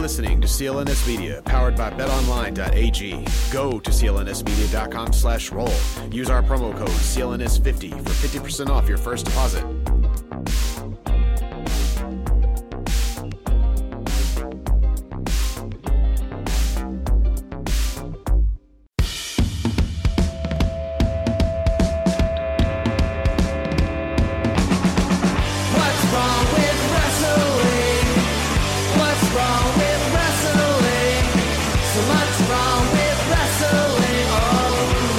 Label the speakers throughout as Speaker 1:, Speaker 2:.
Speaker 1: listening to CLNS Media, powered by betonline.ag. Go to clnsmedia.com slash roll. Use our promo code CLNS50 for 50% off your first deposit.
Speaker 2: What's wrong with wrestling? What's wrong with wrestling? So much wrong with wrestling. Oh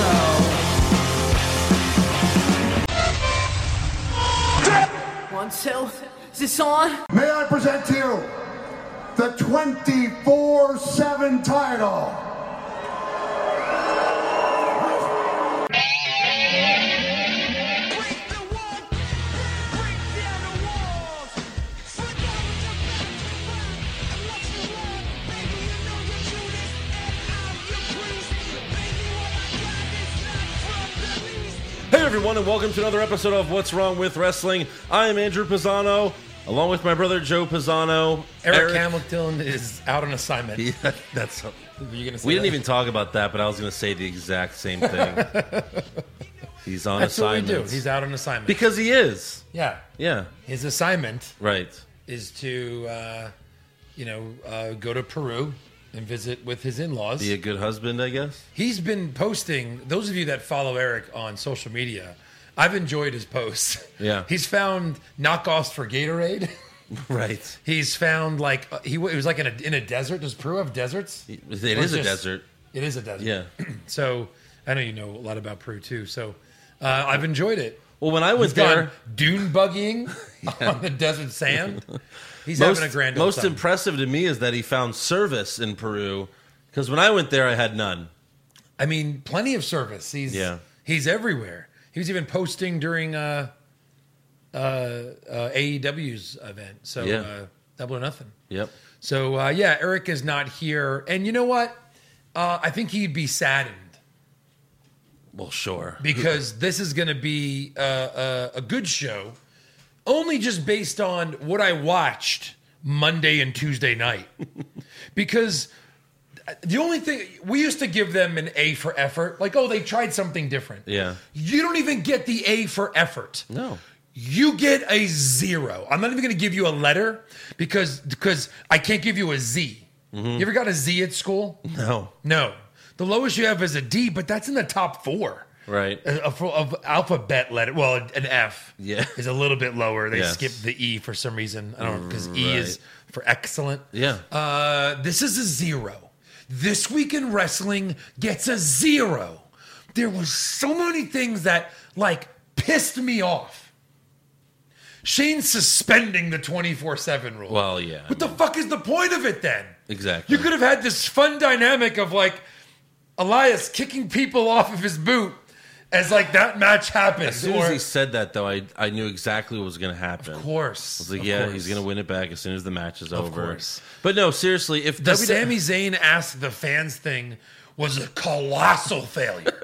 Speaker 2: no. One, two. Is this on?
Speaker 3: May I present to you the 24 7 title.
Speaker 4: Break the wall, break down the walls. Fight down with your back to the ground. I'm not your love, baby. You know your Judas, and I'm your priest. Baby, what I got is not from the least.
Speaker 5: Hey everyone, and welcome to another episode of What's Wrong with Wrestling. I am Andrew Pisano, along with my brother Joe Pisano.
Speaker 6: Eric, Hamilton is out on assignment. That's you're gonna say.
Speaker 5: We didn't
Speaker 6: that?
Speaker 5: even talk about that, but I was going to say the exact same thing. He's on
Speaker 6: That's
Speaker 5: assignment
Speaker 6: what we do. He's out on assignment.
Speaker 5: because he is.
Speaker 6: yeah,
Speaker 5: Yeah,
Speaker 6: his assignment
Speaker 5: right.
Speaker 6: is to, uh, you know, uh, go to Peru and visit with his in-laws.
Speaker 5: Be a good husband, I guess.
Speaker 6: He's been posting. Those of you that follow Eric on social media, I've enjoyed his posts.
Speaker 5: Yeah.
Speaker 6: he's found knockoffs for Gatorade.
Speaker 5: Right.
Speaker 6: He's found like uh, he, w- it was like in a in a desert. Does Peru have deserts?
Speaker 5: It
Speaker 6: Or
Speaker 5: is a
Speaker 6: just-
Speaker 5: desert.
Speaker 6: It is a desert.
Speaker 5: Yeah.
Speaker 6: So I know you know a lot about Peru too. So uh, I've enjoyed it.
Speaker 5: Well, when I was
Speaker 6: He's gone
Speaker 5: there,
Speaker 6: dune buggying on the desert sand. He's
Speaker 5: most,
Speaker 6: having a grand old
Speaker 5: most
Speaker 6: time.
Speaker 5: impressive to me is that he found service in Peru. Because when I went there, I had none.
Speaker 6: I mean, plenty of service. He's
Speaker 5: Yeah.
Speaker 6: he's everywhere. He was even posting during uh, uh, uh, AEW's event. So
Speaker 5: Yeah.
Speaker 6: uh, double or nothing.
Speaker 5: Yep.
Speaker 6: So uh, yeah, Eric is not here, and you know what? Uh, I think he'd be saddened
Speaker 5: Well, sure.
Speaker 6: because this is going to be a, a, a good show, only just based on what I watched Monday and Tuesday night. because uh, the only thing we used to give them an A for effort, like oh they tried something different.
Speaker 5: Yeah.
Speaker 6: you don't even get the A for effort.
Speaker 5: No.
Speaker 6: You get a zero. I'm not even going to give you a letter because because I can't give you a Z. You ever got a Z at school?
Speaker 5: Mm-hmm. No.
Speaker 6: No. The lowest you have is a D, but that's in the top four.
Speaker 5: Right.
Speaker 6: Uh, Of, of alphabet letter, well, an F
Speaker 5: Yeah.
Speaker 6: is a little bit lower. They
Speaker 5: Yes.
Speaker 6: skipped the E for some reason. I don't know because E is for excellent.
Speaker 5: Yeah.
Speaker 6: Uh, this is a zero. This week in wrestling gets a zero. There was so many things that like pissed me off. Shane suspending the twenty four seven rule.
Speaker 5: Well, yeah.
Speaker 6: What the fuck is the point of it then?
Speaker 5: Exactly.
Speaker 6: You could have had this fun dynamic of like Elias kicking people off of his boot as like that match happens.
Speaker 5: As soon as
Speaker 6: or-
Speaker 5: he said that, though, I, I knew exactly what was going to happen.
Speaker 6: of
Speaker 5: I
Speaker 6: course.
Speaker 5: was like,
Speaker 6: of
Speaker 5: yeah,
Speaker 6: course.
Speaker 5: he's going to win it back as soon as the match is over.
Speaker 6: course.
Speaker 5: But no, seriously, if E
Speaker 6: The
Speaker 5: WWE
Speaker 6: Sami Zayn asked the fans thing was a colossal failure.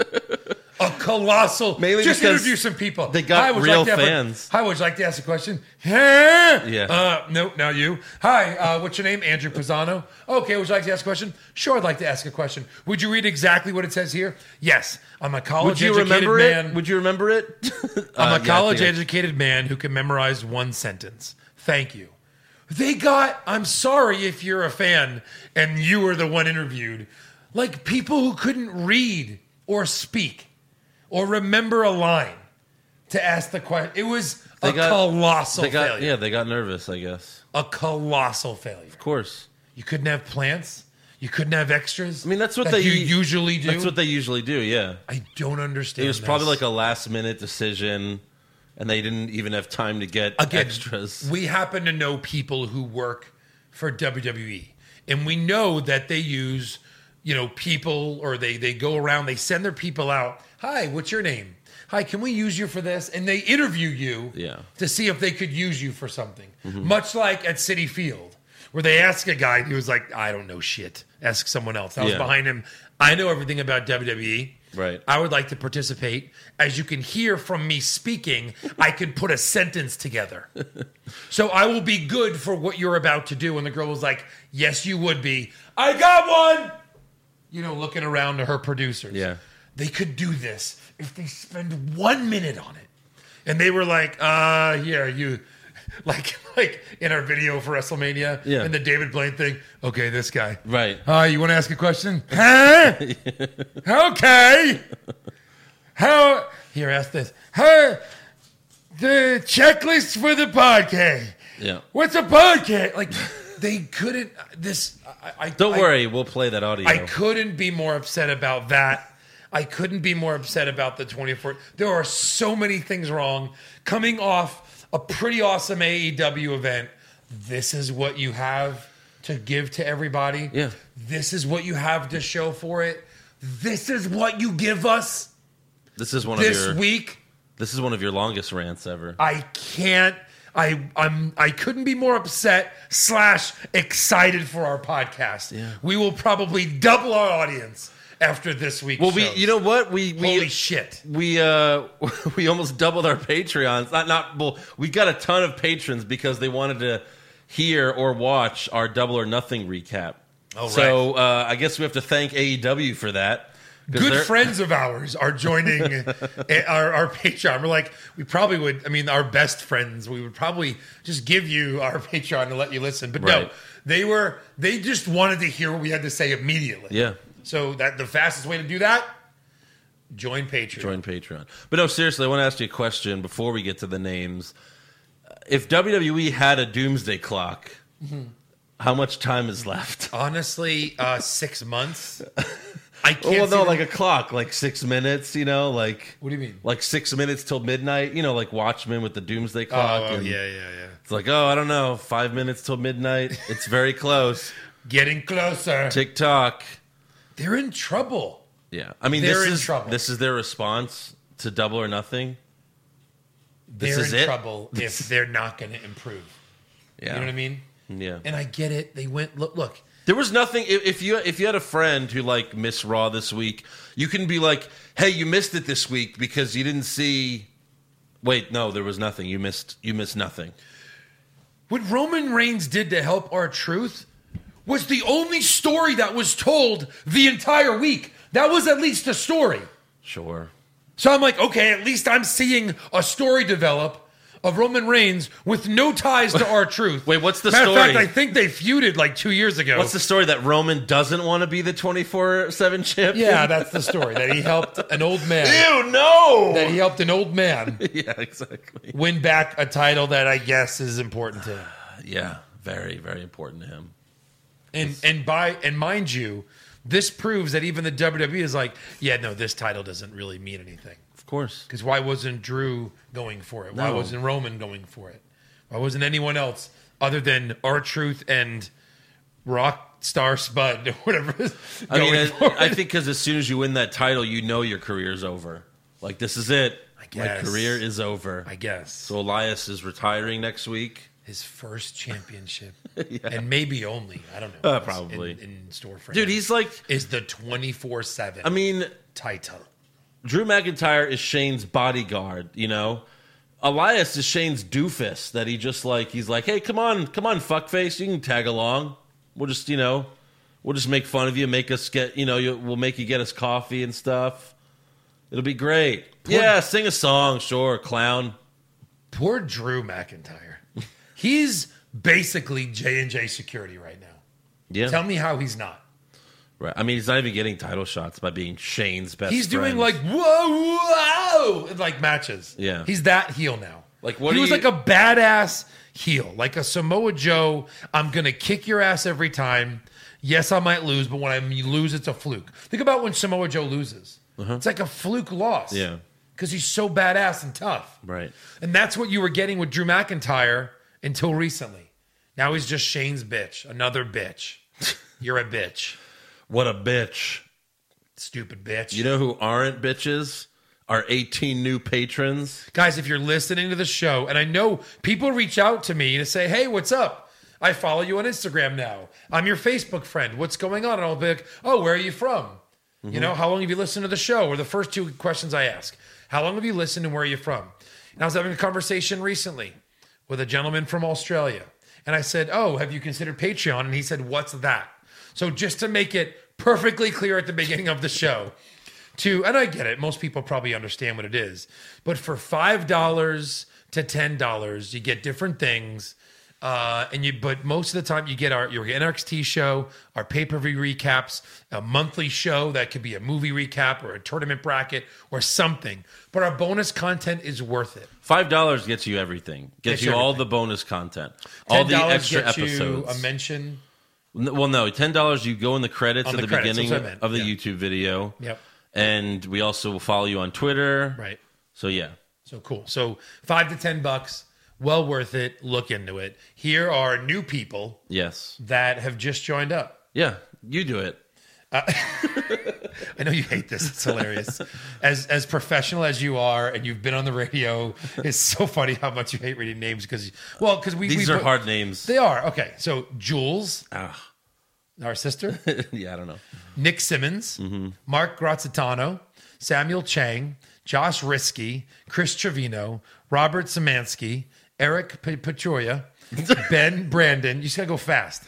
Speaker 6: a colossal.
Speaker 5: Mainly
Speaker 6: just
Speaker 5: because
Speaker 6: interview some people.
Speaker 5: they got
Speaker 6: Hi, would you
Speaker 5: real
Speaker 6: like to have a-
Speaker 5: fans.
Speaker 6: Hi, would you like to ask a question? Yeah.
Speaker 5: Yeah.
Speaker 6: Uh, no, not you. Hi, uh, what's your name? Andrew Pisano. Okay, would you like to ask a question? Sure, I'd like to ask a question. Would you read exactly what it says here? Yes. I'm a
Speaker 5: would
Speaker 6: college
Speaker 5: you
Speaker 6: educated
Speaker 5: remember
Speaker 6: man.
Speaker 5: it? Would you remember it?
Speaker 6: I'm
Speaker 5: Uh,
Speaker 6: a
Speaker 5: yeah,
Speaker 6: college
Speaker 5: I think
Speaker 6: educated man who can memorize one sentence. Thank you. They got, I'm sorry if you're a fan and you were the one interviewed, like people who couldn't read or speak or remember a line to ask the question. It was
Speaker 5: They
Speaker 6: a
Speaker 5: got-
Speaker 6: colossal
Speaker 5: They got,
Speaker 6: failure.
Speaker 5: yeah, they got nervous, I guess.
Speaker 6: A colossal failure.
Speaker 5: Of course.
Speaker 6: You couldn't have plants. You couldn't have extras.
Speaker 5: I mean, that's what
Speaker 6: that
Speaker 5: they
Speaker 6: you usually do.
Speaker 5: That's what they usually do, yeah.
Speaker 6: I don't understand.
Speaker 5: It was probably like
Speaker 6: this.
Speaker 5: a last minute decision, and they didn't even have time to get
Speaker 6: again,
Speaker 5: extras.
Speaker 6: We happen to know people who work for WWE, and we know that they use, you know, people or they they go around, they send their people out. Hi, what's your name? Hi, can we use you for this? And they interview you
Speaker 5: Yeah. Mm-hmm.
Speaker 6: to see if they could use you for something. Much like at City Field, where they ask a guy who was like, I don't know shit. Ask someone else. I was
Speaker 5: Yeah.
Speaker 6: behind him. I know everything about E. WWE.
Speaker 5: Right.
Speaker 6: I would like to participate. As you can hear from me speaking, I can put a sentence together. so I will be good for what you're about to do. And the girl was like, Yes, you would be. I got one. You know, looking around to her producers.
Speaker 5: Yeah.
Speaker 6: They could do this if they spend one minute on it. And they were like, uh, yeah, you like like in our video for WrestleMania
Speaker 5: Yeah.
Speaker 6: and the David Blaine thing. Okay, this guy.
Speaker 5: Right.
Speaker 6: Uh, you want to ask a question? Huh? okay. How here? Ask this. How the checklist for the podcast?
Speaker 5: Yeah.
Speaker 6: What's a podcast? Like they couldn't. This I, I
Speaker 5: Don't
Speaker 6: I-
Speaker 5: worry, we'll play that audio.
Speaker 6: I couldn't be more upset about that. I couldn't be more upset about the 24th. There are so many things wrong. Coming off a pretty awesome AEW event, this is what you have to give to everybody.
Speaker 5: Yeah.
Speaker 6: This is what you have to show for it. This is what you give us
Speaker 5: this is one
Speaker 6: this
Speaker 5: of your
Speaker 6: week.
Speaker 5: this is one of your longest rants ever.
Speaker 6: I can't. I I'm I couldn't be more upset slash excited for our podcast.
Speaker 5: Yeah.
Speaker 6: We will probably double our audience after this week.
Speaker 5: well, we you know what we we
Speaker 6: Holy shit.
Speaker 5: we uh we almost doubled our Patreons. Not not well, we got a ton of patrons because they wanted to hear or watch our double or nothing recap.
Speaker 6: Oh,
Speaker 5: so uh, I guess we have to thank AEW for that. 'Cause
Speaker 6: Good
Speaker 5: they're-
Speaker 6: friends of ours are joining uh, our, our Patreon. We're like, we probably would, I mean, our best friends, we would probably just give you our Patreon to let you listen. But no,
Speaker 5: Right.
Speaker 6: they were, they just wanted to hear what we had to say immediately.
Speaker 5: Yeah.
Speaker 6: So that the fastest way to do that, join Patreon.
Speaker 5: Join Patreon. But no, seriously, I want to ask you a question before we get to the names. If WWE had a doomsday clock,
Speaker 6: Mm-hmm.
Speaker 5: how much time is left?
Speaker 6: Honestly, uh, six months. I can't.
Speaker 5: well,
Speaker 6: see
Speaker 5: no,
Speaker 6: the-
Speaker 5: like a clock, like six minutes, you know, like
Speaker 6: What do you mean?
Speaker 5: Like six minutes till midnight, you know, like Watchmen with the doomsday
Speaker 6: oh,
Speaker 5: clock.
Speaker 6: oh,
Speaker 5: and
Speaker 6: yeah, yeah, yeah.
Speaker 5: It's like, oh, I don't know, five minutes till midnight. It's very close.
Speaker 6: Getting closer.
Speaker 5: Tick tock.
Speaker 6: They're in trouble.
Speaker 5: Yeah, I mean,
Speaker 6: They're
Speaker 5: this
Speaker 6: in
Speaker 5: is
Speaker 6: trouble.
Speaker 5: this is their response to Double or Nothing. This
Speaker 6: they're
Speaker 5: is
Speaker 6: in
Speaker 5: it?
Speaker 6: trouble if they're not going to improve.
Speaker 5: Yeah,
Speaker 6: You know what I mean?
Speaker 5: Yeah,
Speaker 6: And I get it. They went look look.
Speaker 5: There was nothing. If, if you if you had a friend who like missed Raw this week, you can be like, "Hey, you missed it this week because you didn't see." Wait, no, there was nothing. You missed. You missed nothing.
Speaker 6: What Roman Reigns did to help our truth was the only story that was told the entire week. That was at least a story.
Speaker 5: Sure.
Speaker 6: So I'm like, okay, at least I'm seeing a story develop of Roman Reigns with no ties to our truth.
Speaker 5: Wait, what's the
Speaker 6: Matter Of fact,
Speaker 5: story?
Speaker 6: I think they feuded like two years ago.
Speaker 5: What's the story that Roman doesn't want to be the twenty four seven champion?
Speaker 6: yeah, that's the story that he helped an old man.
Speaker 5: Ew, no.
Speaker 6: That he helped an old man
Speaker 5: yeah, exactly.
Speaker 6: win back a title that I guess is important to him.
Speaker 5: Yeah, very very important to him.
Speaker 6: And and by and mind you, this proves that even the WWE is like, yeah, no, this title doesn't really mean anything.
Speaker 5: Of course.
Speaker 6: Because why wasn't Drew going for it? Why
Speaker 5: No.
Speaker 6: wasn't Roman going for it? Why wasn't anyone else other than our Truth and Rock Star Spud or whatever? Is
Speaker 5: I mean, I,
Speaker 6: going for
Speaker 5: I
Speaker 6: it?
Speaker 5: think because as soon as you win that title, you know your career's over. Like this is it.
Speaker 6: guess.
Speaker 5: My career is over.
Speaker 6: I guess
Speaker 5: So Elias is retiring next week.
Speaker 6: his first championship, and maybe only I don't know.
Speaker 5: Uh,
Speaker 6: what's
Speaker 5: probably.
Speaker 6: in, in store for
Speaker 5: Dude,
Speaker 6: him
Speaker 5: he's like
Speaker 6: is the twenty four seven.
Speaker 5: I mean,
Speaker 6: title.
Speaker 5: Drew McIntyre is Shane's bodyguard, you know? Elias is Shane's doofus that he just like he's like, "Hey, come on, come on, fuckface, you can tag along. We'll just, you know, we'll just make fun of you, make us get, you know, you, we'll make you get us coffee and stuff. It'll be great. yeah, sing a song, sure, clown.
Speaker 6: Poor Drew McIntyre. He's basically J and J security right now.
Speaker 5: Yeah.
Speaker 6: Tell me how he's not.
Speaker 5: right. I mean, he's not even getting title shots by being Shane's best
Speaker 6: He's doing
Speaker 5: friend.
Speaker 6: like whoa, whoa, in, like matches.
Speaker 5: Yeah.
Speaker 6: he's that heel now.
Speaker 5: Like, what
Speaker 6: He
Speaker 5: do
Speaker 6: was
Speaker 5: you-
Speaker 6: like a badass heel, like a Samoa Joe. I'm gonna kick your ass every time. Yes, I might lose, but when I lose, it's a fluke. Think about when Samoa Joe loses. It's like a fluke loss.
Speaker 5: Uh-huh. Yeah.
Speaker 6: because he's so badass and tough.
Speaker 5: Right.
Speaker 6: And that's what you were getting with Drew McIntyre until recently. Now he's just Shane's bitch, another bitch. You're a bitch,
Speaker 5: what a bitch.
Speaker 6: stupid bitch.
Speaker 5: You know who aren't bitches? Our 18 new patrons.
Speaker 6: guys if you're listening to the show and i know people reach out to me to say hey what's up i follow you on instagram now i'm your facebook friend what's going on and i'll be like oh where are you from
Speaker 5: Mm-hmm.
Speaker 6: You know, how long have you listened to the show? Or the first two questions I ask. How long have you listened and where are you from? And I was having a conversation recently with a gentleman from Australia. And I said, Oh, have you considered Patreon? And he said, What's that? So just to make it perfectly clear at the beginning of the show, to and I get it, most people probably understand what it is, but for five dollars to ten dollars, you get different things. Uh, and you, but most of the time, you get our your NXT show, our pay per view recaps, a monthly show that could be a movie recap or a tournament bracket or something. But our bonus content is worth it.
Speaker 5: Five dollars gets you everything. Gets,
Speaker 6: Gets
Speaker 5: you
Speaker 6: you
Speaker 5: all the
Speaker 6: everything.
Speaker 5: bonus content, all
Speaker 6: Ten
Speaker 5: the
Speaker 6: dollars
Speaker 5: extra
Speaker 6: gets you
Speaker 5: episodes.
Speaker 6: a mention.
Speaker 5: N- Well, no, ten dollars. You go in the credits
Speaker 6: On
Speaker 5: at the,
Speaker 6: the credits, that's
Speaker 5: beginning
Speaker 6: what I meant.
Speaker 5: of the
Speaker 6: Yeah.
Speaker 5: YouTube video.
Speaker 6: Yep.
Speaker 5: And we also will follow you on Twitter.
Speaker 6: Right.
Speaker 5: So yeah,
Speaker 6: So cool. So five to ten bucks, well worth it. Look into it. Here are new people
Speaker 5: yes,
Speaker 6: that have just joined up.
Speaker 5: yeah. You do it.
Speaker 6: I know you hate this. It's hilarious. as as professional as you are, and you've been on the radio, it's so funny how much you hate reading names because well, because we
Speaker 5: These
Speaker 6: we
Speaker 5: are
Speaker 6: put-
Speaker 5: hard names.
Speaker 6: They are okay. So Jules,
Speaker 5: Ah.
Speaker 6: our sister,
Speaker 5: yeah, I don't know.
Speaker 6: Nick Simmons, Mark Grazitano, Samuel Chang, Josh Risky, Chris Trevino, Robert Samansky, Eric P- Pachoya, Ben Brandon. You just gotta go fast.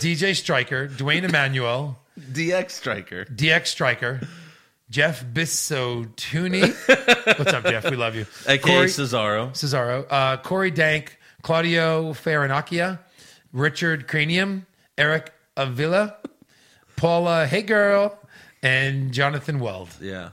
Speaker 6: DJ Stryker, Dwayne Emanuel.
Speaker 5: DX Striker.
Speaker 6: DX Striker, Jeff Bissotuni. What's up, Jeff? We love you.
Speaker 5: AKA
Speaker 6: Corey
Speaker 5: Cesaro.
Speaker 6: Cesaro, uh, Corey Dank, Claudio Farinacchia, Richard Cranium, Eric Avila, Paula Hey Girl, and Jonathan Weld.
Speaker 5: Yeah.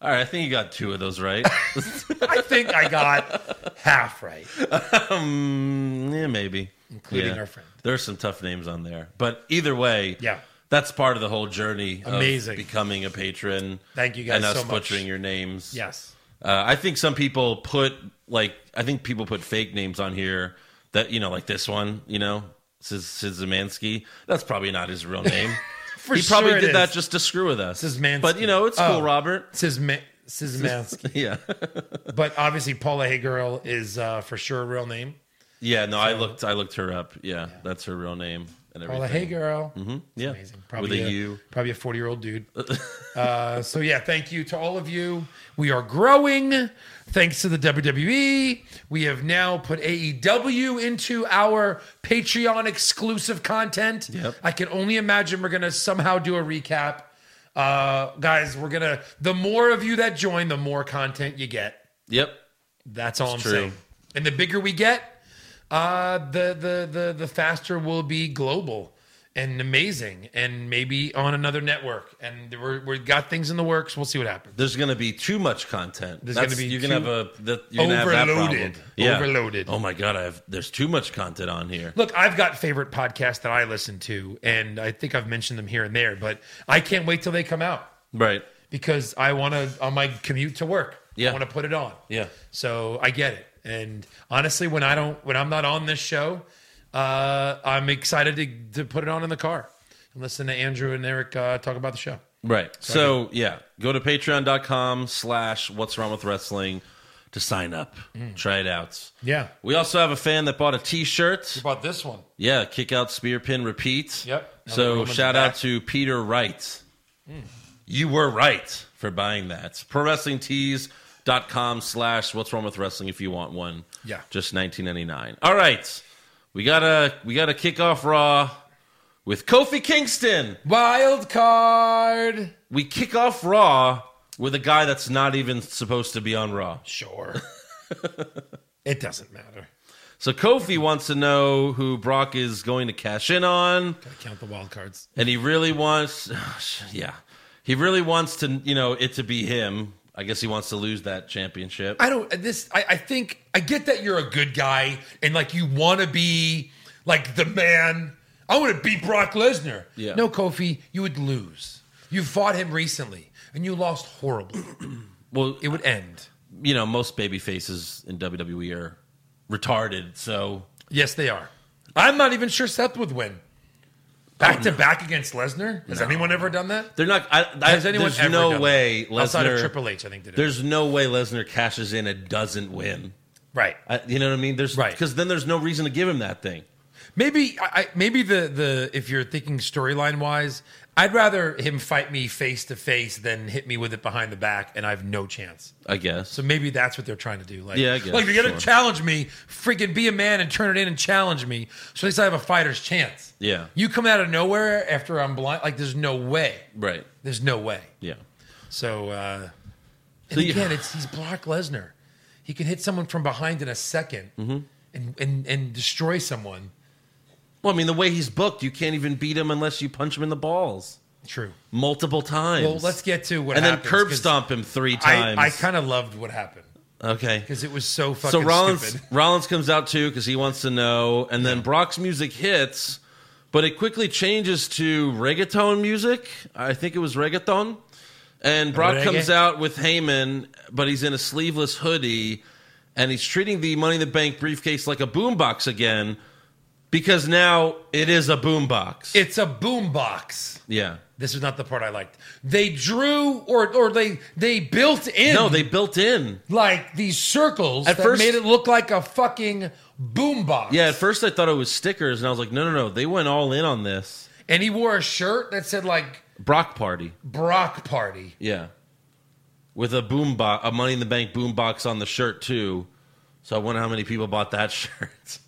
Speaker 5: All right, I think you got two of those right.
Speaker 6: I think I got half right.
Speaker 5: Mm, yeah, maybe.
Speaker 6: Including
Speaker 5: Yeah.
Speaker 6: our friend.
Speaker 5: There's some tough names on there. But either way,
Speaker 6: Yeah.
Speaker 5: that's part of the whole journey of
Speaker 6: Amazing.
Speaker 5: becoming a patron.
Speaker 6: Thank you guys
Speaker 5: And us
Speaker 6: so much.
Speaker 5: butchering your names.
Speaker 6: Yes.
Speaker 5: Uh, I think some people put, like, I think people put fake names on here that, you know, like this one, you know, Sis- Szymanski. That's probably not his real name.
Speaker 6: For
Speaker 5: he probably
Speaker 6: sure it
Speaker 5: did that
Speaker 6: is.
Speaker 5: just to screw with us.
Speaker 6: Szymanski.
Speaker 5: But, you know, it's
Speaker 6: Oh.
Speaker 5: cool, Robert.
Speaker 6: Sisma- Sismansky.
Speaker 5: Yeah.
Speaker 6: but obviously, Paula Hey Girl is uh, for sure a real name.
Speaker 5: Yeah, no, I looked I looked her up. Yeah, that's her real name and everything.
Speaker 6: Paula Hey Girl.
Speaker 5: yeah.
Speaker 6: Amazing. Probably
Speaker 5: With a
Speaker 6: a,
Speaker 5: U.
Speaker 6: Probably a 40 year old dude. uh, so, yeah, thank you to all of you. We are growing thanks to the WWE. We have now put AEW into our Patreon exclusive content.
Speaker 5: Yep.
Speaker 6: I can only imagine we're going to somehow do a recap. Uh, guys, we're going to, the more of you that join, the more content you get.
Speaker 5: Yep.
Speaker 6: That's all
Speaker 5: It's
Speaker 6: I'm
Speaker 5: true.
Speaker 6: saying. And the bigger we get, uh, the the the the faster we'll be global and amazing, and maybe on another network. And we're we got things in the works. We'll see what happens.
Speaker 5: There's going to be too much content.
Speaker 6: There's
Speaker 5: That's-
Speaker 6: gonna be
Speaker 5: you're going to
Speaker 6: too-
Speaker 5: have a that, you're gonna have that problem.
Speaker 6: Overloaded. Overloaded.
Speaker 5: Oh my god, I have there's too much content on here.
Speaker 6: Look, I've got favorite podcasts that I listen to, and I think I've mentioned them here and there. But I can't wait till they come out
Speaker 5: Right.
Speaker 6: because I want to on my commute to work.
Speaker 5: Yeah.
Speaker 6: I want to put it on.
Speaker 5: Yeah.
Speaker 6: So I get it. And honestly, when I don't, when I'm not on this show, uh, I'm excited to, to put it on in the car and listen to Andrew and Eric uh, talk about the show.
Speaker 5: Right. So, yeah, go to patreon.com slash what's wrong with wrestling to sign up.
Speaker 6: Mm.
Speaker 5: Try it out.
Speaker 6: Yeah.
Speaker 5: We also have a fan that bought a t-shirt.
Speaker 6: About this one,
Speaker 5: Yeah, kick out, spear pin, repeat.
Speaker 6: Yep. Now the
Speaker 5: So
Speaker 6: Roman's
Speaker 5: shout
Speaker 6: back. Hmm.
Speaker 5: out to Peter Wright. You were right for buying that. Pro Wrestling com slash what's wrong with wrestling if you want one.
Speaker 6: Yeah.
Speaker 5: Just nineteen ninety nine. All right. We gotta we gotta kick off Raw with Kofi Kingston.
Speaker 6: wild card.
Speaker 5: We kick off Raw with a guy that's not even supposed to be on Raw.
Speaker 6: Sure, it doesn't matter.
Speaker 5: So Kofi wants to know who Brock is going to cash in on.
Speaker 6: I count the wild cards.
Speaker 5: and he really wants yeah he really wants to you know it to be him i guess he wants to lose that championship
Speaker 6: I don't. This, I, I think, I get that you're a good guy and like you want to be like the man. I want to beat Brock Lesnar.
Speaker 5: Yeah.
Speaker 6: No, Kofi, you would lose. You fought him recently and you lost horribly.
Speaker 5: well
Speaker 6: It would end.
Speaker 5: you know most baby faces in wwe are retarded so
Speaker 6: Yes, they are. I'm not even sure Seth would
Speaker 5: Oh,
Speaker 6: win. Back to back against Lesnar. Has anyone ever done that?
Speaker 5: they're not I, I,
Speaker 6: Has anyone
Speaker 5: there's
Speaker 6: ever
Speaker 5: no
Speaker 6: done
Speaker 5: way
Speaker 6: that? outside of
Speaker 5: Lesnar-
Speaker 6: Triple H? I think did it.
Speaker 5: there's no way lesnar cashes in
Speaker 6: Maybe I I- maybe the the if you're thinking storyline wise, I'd rather him fight me face to face than hit me with it behind the back, and I have no chance.
Speaker 5: I guess.
Speaker 6: So maybe that's what they're trying to do. Like,
Speaker 5: Yeah, I guess,
Speaker 6: like you're gonna
Speaker 5: sure.
Speaker 6: challenge me, freaking be a man and turn it in and challenge me. So at least I have a fighter's chance.
Speaker 5: Yeah.
Speaker 6: You come out of nowhere after I'm blind. Like, there's no way.
Speaker 5: right.
Speaker 6: There's no way.
Speaker 5: Yeah.
Speaker 6: So, uh, and
Speaker 5: So you-
Speaker 6: again, it's he's Brock Lesnar. He can hit someone from behind in a 2nd
Speaker 5: Mm-hmm.
Speaker 6: and, and and destroy someone.
Speaker 5: Well, I mean, the way he's booked, you can't even beat him unless you punch him in the balls
Speaker 6: True.
Speaker 5: multiple times.
Speaker 6: Well, let's get to what
Speaker 5: and then
Speaker 6: happened.
Speaker 5: curb stomp him three
Speaker 6: I,
Speaker 5: times.
Speaker 6: I kind of loved what happened
Speaker 5: okay.
Speaker 6: because it was so fucking
Speaker 5: So Rollins
Speaker 6: stupid.
Speaker 5: Rollins comes out too because he wants to know, and then Brock's music hits, but it quickly changes to reggaeton music. I think it was reggaeton, and Brock
Speaker 6: Reggae.
Speaker 5: comes out with Heyman, but he's in a sleeveless hoodie, and he's treating the Money in the Bank briefcase like a boombox again, because now it is a boombox.
Speaker 6: It's a boombox.
Speaker 5: yeah.
Speaker 6: This is not the part I liked. They drew or or they they built in
Speaker 5: No, they built in.
Speaker 6: like these circles
Speaker 5: At
Speaker 6: that
Speaker 5: first-
Speaker 6: made it look like a fucking boombox.
Speaker 5: Yeah, at first I thought it was stickers, and I was like, no, no, no. They went all in on this
Speaker 6: And he wore a shirt that said like
Speaker 5: Brock party.
Speaker 6: Brock Party.
Speaker 5: Yeah. With a boom box, a Money in the Bank boom box on the shirt too. So I wonder how many people bought that shirt.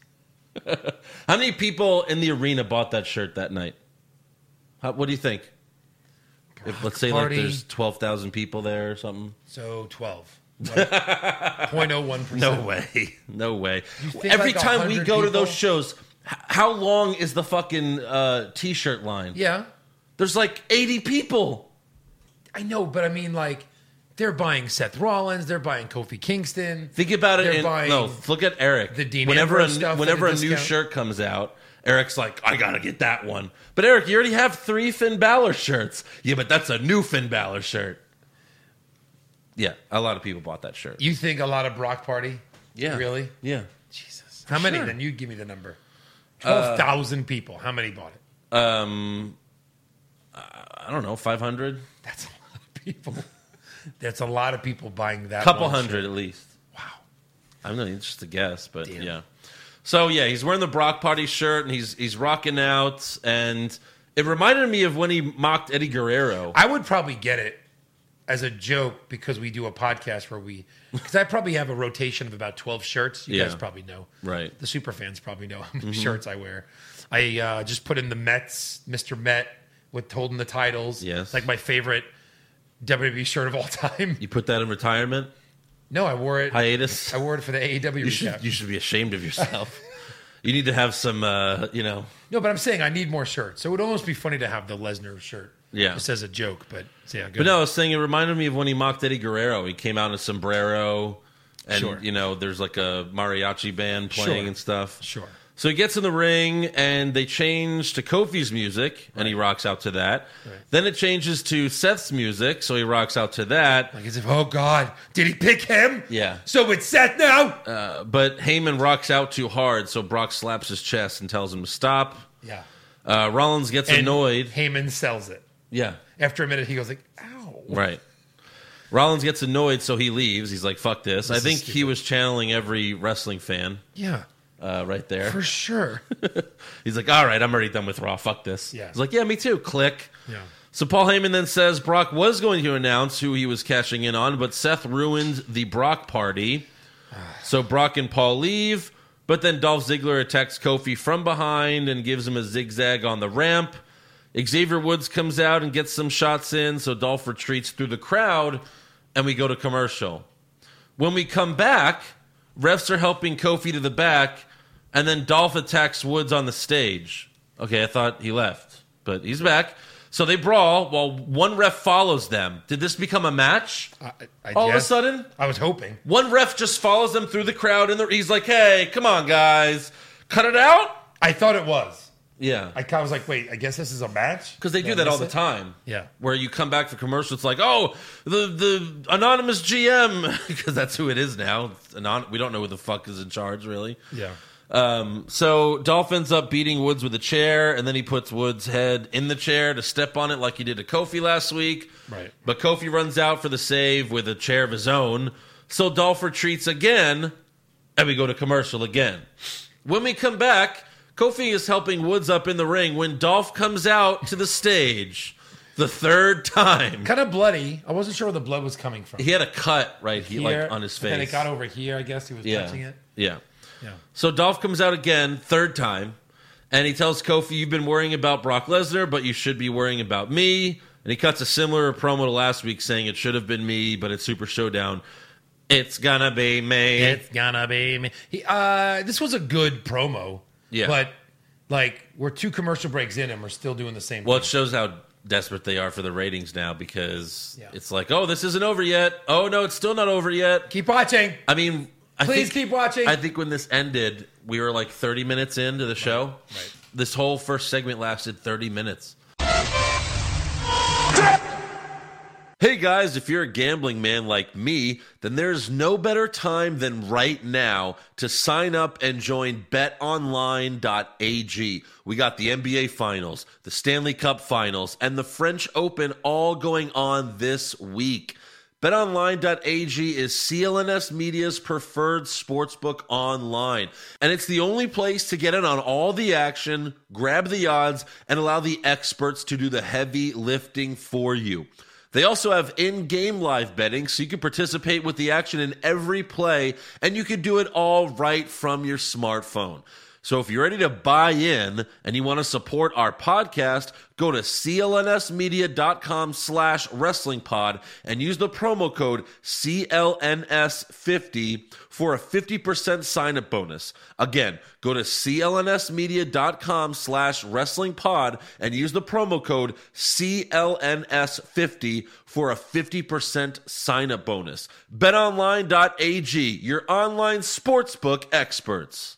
Speaker 5: how many people in the arena bought that shirt that night? How, what do you think? If, let's say
Speaker 6: Party.
Speaker 5: like there's 12,000 people there or something.
Speaker 6: So twelve. Point oh one percent.
Speaker 5: way. No way.
Speaker 6: think
Speaker 5: Every
Speaker 6: like
Speaker 5: time we
Speaker 6: 100
Speaker 5: go to those
Speaker 6: people?
Speaker 5: shows, h- how long is the fucking uh, t-shirt line?
Speaker 6: Yeah.
Speaker 5: There's like 80 people.
Speaker 6: I know, but I mean like they're buying Seth Rollins, they're buying Kofi Kingston.
Speaker 5: Think about it.
Speaker 6: They're
Speaker 5: In,
Speaker 6: buying
Speaker 5: no, look at Eric.
Speaker 6: the Dean
Speaker 5: whenever
Speaker 6: Ambrose
Speaker 5: a,
Speaker 6: stuff at
Speaker 5: whenever
Speaker 6: a
Speaker 5: a new
Speaker 6: discount.
Speaker 5: shirt comes out, Eric's like, I gotta get that one. But Eric, you already have three Finn Balor shirts. Yeah, but that's a new Finn Balor shirt. Yeah, a lot of people bought that shirt.
Speaker 6: You think a lot of Brock Party?
Speaker 5: Yeah,
Speaker 6: Really?
Speaker 5: Yeah.
Speaker 6: Jesus. How many?
Speaker 5: sure. Uh,
Speaker 6: Then you give me the number. Twelve thousand people. How many bought it?
Speaker 5: Um, I don't know, five hundred,
Speaker 6: That's a lot of people. That's a lot of people buying that.
Speaker 5: couple
Speaker 6: one
Speaker 5: hundred
Speaker 6: shirt.
Speaker 5: at least.
Speaker 6: Wow.
Speaker 5: I'm not it's just a guess, but
Speaker 6: Damn.
Speaker 5: yeah. So yeah, he's wearing the Brock Party shirt and he's he's rocking out, and it reminded me of when he mocked Eddie Guerrero.
Speaker 6: I would probably get it as a joke because we do a podcast where we, because I probably have a rotation of about twelve shirts. You guys
Speaker 5: Yeah.
Speaker 6: probably know,
Speaker 5: Right. Mm-hmm.
Speaker 6: The super fans probably know how many shirts I wear. I uh, just put in the Mets, Mister Met, with holding the titles.
Speaker 5: Yes.
Speaker 6: Like my favorite WWE shirt of all time.
Speaker 5: You put that in retirement,
Speaker 6: No, I wore it.
Speaker 5: hiatus.
Speaker 6: I wore it for the AEW
Speaker 5: You
Speaker 6: recap.
Speaker 5: should, you should be ashamed of yourself. you need to have some, uh, you know.
Speaker 6: No, but I'm saying I need more shirts. So it would almost be funny to have the Lesnar shirt.
Speaker 5: Yeah.
Speaker 6: Just as a joke, but so yeah, good.
Speaker 5: But no, I was saying it reminded me of when he mocked Eddie Guerrero. He came out in a sombrero, and
Speaker 6: Sure.
Speaker 5: you know, there's like a mariachi band playing
Speaker 6: Sure.
Speaker 5: and stuff.
Speaker 6: Sure.
Speaker 5: So he gets in the ring, and they change to Kofi's music, and he rocks out to that. Then it changes to Seth's music, so he rocks out to that.
Speaker 6: Like as if, oh God, did he pick him?
Speaker 5: Yeah.
Speaker 6: So it's Seth now.
Speaker 5: Uh, but Heyman rocks out too hard, so Brock slaps his chest and tells him to stop.
Speaker 6: yeah.
Speaker 5: Uh, Rollins gets
Speaker 6: And
Speaker 5: annoyed.
Speaker 6: Heyman sells it.
Speaker 5: yeah.
Speaker 6: After a minute, he goes like, ow.
Speaker 5: Right. Rollins gets annoyed, so he leaves. He's like, "Fuck this!" I think he was channeling every wrestling fan
Speaker 6: Yeah.
Speaker 5: uh, right there.
Speaker 6: For sure.
Speaker 5: He's like, "All right, I'm already done with Raw. Fuck this."
Speaker 6: Yeah.
Speaker 5: He's like, "Yeah, me too." Click.
Speaker 6: Yeah.
Speaker 5: So Paul Heyman then says Brock was going to announce who he was cashing in on, but Seth ruined the Brock party. So Brock and Paul leave, but then Dolph Ziggler attacks Kofi from behind and gives him a zigzag on the ramp. Xavier Woods comes out and gets some shots in, so Dolph retreats through the crowd, and we go to commercial. When we come back, refs are helping Kofi to the back, and then Dolph attacks Woods on the stage. Okay, I thought he left, but he's back. So they brawl while one ref follows them. Did this become a match?
Speaker 6: I, I
Speaker 5: All of a
Speaker 6: guess.
Speaker 5: sudden,
Speaker 6: I was hoping.
Speaker 5: one ref just follows them through the crowd, and they're- he's like, "Hey, come on, guys, cut it out."
Speaker 6: I thought it was.
Speaker 5: Yeah,
Speaker 6: I, I was like, wait, I guess this is a match?
Speaker 5: because they do
Speaker 6: Did I
Speaker 5: that all the
Speaker 6: miss it?
Speaker 5: time.
Speaker 6: Yeah.
Speaker 5: where you come back for commercial, it's like, "Oh, the the anonymous GM," because that's who it is now. It's Anon- we don't know who the fuck is in charge, really.
Speaker 6: Yeah.
Speaker 5: Um, so Dolph ends up beating Woods with a chair, and then he puts Woods' head in the chair to step on it like he did to Kofi last week.
Speaker 6: Right.
Speaker 5: But Kofi runs out for the save with a chair of his own. So Dolph retreats again, and we go to commercial again. When we come back, Kofi is helping Woods up in the ring when Dolph comes out to the stage the third time.
Speaker 6: Kind of bloody. I wasn't sure where the blood was coming from.
Speaker 5: He had a cut right here,
Speaker 6: Here,
Speaker 5: like on his
Speaker 6: but
Speaker 5: face.
Speaker 6: Then it got over here. I guess he was
Speaker 5: yeah.
Speaker 6: touching it.
Speaker 5: Yeah.
Speaker 6: Yeah.
Speaker 5: So Dolph comes out again, third time, and he tells Kofi, You've been worrying about Brock Lesnar, but you should be worrying about me. And he cuts a similar promo to last week saying it should have been me, but it's Super Showdown. It's gonna be me.
Speaker 6: It's gonna be me. He, uh, this was a good promo.
Speaker 5: Yeah.
Speaker 6: But like we're two commercial breaks in and we're still doing the same.
Speaker 5: Well, it
Speaker 6: thing.
Speaker 5: shows how desperate they are for the ratings now because
Speaker 6: Yeah.
Speaker 5: it's like, oh, this isn't over yet. Oh no, it's still not over yet.
Speaker 6: keep watching.
Speaker 5: I mean, I
Speaker 6: Please
Speaker 5: think,
Speaker 6: keep watching.
Speaker 5: I think when this ended, we were like 30 minutes into the show.
Speaker 6: right.
Speaker 5: This whole first segment lasted 30 minutes. Hey guys, if you're a gambling man like me, then there's no better time than right now to sign up and join betonline.ag. We got the NBA Finals, the Stanley Cup Finals, and the French Open all going on this week. BetOnline.ag is CLNS Media's preferred sportsbook online, and it's the only place to get in on all the action, grab the odds, and allow the experts to do the heavy lifting for you. They also have in game live betting, so you can participate with the action in every play, and you can do it all right from your smartphone. So if you're ready to buy in and you want to support our podcast, go to clnsmedia.com slash wrestlingpod and use the promo code CLNS50 for a 50% sign-up bonus. Again, go to clnsmedia.com slash wrestlingpod and use the promo code CLNS50 for a 50% sign-up bonus. BetOnline.ag, your online sportsbook experts.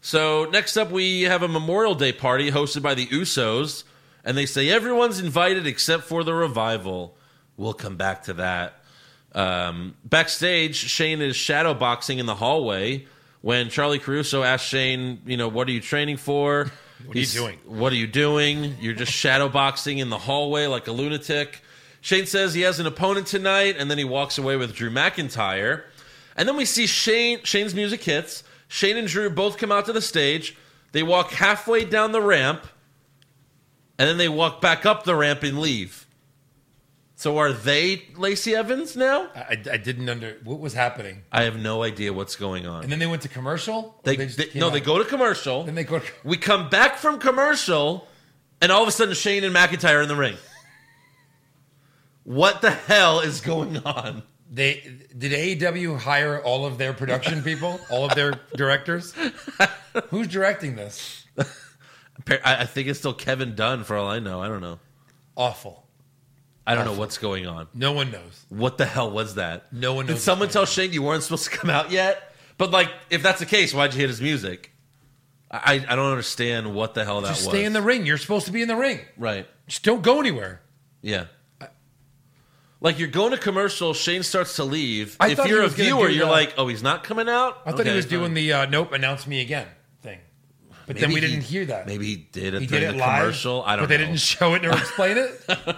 Speaker 5: So next up, we have a Memorial Day party hosted by the Usos, and they say everyone's invited except for the revival. We'll come back to that. Um, backstage, Shane is shadow boxing in the hallway when Charlie Caruso asks Shane, "You know, what are you training for? What
Speaker 6: are you doing?
Speaker 5: What are you doing? You're just shadow boxing in the hallway like a lunatic." Shane says he has an opponent tonight, and then he walks away with Drew McIntyre. And then we see Shane. Shane's music hits. Shane and Drew both come out to the stage. They walk halfway down the ramp, and then they walk back up the ramp and leave. So are they Lacey Evans now?
Speaker 6: I, I I didn't under what was happening.
Speaker 5: I have no idea what's going on.
Speaker 6: And then they went to commercial. Or
Speaker 5: They,
Speaker 6: just
Speaker 5: they-
Speaker 6: came
Speaker 5: no,
Speaker 6: out?
Speaker 5: they go to commercial.
Speaker 6: Then they go.
Speaker 5: we come back from commercial, and all of a sudden Shane and McIntyre are in the ring. What the hell is going on?
Speaker 6: They did AEW hire all of their production people, all of their directors. Who's directing this?
Speaker 5: Appa- I, I think it's still Kevin Dunn, for all I know. I don't know.
Speaker 6: Awful.
Speaker 5: I don't know what's going on.
Speaker 6: No one knows.
Speaker 5: What the hell was that?
Speaker 6: No one knows
Speaker 5: Did
Speaker 6: what's
Speaker 5: someone
Speaker 6: going
Speaker 5: tell Shane you weren't supposed to come out yet? But like, if that's the case, why'd you hit his music? I I don't understand what the hell that
Speaker 6: Just
Speaker 5: was.
Speaker 6: stay in the ring. You're supposed to be in the ring.
Speaker 5: right.
Speaker 6: Just don't go anywhere.
Speaker 5: Yeah. Like you're going to commercial, Shane starts to leave.
Speaker 6: I
Speaker 5: if
Speaker 6: thought he
Speaker 5: you're a
Speaker 6: was gonna
Speaker 5: viewer,
Speaker 6: do
Speaker 5: you're
Speaker 6: the-
Speaker 5: like, oh, he's not coming out.
Speaker 6: I thought he was doing the uh, nope, announce me again thing. But then we didn't hear that.
Speaker 5: Maybe he did it
Speaker 6: he
Speaker 5: during
Speaker 6: did it
Speaker 5: the
Speaker 6: live.
Speaker 5: commercial. I don't.
Speaker 6: But they
Speaker 5: know.
Speaker 6: didn't show it or explain it.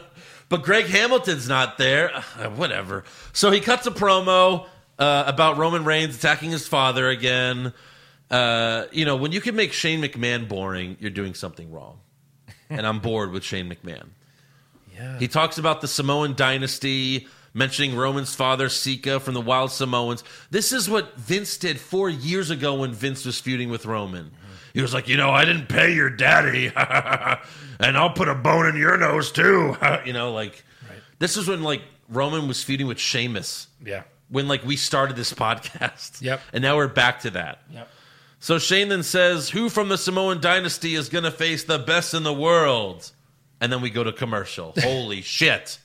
Speaker 5: But Greg Hamilton's not there. Ugh, whatever. So he cuts a promo uh, about Roman Reigns attacking his father again. Uh, you know, when you can make Shane McMahon boring, you're doing something wrong. and I'm bored with Shane McMahon.
Speaker 6: yeah.
Speaker 5: He talks about the Samoan dynasty, mentioning Roman's father, Sika, from the Wild Samoans. This is what Vince did four years ago when Vince was feuding with Roman. He was like, you know, I didn't pay your daddy, and I'll put a bone in your nose too. you know, like this is when like Roman was feuding with Sheamus
Speaker 6: yeah.
Speaker 5: when like we started this podcast.
Speaker 6: Yep.
Speaker 5: And now we're back to that.
Speaker 6: Yep.
Speaker 5: So Shane then says, "Who from the Samoan dynasty is going to face the best in the world?" And then we go to commercial. Holy shit!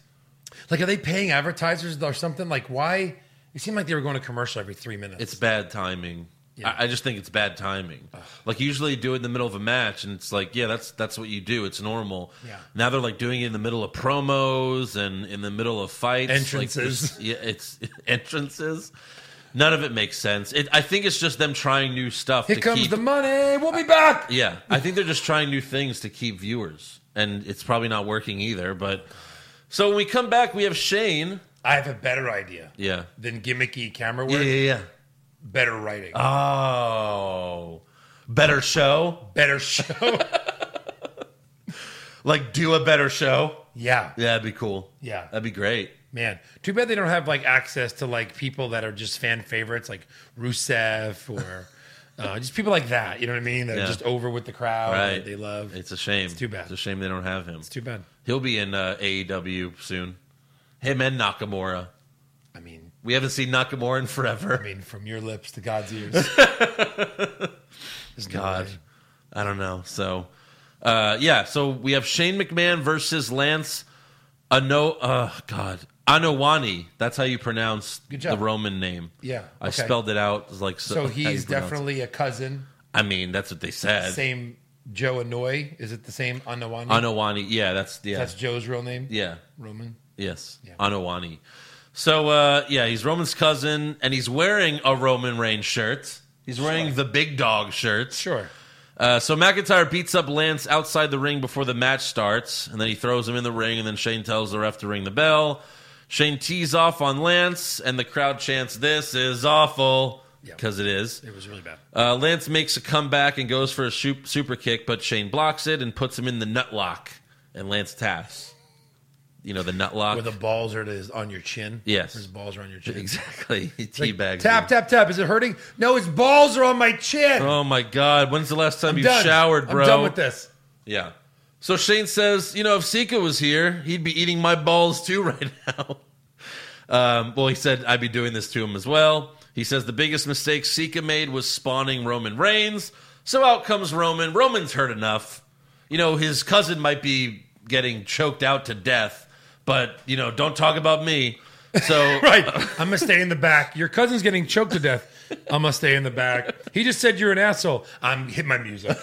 Speaker 6: Like, are they paying advertisers or something? Like, why? It seemed like they were going to commercial every three minutes.
Speaker 5: It's bad timing.
Speaker 6: Yeah.
Speaker 5: I, I just think it's bad timing. Like usually you do it in the middle of a match, and it's like, yeah, that's that's what you do. It's normal.
Speaker 6: Yeah.
Speaker 5: Now they're like doing it in the middle of promos and in the middle of fights, Like, it's-
Speaker 6: Entrances.
Speaker 5: yeah, it's entrances. None of it makes sense. It, I think it's just them trying new stuff.
Speaker 6: Here
Speaker 5: to
Speaker 6: comes
Speaker 5: keep,
Speaker 6: the money. We'll be back.
Speaker 5: Yeah, I think they're just trying new things to keep viewers, and it's probably not working either. But so when we come back, we have Shane.
Speaker 6: I have a better idea
Speaker 5: Yeah,
Speaker 6: than gimmicky camera
Speaker 5: yeah, Uh,
Speaker 6: work.
Speaker 5: yeah, yeah.
Speaker 6: better writing,
Speaker 5: Oh, better show.
Speaker 6: better show.
Speaker 5: Like, do a better show.
Speaker 6: yeah.
Speaker 5: Yeah, that'd be cool.
Speaker 6: Yeah.
Speaker 5: that'd be great.
Speaker 6: Man, too bad they don't have like access to like people that are just fan favorites, like Rusev or uh, just people like that. You know what I mean? That
Speaker 5: Yeah.
Speaker 6: are just over with the crowd.
Speaker 5: Right.
Speaker 6: that They love.
Speaker 5: It's a shame.
Speaker 6: too bad.
Speaker 5: It's a shame they don't have him.
Speaker 6: too bad.
Speaker 5: He'll be in uh, AEW soon. Him and Nakamura.
Speaker 6: I mean,
Speaker 5: We haven't seen Nakamura in forever.
Speaker 6: I mean, from your lips to God's ears.
Speaker 5: God, I don't know. So, uh, yeah. So we have Shane McMahon versus Lance Ano. Uh, God, Anowani. That's how you pronounce
Speaker 6: Good job.
Speaker 5: the Roman name.
Speaker 6: Yeah,
Speaker 5: I
Speaker 6: okay.
Speaker 5: spelled it out. It's like so.
Speaker 6: So
Speaker 5: how you pronounce
Speaker 6: he's
Speaker 5: it.
Speaker 6: definitely a cousin.
Speaker 5: I mean, that's what they said.
Speaker 6: Same Joe Anoy. Is it the same Anawani?
Speaker 5: Anowani. Yeah, that's yeah,
Speaker 6: That's Joe's real name.
Speaker 5: yeah.
Speaker 6: Roman.
Speaker 5: Yes,
Speaker 6: Yeah.
Speaker 5: Anowani. So uh, yeah, he's Roman's cousin, and he's wearing a Roman Reigns shirt. He's wearing the Big Dog shirt.
Speaker 6: Sure.
Speaker 5: Uh, so McIntyre beats up Lance outside the ring before the match starts, and then he throws him in the ring, and then Shane tells the ref to ring the bell. Shane tees off on Lance, and the crowd chants, "This is awful,"
Speaker 6: Yeah.
Speaker 5: because it is.
Speaker 6: It was really bad.
Speaker 5: Uh, Lance makes a comeback and goes for a shoop- super kick, but Shane blocks it and puts him in the nut lock, and Lance taps. You know the nut lock.
Speaker 6: Where the balls are to his, on your chin.
Speaker 5: Yes.
Speaker 6: His balls are on your chin.
Speaker 5: Exactly. He
Speaker 6: Like,
Speaker 5: teabags.
Speaker 6: tap,
Speaker 5: you.
Speaker 6: tap, tap. Is it hurting? No, his balls are on my chin.
Speaker 5: Oh my God. When's the last time
Speaker 6: I'm
Speaker 5: you
Speaker 6: done.
Speaker 5: showered, bro?
Speaker 6: I'm done with this.
Speaker 5: Yeah. So Shane says, you know, if Sika was here, he'd be eating my balls too right now. Um, well, he said, I'd be doing this to him as well. He says the biggest mistake Sika made was spawning Roman Reigns. So out comes Roman. Roman's hurt enough. You know, his cousin might be getting choked out to death, but, you know, don't talk about me. So,
Speaker 6: Right. I'm gonna stay in the back. Your cousin's getting choked to death. I'm gonna stay in the back. He just said you're an asshole. I'm hit my music.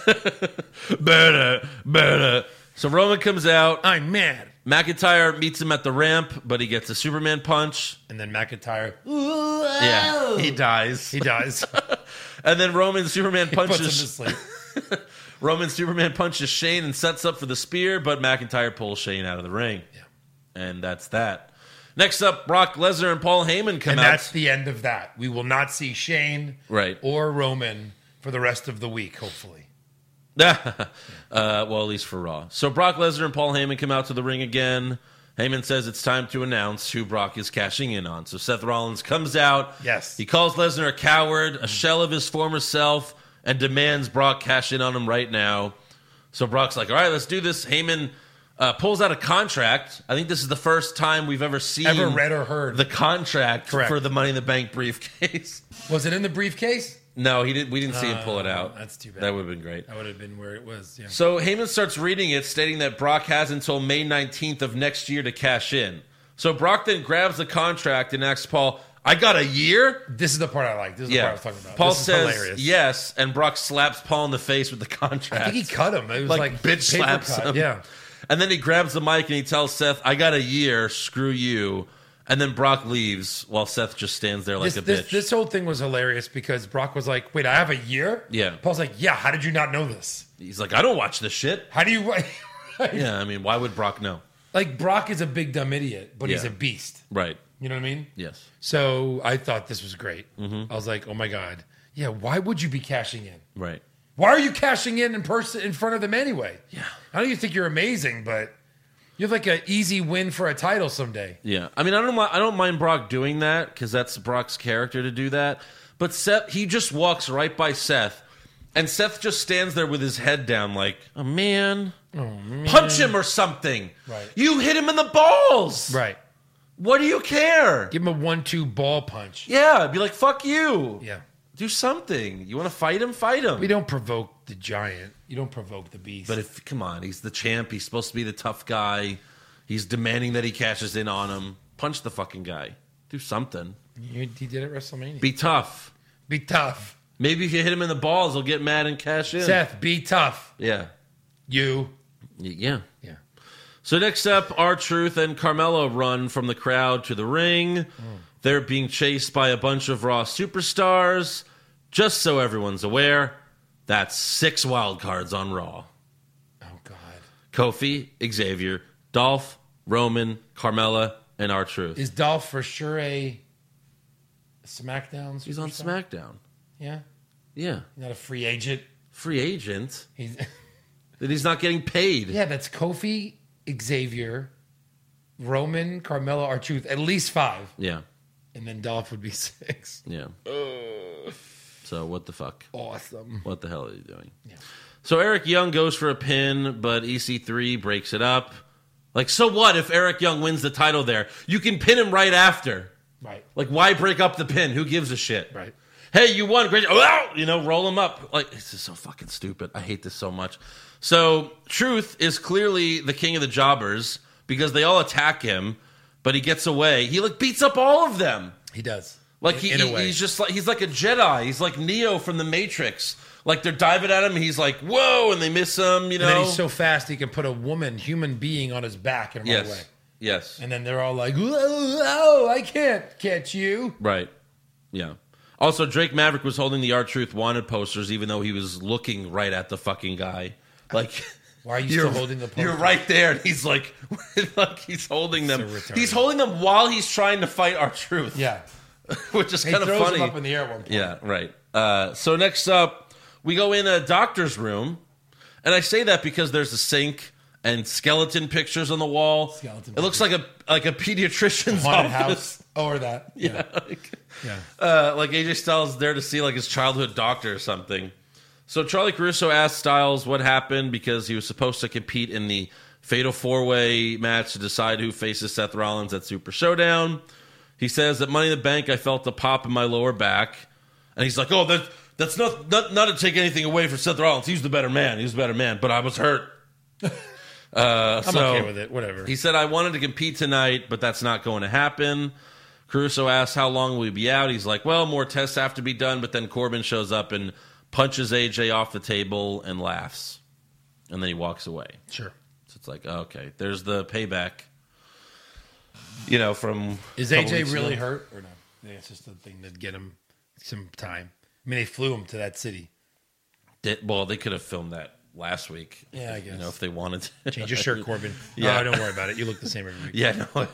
Speaker 5: better, better. So Roman comes out.
Speaker 6: I'm mad.
Speaker 5: McIntyre meets him at the ramp, but he gets a Superman punch.
Speaker 6: And then McIntyre,
Speaker 5: Yeah, he dies.
Speaker 6: he dies.
Speaker 5: And then Roman Superman
Speaker 6: Puts him to
Speaker 5: punches
Speaker 6: sleep.
Speaker 5: Roman Superman punches Shane and sets up for the spear, but McIntyre pulls Shane out of the ring.
Speaker 6: Yeah.
Speaker 5: And that's that. Next up, Brock Lesnar and Paul Heyman come
Speaker 6: And
Speaker 5: out.
Speaker 6: that's the end of that. We will not see Shane
Speaker 5: Right.
Speaker 6: or Roman for the rest of the week, hopefully.
Speaker 5: uh, well, at least for Raw. So Brock Lesnar and Paul Heyman come out to the ring again. Heyman says it's time to announce who Brock is cashing in on. So Seth Rollins comes out.
Speaker 6: Yes.
Speaker 5: He calls Lesnar a coward, a shell of his former self, and demands Brock cash in on him right now. So Brock's like, all right, let's do this. Heyman uh, pulls out a contract. I think this is the first time we've ever seen
Speaker 6: Ever read or heard?
Speaker 5: the contract
Speaker 6: Correct.
Speaker 5: for the Money in the Bank briefcase.
Speaker 6: Was it in the briefcase?
Speaker 5: no, he didn't. We didn't see him pull it
Speaker 6: Oh,
Speaker 5: out.
Speaker 6: that's too bad.
Speaker 5: That would have been great.
Speaker 6: That would have been where it was. Yeah.
Speaker 5: So Heyman starts reading it, stating that Brock has until May 19th of next year to cash in. So Brock then grabs the contract and asks Paul, I got a year?
Speaker 6: This is the part I like. This is the part I was talking about.
Speaker 5: Paul
Speaker 6: This is
Speaker 5: says
Speaker 6: hilarious.
Speaker 5: yes, and Brock slaps Paul in the face with the contract.
Speaker 6: I think he cut him. It was
Speaker 5: like,
Speaker 6: like,
Speaker 5: bitch
Speaker 6: paper
Speaker 5: slaps
Speaker 6: cut.
Speaker 5: him.
Speaker 6: Yeah.
Speaker 5: And then he grabs the mic and he tells Seth, I got a year, screw you. And then Brock leaves while Seth just stands there like
Speaker 6: this,
Speaker 5: a
Speaker 6: this,
Speaker 5: bitch.
Speaker 6: this whole thing was hilarious because Brock was like, "Wait, I have a year."
Speaker 5: Yeah.
Speaker 6: Paul's like, "Yeah, how did you not know this?
Speaker 5: He's like, I don't watch this shit.
Speaker 6: How do you?"
Speaker 5: Yeah, I mean, why would Brock know?
Speaker 6: like Brock is a big dumb idiot, but he's
Speaker 5: Yeah.
Speaker 6: a beast.
Speaker 5: Right.
Speaker 6: You know what I mean?
Speaker 5: Yes.
Speaker 6: So I thought this was great.
Speaker 5: Mm-hmm.
Speaker 6: I was like, "Oh my god, yeah. Why would you be cashing in?
Speaker 5: Right.
Speaker 6: Why are you cashing in in person in front of them anyway?
Speaker 5: Yeah.
Speaker 6: I don't even think you're amazing, but you have like an easy win for a title someday.
Speaker 5: Yeah, I mean, I don't, mi- I don't mind Brock doing that because that's Brock's character to do that. But Seth, he just walks right by Seth, and Seth just stands there with his head down, like, "Oh man, punch him or something."
Speaker 6: Right.
Speaker 5: You hit him in the balls.
Speaker 6: Right?
Speaker 5: What do you care?
Speaker 6: Give him a one-two ball punch.
Speaker 5: yeah, be like, "Fuck you."
Speaker 6: yeah.
Speaker 5: Do something. You want to fight him? Fight him.
Speaker 6: We don't provoke the giant. You don't provoke the beast.
Speaker 5: But if come on, he's the champ. He's supposed to be the tough guy. He's demanding that he cashes in on him. Punch the fucking guy. Do something.
Speaker 6: You- he did it at WrestleMania. Be,
Speaker 5: Be tough.
Speaker 6: tough.
Speaker 5: Maybe if you hit him in the balls, he'll get mad and cash in.
Speaker 6: Seth, be tough.
Speaker 5: Yeah.
Speaker 6: You.
Speaker 5: Y- Yeah.
Speaker 6: Yeah.
Speaker 5: So next up, our Truth and Carmelo run from the crowd to the ring. They're being chased by a bunch of Raw superstars. Just so everyone's aware, that's six wild cards on Raw.
Speaker 6: Oh, God.
Speaker 5: Kofi, Xavier, Dolph, Roman, Carmella, and our Truth.
Speaker 6: Is Dolph for sure a SmackDown.
Speaker 5: He's on
Speaker 6: superstar?
Speaker 5: SmackDown.
Speaker 6: Yeah,
Speaker 5: Yeah.
Speaker 6: he's not a free agent.
Speaker 5: Free agent.
Speaker 6: He's
Speaker 5: That he's not getting paid.
Speaker 6: yeah. That's Kofi, Xavier, Roman, Carmelo, our truth. At least five,
Speaker 5: Yeah.
Speaker 6: and then Dolph would be six.
Speaker 5: Yeah. So what the fuck?
Speaker 6: Awesome.
Speaker 5: What the hell are you doing?
Speaker 6: Yeah.
Speaker 5: So Eric Young goes for a pin, but EC3 breaks it up. Like, so what if Eric Young wins the title there? You can pin him right after.
Speaker 6: Right.
Speaker 5: Like, why break up the pin? Who gives a shit?
Speaker 6: Right.
Speaker 5: Hey, you won. Great. Oh, you know, roll him up. Like, this is so fucking stupid. I hate this so much. So, Truth is clearly the king of the jobbers because they all attack him, but he gets away. He, like, beats up all of them.
Speaker 6: He does.
Speaker 5: Like he,
Speaker 6: in a
Speaker 5: he-
Speaker 6: way.
Speaker 5: he's just like he's like a Jedi. He's like Neo from the Matrix. Like they're diving at him, and he's like, "Whoa!" and they miss him. You know.
Speaker 6: And then he's so fast he can put a woman, human being, on his back and run
Speaker 5: yes,
Speaker 6: away.
Speaker 5: yes,
Speaker 6: And then they're all like, "Oh, I can't catch you."
Speaker 5: right, yeah. Also, Drake Maverick was holding the R Truth wanted posters, even though he was looking right at the fucking guy. Like,
Speaker 6: Why are you
Speaker 5: you're
Speaker 6: still holding the?
Speaker 5: You're
Speaker 6: poster?
Speaker 5: right there, and he's like, like he's holding them.
Speaker 6: So retarded.
Speaker 5: he's holding them while he's trying to fight R Truth.
Speaker 6: Yeah.
Speaker 5: which is
Speaker 6: He
Speaker 5: kind of
Speaker 6: throws
Speaker 5: funny.
Speaker 6: him up in the air at one point.
Speaker 5: Yeah, right. Uh, so next up, we go in a doctor's room, and I say that because there's a sink and skeleton pictures on the wall.
Speaker 6: Skeleton
Speaker 5: it looks like a like a pediatrician's
Speaker 6: Haunted
Speaker 5: office.
Speaker 6: house. Oh, or that. Yeah.
Speaker 5: Like,
Speaker 6: Yeah.
Speaker 5: uh, like AJ Styles is there to see like his childhood doctor or something. So Charlie Caruso asked Styles what happened because he was supposed to compete in the Fatal Four Way match to decide who faces Seth Rollins at Super Showdown. He says that Money in the Bank, I felt the pop in my lower back, and he's like, "Oh, that, that's not, not not to take anything away from Seth Rollins. He's the better man. He's the better man, but I was hurt." uh,
Speaker 6: I'm
Speaker 5: so
Speaker 6: okay with it. Whatever.
Speaker 5: he said, I wanted to compete tonight, but that's not going to happen. Caruso asked, How long will we be out? He's like, Well, more tests have to be done. But then Corbin shows up and punches AJ off the table and laughs. And then he walks away.
Speaker 6: sure.
Speaker 5: So it's like, okay, there's the payback. You know, from.
Speaker 6: Is
Speaker 5: a couple
Speaker 6: AJ
Speaker 5: weeks
Speaker 6: really
Speaker 5: ago.
Speaker 6: hurt or no? I think it's just a thing to get him some time. I mean, they flew him to that city.
Speaker 5: Did- well, they could have filmed that last week.
Speaker 6: Yeah, I
Speaker 5: You know,
Speaker 6: guess.
Speaker 5: if they wanted to.
Speaker 6: Change your shirt, Corbin.
Speaker 5: Yeah.
Speaker 6: Oh, don't worry about it. You look the same every week.
Speaker 5: yeah, no.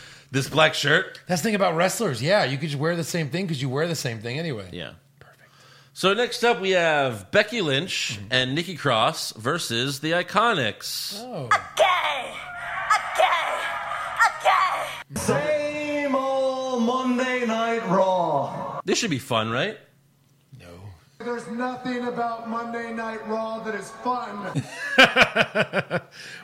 Speaker 5: this black shirt.
Speaker 6: That's the thing about wrestlers. Yeah, you could just wear the same thing because you wear the same thing anyway.
Speaker 5: Yeah.
Speaker 6: Perfect. Mm-hmm.
Speaker 5: So next up, we have Becky Lynch and Nikki Cross versus the Iconics.
Speaker 6: Oh.
Speaker 3: Same old Monday Night Raw.
Speaker 5: This should be fun, right?
Speaker 6: No.
Speaker 3: There's nothing about Monday Night Raw that is fun.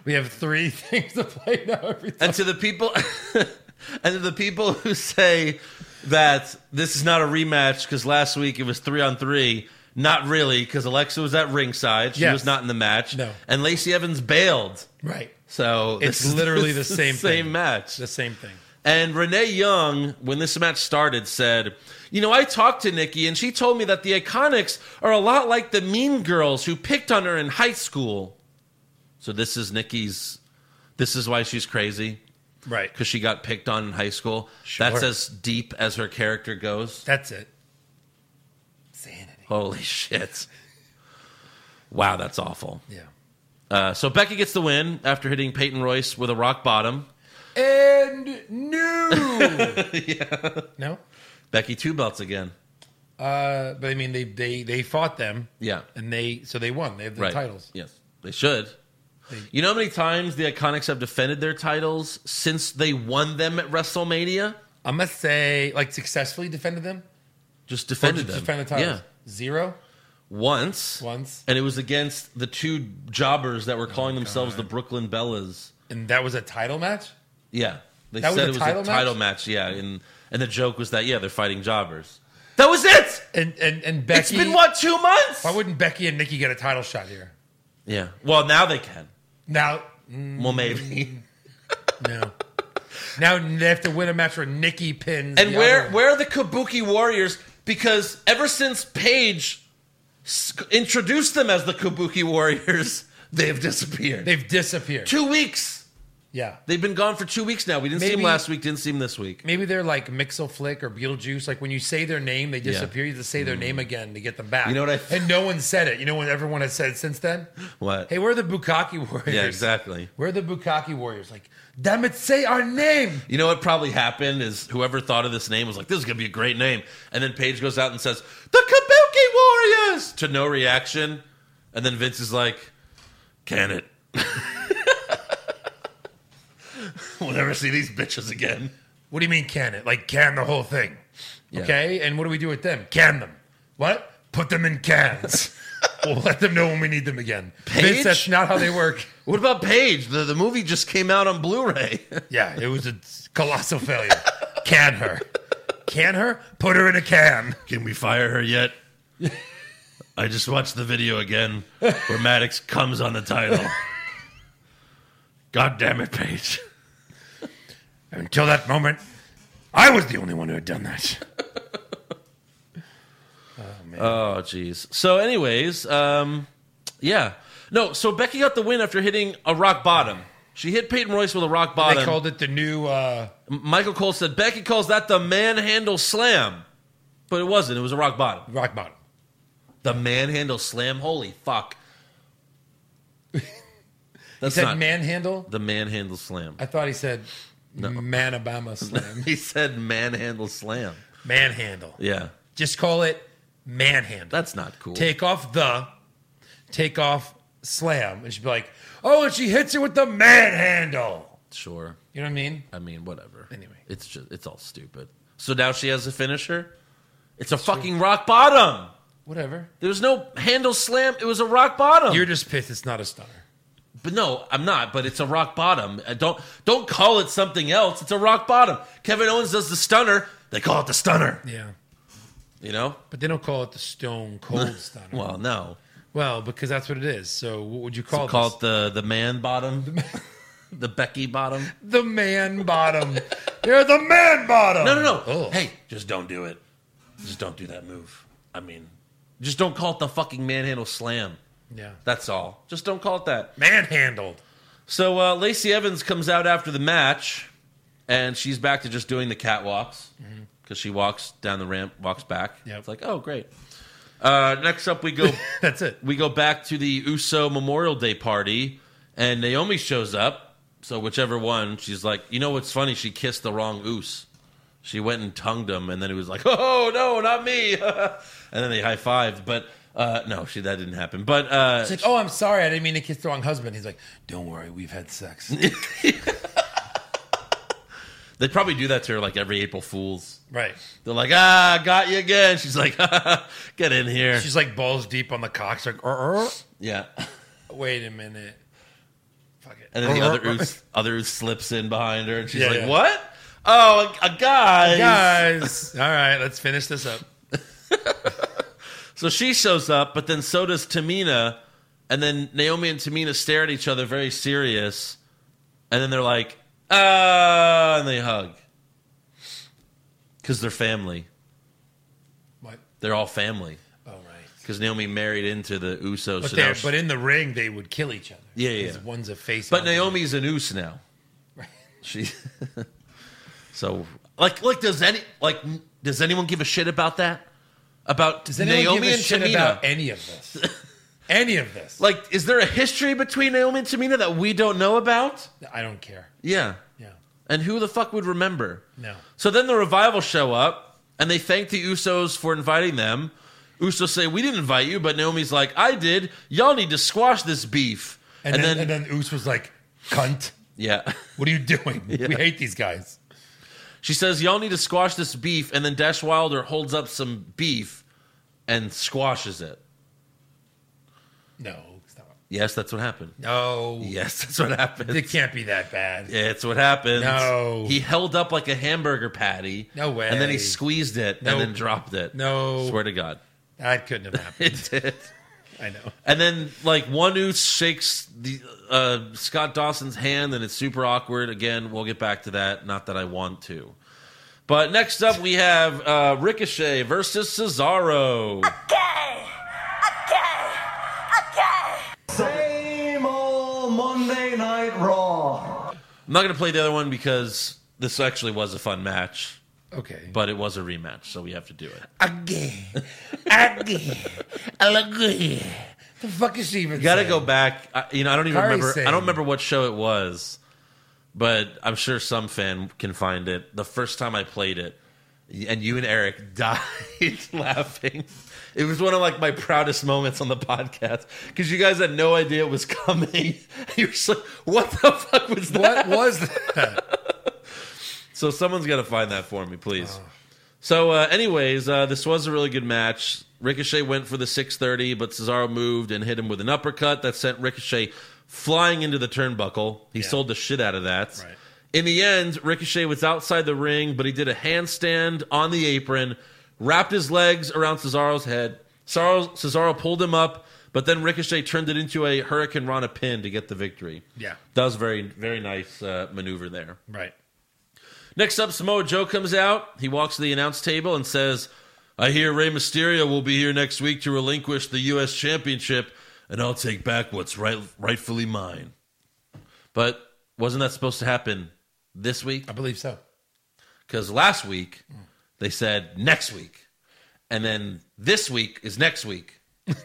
Speaker 6: We have three things to play now every time.
Speaker 5: And to the people, and to the people who say that this is not a rematch because last week it was three on three. Not really, because Alexa was at ringside. She
Speaker 6: Yes.
Speaker 5: was not in the match.
Speaker 6: No.
Speaker 5: And Lacey Evans bailed.
Speaker 6: Right.
Speaker 5: So
Speaker 6: It's
Speaker 5: this is-
Speaker 6: literally
Speaker 5: this
Speaker 6: the
Speaker 5: is
Speaker 6: same
Speaker 5: same
Speaker 6: thing.
Speaker 5: match.
Speaker 6: The same thing.
Speaker 5: And Renee Young, when this match started, said, You know, I talked to Nikki and she told me that the Iconics are a lot like the mean girls who picked on her in high school. So this is Nikki's, this is why she's crazy,
Speaker 6: Right.
Speaker 5: because she got picked on in high school. That's
Speaker 6: Sure.
Speaker 5: as deep as her character goes.
Speaker 6: That's it. Sanity.
Speaker 5: Holy shit. Wow, that's awful.
Speaker 6: Yeah.
Speaker 5: Uh, so Becky gets the win after hitting Peyton Royce with a rock bottom.
Speaker 6: And new. No.
Speaker 5: Becky, two belts again.
Speaker 6: Uh, but I mean, they they they fought them.
Speaker 5: Yeah.
Speaker 6: And they so they won. They have the titles.
Speaker 5: Yes, they should. you know how many times the Iconics have defended their titles since they won them at WrestleMania?
Speaker 6: I must say, like successfully defended them.
Speaker 5: Just defended
Speaker 6: Or just
Speaker 5: them.
Speaker 6: Defended the titles.
Speaker 5: Yeah,
Speaker 6: Zero.
Speaker 5: once,
Speaker 6: Once. Oh,
Speaker 5: and it was against the two jobbers that were calling themselves the Brooklyn Bellas.
Speaker 6: And that was a title match.
Speaker 5: Yeah, they
Speaker 6: That was
Speaker 5: said
Speaker 6: a
Speaker 5: it was
Speaker 6: title
Speaker 5: a
Speaker 6: match?
Speaker 5: title match. Yeah, and and the joke was that yeah they're fighting jobbers. That was it.
Speaker 6: And and and Becky.
Speaker 5: it's been what two months?
Speaker 6: Why wouldn't Becky and Nikki get a title shot here?
Speaker 5: yeah. Well, now they can.
Speaker 6: Now,
Speaker 5: Well,
Speaker 6: Mm.
Speaker 5: maybe.
Speaker 6: no. now they have to win a match where Nikki pins.
Speaker 5: And
Speaker 6: the
Speaker 5: where
Speaker 6: other one.
Speaker 5: where are the Kabuki Warriors? Because ever since Paige s- introduced them as the Kabuki Warriors, they've disappeared.
Speaker 6: they've disappeared.
Speaker 5: Two weeks.
Speaker 6: Yeah.
Speaker 5: They've been gone for two weeks now. We didn't see him
Speaker 6: Maybe-
Speaker 5: last week. Didn't see him this week.
Speaker 6: Maybe they're like Mixel Flick or Beetlejuice. Like when you say their name, they disappear. You have to say their name again to get them back.
Speaker 5: Mm. You know what I-
Speaker 6: and no one said it. You know what everyone has said since then?
Speaker 5: What?
Speaker 6: Hey, we're the Bukaki Warriors.
Speaker 5: yeah, exactly.
Speaker 6: We're the Bukaki Warriors. Like, damn it, say our name.
Speaker 5: You know what probably happened is whoever thought of this name was like, "This is gonna be a great name," and then Paige goes out and says, "The Kabuki Warriors" to no reaction, and then Vince is like, "Can it?" we'll never see these bitches again.
Speaker 6: What do you mean can it? Like can the whole thing.
Speaker 5: Yeah.
Speaker 6: Okay? And what do we do with them? Can them. What? Put them in cans. we'll let them know when we need them again.
Speaker 5: Paige?
Speaker 6: Vince, that's not how they work.
Speaker 5: What about Paige? The the movie just came out on Blu-ray.
Speaker 6: Yeah, it was a colossal failure. Can her. Can her? Put her in a can.
Speaker 5: Can we fire her yet? I just watched the video again where Maddox comes on the title. God damn it, Paige.
Speaker 6: Until that moment, I was the only one who had done that.
Speaker 5: Oh, jeez. So, anyways, um, yeah. No, so Becky got the win after hitting a rock bottom. She hit Peyton Royce with a rock bottom.
Speaker 6: They called it the new uh,
Speaker 5: Michael Cole said Becky calls that the manhandle slam. But it wasn't. It was a rock bottom.
Speaker 6: rock bottom.
Speaker 5: The manhandle slam? Holy fuck. That's
Speaker 6: He said
Speaker 5: not
Speaker 6: manhandle.
Speaker 5: the manhandle slam.
Speaker 6: I thought he said Manabama slam.
Speaker 5: He said manhandle slam.
Speaker 6: manhandle.
Speaker 5: Yeah,
Speaker 6: Just call it manhandle.
Speaker 5: that's not cool.
Speaker 6: take off the, take off slam, and she'd be like, "Oh, and she hits it with the manhandle."
Speaker 5: sure.
Speaker 6: You know what I mean?
Speaker 5: I mean, whatever.
Speaker 6: Anyway.
Speaker 5: it's just it's all stupid. So now she has a finisher. It's a fucking rock bottom.
Speaker 6: Whatever.
Speaker 5: There was no handle slam. It was a rock bottom.
Speaker 6: You're just pissed. It's not a stunner.
Speaker 5: but no, I'm not. But it's a rock bottom. Uh, don't don't call it something else. It's a rock bottom. Kevin Owens does the stunner. They call it the stunner.
Speaker 6: Yeah,
Speaker 5: You know?
Speaker 6: but they don't call it the Stone Cold stunner.
Speaker 5: Well, no.
Speaker 6: well, because that's what it is. So what would you
Speaker 5: Call,
Speaker 6: call
Speaker 5: call
Speaker 6: this?
Speaker 5: it the the man bottom, the Becky bottom.
Speaker 6: the man bottom. You're the man bottom.
Speaker 5: No, no, no.
Speaker 6: Oh.
Speaker 5: Hey, just don't do it. Just don't do that move. I mean, just don't call it the fucking manhandle slam.
Speaker 6: Yeah.
Speaker 5: That's all. Just don't call it that.
Speaker 6: Manhandled.
Speaker 5: So uh, Lacey Evans comes out after the match, and she's back to just doing the catwalks because she walks down the ramp, walks back.
Speaker 6: Mm-hmm. Yep.
Speaker 5: It's like, oh, great. Uh, next up, we go.
Speaker 6: That's it.
Speaker 5: we go back to the Uso Memorial Day party, and Naomi shows up. So whichever one, she's like, you know what's funny? She kissed the wrong Us. She went and tongued him, and then he was like, oh no, not me. and then they high fived, but uh, no, she that didn't happen. But uh,
Speaker 6: It's like, oh, I'm sorry, I didn't mean to kiss the wrong husband. He's like, don't worry, we've had sex.
Speaker 5: they probably do that to her like every April Fools.
Speaker 6: right.
Speaker 5: They're like, ah, got you again. She's like, get in here.
Speaker 6: She's like balls deep on the cocks. Like, "Uh, uh,
Speaker 5: yeah.
Speaker 6: wait a minute. Fuck it. Uh,
Speaker 5: And then the other Us, other Us slips in behind her, and she's
Speaker 6: Oh, Yeah,
Speaker 5: like,
Speaker 6: yeah.
Speaker 5: what? Oh, a, a guy.
Speaker 6: guys. All right, let's finish this up.
Speaker 5: So she shows up, but then so does Tamina. And then Naomi and Tamina stare at each other very serious. And then they're like, ah, and they hug. Because they're family.
Speaker 6: What?
Speaker 5: They're all family.
Speaker 6: All right.
Speaker 5: Because Naomi married into the Usos.
Speaker 6: But,
Speaker 5: so now
Speaker 6: they're-
Speaker 5: she-
Speaker 6: but in the ring, they would kill each other.
Speaker 5: Yeah, yeah,
Speaker 6: 'Cause
Speaker 5: yeah.
Speaker 6: One's a face.
Speaker 5: But
Speaker 6: and one's a-
Speaker 5: Naomi's an oos now. She. so like like does any like does anyone give a shit about that? About
Speaker 6: Does anyone
Speaker 5: Naomi
Speaker 6: give a
Speaker 5: and
Speaker 6: shit
Speaker 5: Tamina?
Speaker 6: about any of this? any of this?
Speaker 5: like, is there a history between Naomi and Tamina that we don't know about?
Speaker 6: I don't care.
Speaker 5: Yeah.
Speaker 6: Yeah.
Speaker 5: And who the fuck would remember?
Speaker 6: No.
Speaker 5: So then the revival show up and they thank the Usos for inviting them. Usos say, We didn't invite you, but Naomi's like, I did. Y'all need to squash this beef.
Speaker 6: And, then, and then Oos was like, cunt.
Speaker 5: yeah.
Speaker 6: What are you doing? We hate these guys.
Speaker 5: She says, Y'all need to squash this beef. And then Dash Wilder holds up some beef and squashes it.
Speaker 6: No, stop.
Speaker 5: Yes, that's what happened.
Speaker 6: No,
Speaker 5: Yes, that's what happened.
Speaker 6: it can't be that bad.
Speaker 5: Yeah, it's what happened.
Speaker 6: No.
Speaker 5: He held up like a hamburger patty.
Speaker 6: No way.
Speaker 5: And then he squeezed it
Speaker 6: No.
Speaker 5: and then dropped it.
Speaker 6: No.
Speaker 5: Swear to God.
Speaker 6: That couldn't have happened.
Speaker 5: It did.
Speaker 6: I know.
Speaker 5: And then, like, one who shakes the uh, Scott Dawson's hand, and it's super awkward. Again, we'll get back to that. Not that I want to. But next up, we have uh, Ricochet versus Cesaro.
Speaker 3: Same old Monday Night Raw.
Speaker 5: I'm not going to play the other one because this actually was a fun match,
Speaker 6: Okay.
Speaker 5: but it was a rematch, so we have to do it.
Speaker 6: again, again, again. The fuck is she even?
Speaker 5: You got to go back. I, you know, I don't even
Speaker 6: Kari
Speaker 5: remember. I
Speaker 6: saying-
Speaker 5: don't remember what show it was, but I'm sure some fan can find it. The first time I played it, y- and you and Eric died laughing. It was one of like my proudest moments on the podcast because you guys had no idea it was coming. You're just like, what the fuck was that?
Speaker 6: What was that?
Speaker 5: So someone's got to find that for me, please.
Speaker 6: Oh.
Speaker 5: So, uh, anyways, uh, this was a really good match. Ricochet went for the 630, but Cesaro moved and hit him with an uppercut that sent Ricochet flying into the turnbuckle. He sold the shit out of that.
Speaker 6: Right.
Speaker 5: In the end, Ricochet was outside the ring, but he did a handstand on the apron, wrapped his legs around Cesaro's head. Cesaro, Cesaro pulled him up, but then Ricochet turned it into a Hurricane Rana pin to get the victory.
Speaker 6: Yeah.
Speaker 5: That was very, very nice uh, maneuver there.
Speaker 6: Right.
Speaker 5: Next up, Samoa Joe comes out. He walks to the announce table and says, I hear Rey Mysterio will be here next week to relinquish the U.S. Championship, and I'll take back what's right, rightfully mine. But wasn't that supposed to happen this week?
Speaker 6: I believe so.
Speaker 5: Because last week, they said next week. And then this week is next week. and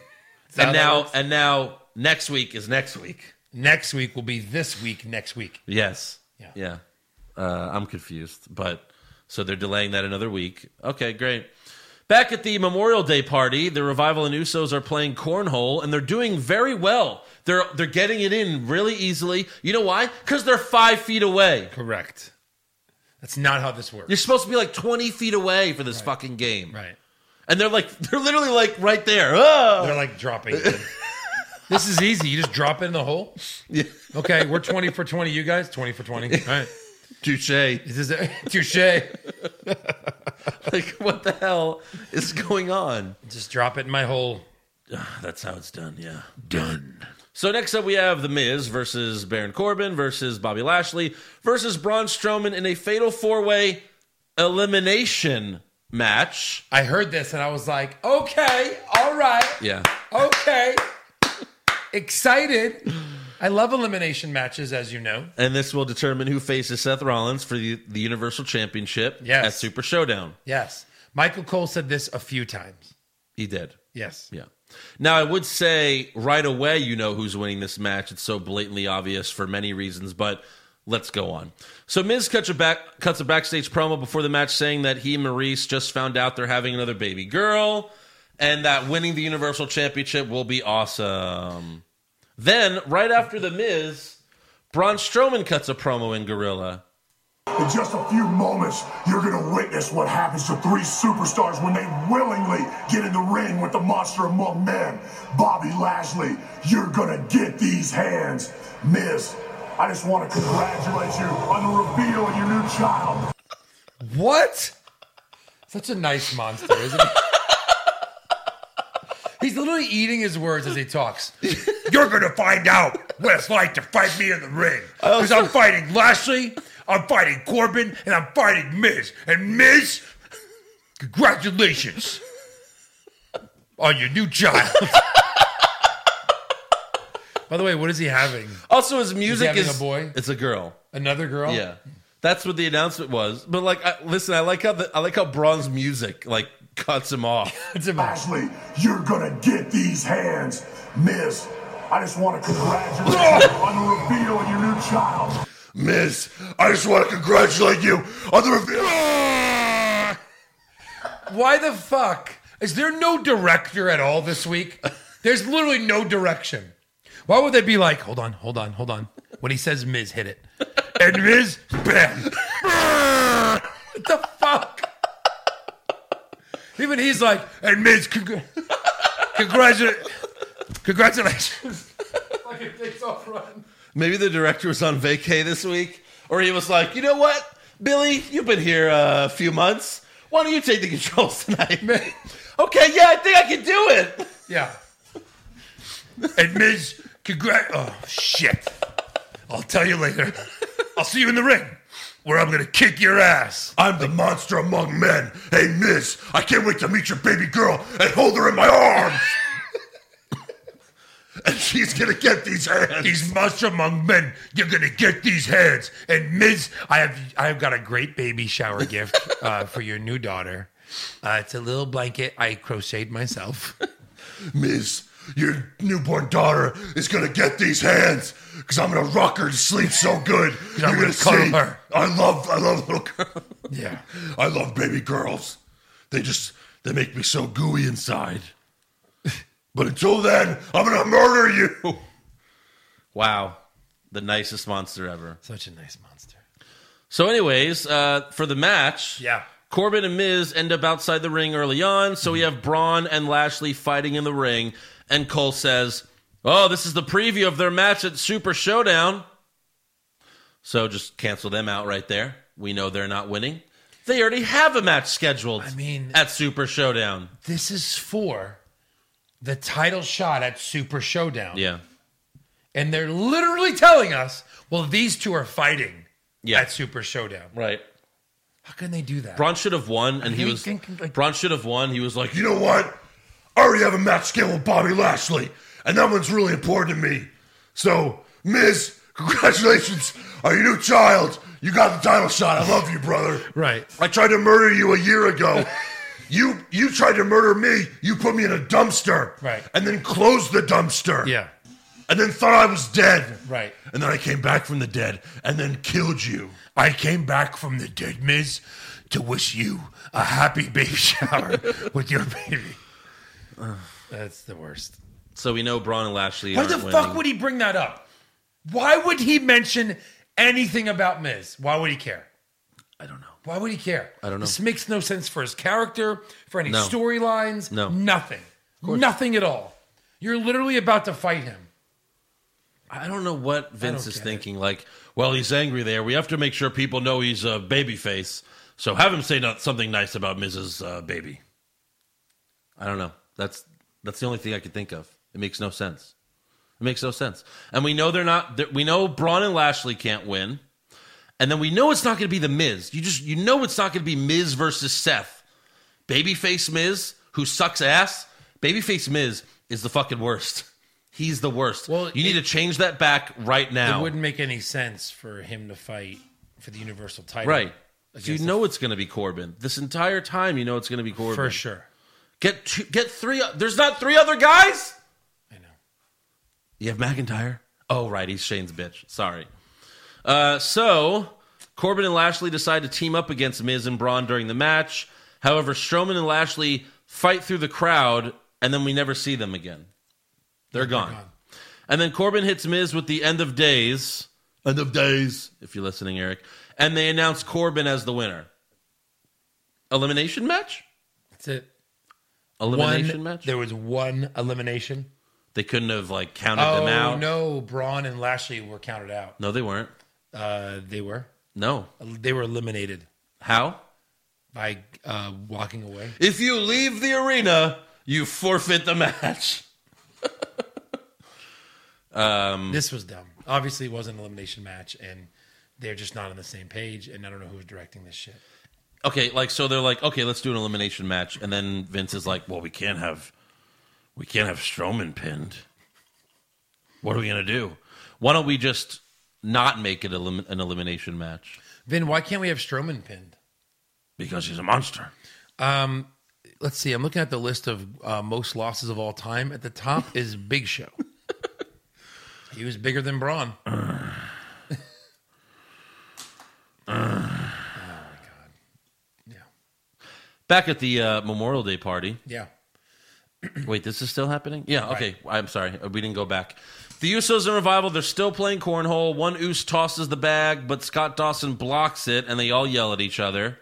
Speaker 6: how that
Speaker 5: now
Speaker 6: works.
Speaker 5: and now next week is next week.
Speaker 6: Next week will be this week. Next week.
Speaker 5: Yes.
Speaker 6: Yeah.
Speaker 5: Yeah. Uh, I'm confused, but so they're delaying that another week. Okay, great. Back at the Memorial Day party, the Revival and Usos are playing cornhole, and they're doing very well. They're they're getting it in really easily. You know why? Because they're five feet away.
Speaker 6: Correct. That's not how this works.
Speaker 5: You're supposed to be like twenty feet away for this fucking game,
Speaker 6: right.
Speaker 5: and they're like they're literally like right there. Oh!
Speaker 6: They're like dropping. it. this is easy. You just drop it in the hole. Okay, we're twenty for twenty. You guys twenty for twenty. All right.
Speaker 5: Touche.
Speaker 6: This is a, touche.
Speaker 5: Like what the hell is going on?
Speaker 6: Just drop it in my hole.
Speaker 5: That's how it's done. Yeah.
Speaker 6: Done.
Speaker 5: So next up, we have The Miz versus Baron Corbin versus Bobby Lashley versus Braun Strowman in a fatal four-way elimination match.
Speaker 6: I heard this and I was like, okay, all right.
Speaker 5: Yeah,
Speaker 6: Okay. Excited. I love elimination matches, as you know.
Speaker 5: and this will determine who faces Seth Rollins for the, the Universal Championship
Speaker 6: Yes.
Speaker 5: at Super Showdown.
Speaker 6: Yes. Michael Cole said this a few times.
Speaker 5: He did.
Speaker 6: Yes.
Speaker 5: Yeah. Now I would say right away, you know who's winning this match. It's so blatantly obvious for many reasons, but let's go on. So Miz cuts a back cuts a backstage promo before the match, saying that he and Maurice just found out they're having another baby girl, and that winning the Universal Championship will be awesome. Then right after the Miz, Braun Strowman cuts a promo in Gorilla.
Speaker 3: In just a few moments, you're gonna witness what happens to three superstars when they willingly get in the ring with the monster among men. Bobby Lashley, you're gonna get these hands. Miz, I just wanna congratulate you on the reveal of your new child.
Speaker 6: What? Such a nice monster, isn't he? He's literally eating his words as he talks.
Speaker 7: You're gonna find out what it's like to fight me in the ring. Because I'm fighting Lashley, I'm fighting Corbin, and I'm fighting Miz. And Miz, congratulations on your new child.
Speaker 6: By the way, what is he having?
Speaker 5: Also, his music
Speaker 6: having
Speaker 5: is
Speaker 6: a boy?
Speaker 5: It's a girl.
Speaker 6: Another girl?
Speaker 5: Yeah, that's what the announcement was. But like, I, listen, I like how the, I like how Braun's music like cuts him off.
Speaker 6: It's about
Speaker 3: Lashley, you're gonna get these hands. Miz, I just wanna congratulate you on the reveal of your new child.
Speaker 7: Miz, I just wanna congratulate you on the reveal.
Speaker 6: Why the fuck? Is there no director at all this week? There's literally no direction. Why would they be like, hold on, hold on, hold on? When he says Miz, hit it.
Speaker 7: And Miz, bam.
Speaker 6: What the fuck? Even he's like,
Speaker 7: And Miz, congr- congratulations. Congratulations.
Speaker 6: like it takes off run.
Speaker 5: Maybe the director was on vacay this week, or he was like, you know what, Billy, you've been here uh, a few months. Why don't you take the controls tonight? okay, yeah, I think I can do it.
Speaker 6: Yeah.
Speaker 7: And Miz, congrat. Oh, shit. I'll tell you later. I'll see you in the ring where I'm going to kick your ass. I'm the monster among men. Hey, Miz, I can't wait to meet your baby girl and hold her in my arms. and she's gonna get these hands.
Speaker 6: These monster among men, you're gonna get these hands. And Miz, I have I have got a great baby shower gift uh, for your new daughter. Uh, it's a little blanket I crocheted myself.
Speaker 7: Miss, your newborn daughter is gonna get these hands because I'm gonna rock her to sleep so good.
Speaker 6: I'm gonna cuddle
Speaker 7: see-
Speaker 6: her.
Speaker 7: I love, I love little girls.
Speaker 6: Yeah.
Speaker 7: I love baby girls. They just, they make me so gooey inside. But until then, I'm gonna murder you.
Speaker 5: Wow. The nicest monster ever.
Speaker 6: Such a nice monster.
Speaker 5: So, anyways, uh, for the match,
Speaker 6: Yeah.
Speaker 5: Corbin and Miz end up outside the ring early on. So we have Braun and Lashley fighting in the ring, and Cole says, "Oh, this is the preview of their match at Super Showdown." So just cancel them out right there. We know they're not winning. They already have a match scheduled.
Speaker 6: I mean-
Speaker 5: at Super Showdown.
Speaker 6: Uh, This is for the title shot at Super Showdown.
Speaker 5: Yeah,
Speaker 6: And they're literally telling us, well, these two are fighting
Speaker 5: Yeah.
Speaker 6: at Super Showdown.
Speaker 5: right.
Speaker 6: How can they do that?
Speaker 5: Braun should have won, and he
Speaker 6: you
Speaker 5: was.
Speaker 6: think, like-
Speaker 5: Braun should have won. He was like,
Speaker 7: You know what? I already have a match scheduled with Bobby Lashley, and that one's really important to me. So, Miss, congratulations on your new child. You got the title shot. I love you, brother.
Speaker 6: Right.
Speaker 7: I tried to murder you a year ago. you you tried to murder me. You put me in a dumpster.
Speaker 6: Right.
Speaker 7: And then closed the dumpster.
Speaker 6: Yeah.
Speaker 7: And then thought I was dead.
Speaker 6: Right.
Speaker 7: And then I came back from the dead and then killed you. I came back from the dead, Miz, to wish you a happy baby shower with your baby.
Speaker 6: That's the worst.
Speaker 5: so we know Braun and Lashley.
Speaker 6: Why
Speaker 5: aren't
Speaker 6: the
Speaker 5: winning.
Speaker 6: fuck would he bring that up? Why would he mention anything about Miz? Why would he care?
Speaker 5: I don't know.
Speaker 6: Why would he care? I
Speaker 5: don't know.
Speaker 6: This makes no sense for his character, for any
Speaker 5: No.
Speaker 6: storylines.
Speaker 5: No.
Speaker 6: Nothing. Nothing at all. You're literally about to fight him.
Speaker 5: I don't know what Vince is
Speaker 6: get it.
Speaker 5: thinking. Like, well, he's angry there. We have to make sure people know he's a babyface. So have him say not, something nice about Mrs. Uh, baby. I don't know. That's that's the only thing I could think of. It makes no sense. It makes no sense. And we know they're not. that We know Braun and Lashley can't win. And then we know it's not going to be the Miz. You just you know it's not going to be Miz versus Seth. Babyface Miz, who sucks ass. Babyface Miz is the fucking worst. He's the worst.
Speaker 6: Well,
Speaker 5: you need
Speaker 6: it-
Speaker 5: to change that back right now.
Speaker 6: It wouldn't make any sense for him to fight for the Universal title.
Speaker 5: right. So you
Speaker 6: against
Speaker 5: know it's going to be Corbin. This entire time, you know it's going to be Corbin.
Speaker 6: the- for sure.
Speaker 5: Get two, get three. o- There's not three other guys.
Speaker 6: I know.
Speaker 5: You have McIntyre. Oh right, he's Shane's bitch. Sorry. Uh, so Corbin and Lashley decide to team up against Miz and Braun during the match. However, Strowman and Lashley fight through the crowd, and then we never see them again. They're gone. And then Corbin hits Miz with the end of days. End of days, if you're listening, Eric. And they announce Corbin as the winner. Elimination match.
Speaker 6: That's it.
Speaker 5: Elimination
Speaker 6: One,
Speaker 5: match.
Speaker 6: There was one elimination.
Speaker 5: They couldn't have like counted
Speaker 6: Oh
Speaker 5: them out.
Speaker 6: no, Braun and Lashley were counted out.
Speaker 5: No, they weren't.
Speaker 6: Uh, they were.
Speaker 5: No.
Speaker 6: They were eliminated
Speaker 5: How?
Speaker 6: by uh, walking away.
Speaker 5: If you leave the arena, you forfeit the match. Mm.
Speaker 6: This was dumb. Obviously, it was an elimination match, and they're just not on the same page. And I don't know who's directing this shit.
Speaker 5: Okay, like so they're like, okay, let's do an elimination match, and then Vince is like, well, we can't have, we can't have Strowman pinned. What are we gonna do? Why don't we just not make it elim- an elimination match
Speaker 6: Vin, why can't we have Strowman pinned?
Speaker 5: because he's a monster?
Speaker 6: Um, let's see. I'm looking at the list of uh, most losses of all time. At the top is Big Show. he was bigger than Braun. oh my god! Yeah,
Speaker 5: Back at the uh, Memorial Day party,
Speaker 6: yeah.
Speaker 5: Wait, this is still happening? Yeah, okay. I'm sorry. We didn't go back. The Usos and Revival, they're still playing cornhole. One Us tosses the bag, but Scott Dawson blocks it, and they all yell at each other.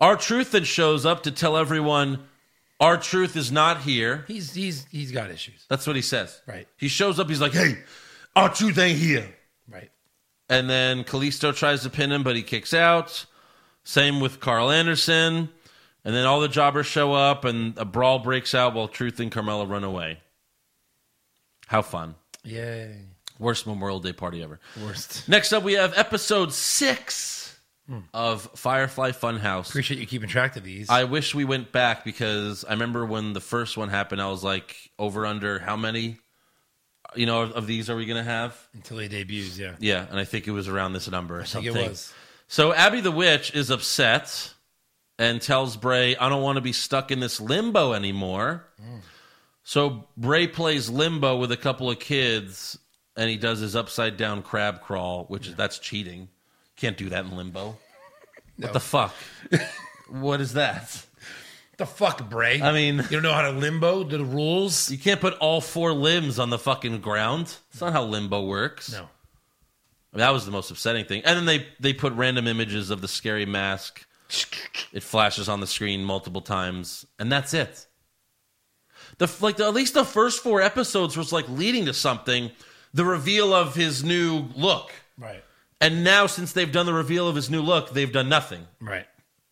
Speaker 5: Our Truth then shows up to tell everyone, Our Truth is not here.
Speaker 6: He's he's he's got issues.
Speaker 5: That's what he says.
Speaker 6: Right.
Speaker 5: He shows up, he's like, Hey.
Speaker 7: Hey, our truth ain't here.
Speaker 6: Right.
Speaker 5: And then Kalisto tries to pin him, but he kicks out. Same with Carl Anderson. And then all the jobbers show up, and a brawl breaks out while Truth and Carmella run away. How fun.
Speaker 6: Yay.
Speaker 5: Worst Memorial Day party ever.
Speaker 6: Worst.
Speaker 5: Next up, we have episode six of Firefly Funhouse.
Speaker 6: Hmm. Appreciate you keeping track of these.
Speaker 5: I wish we went back because I remember when the first one happened, I was like, over under how many? you know, of these are we going to have?
Speaker 6: until he debuts. Yeah,
Speaker 5: Yeah, and I think it was around this number or
Speaker 6: Hmm. I think
Speaker 5: something.
Speaker 6: it was.
Speaker 5: So Abby the witch is upset and tells Bray, "I don't want to be stuck in this limbo anymore." So Bray plays limbo with a couple of kids, and he does his upside down crab crawl, which is that's cheating. Can't do that in limbo. What the fuck? what is that?
Speaker 6: The fuck, Bray.
Speaker 5: I mean-
Speaker 6: you don't know how to limbo the rules.
Speaker 5: You can't put all four limbs on the fucking ground. It's not how limbo works.
Speaker 6: No,
Speaker 5: That was the most upsetting thing. And then they they put random images of the scary mask. It flashes on the screen multiple times, and that's it. The f- like the, at least the first four episodes was like leading to something. The reveal of his new look,
Speaker 6: right,
Speaker 5: and now since they've done the reveal of his new look, they've done nothing.
Speaker 6: right.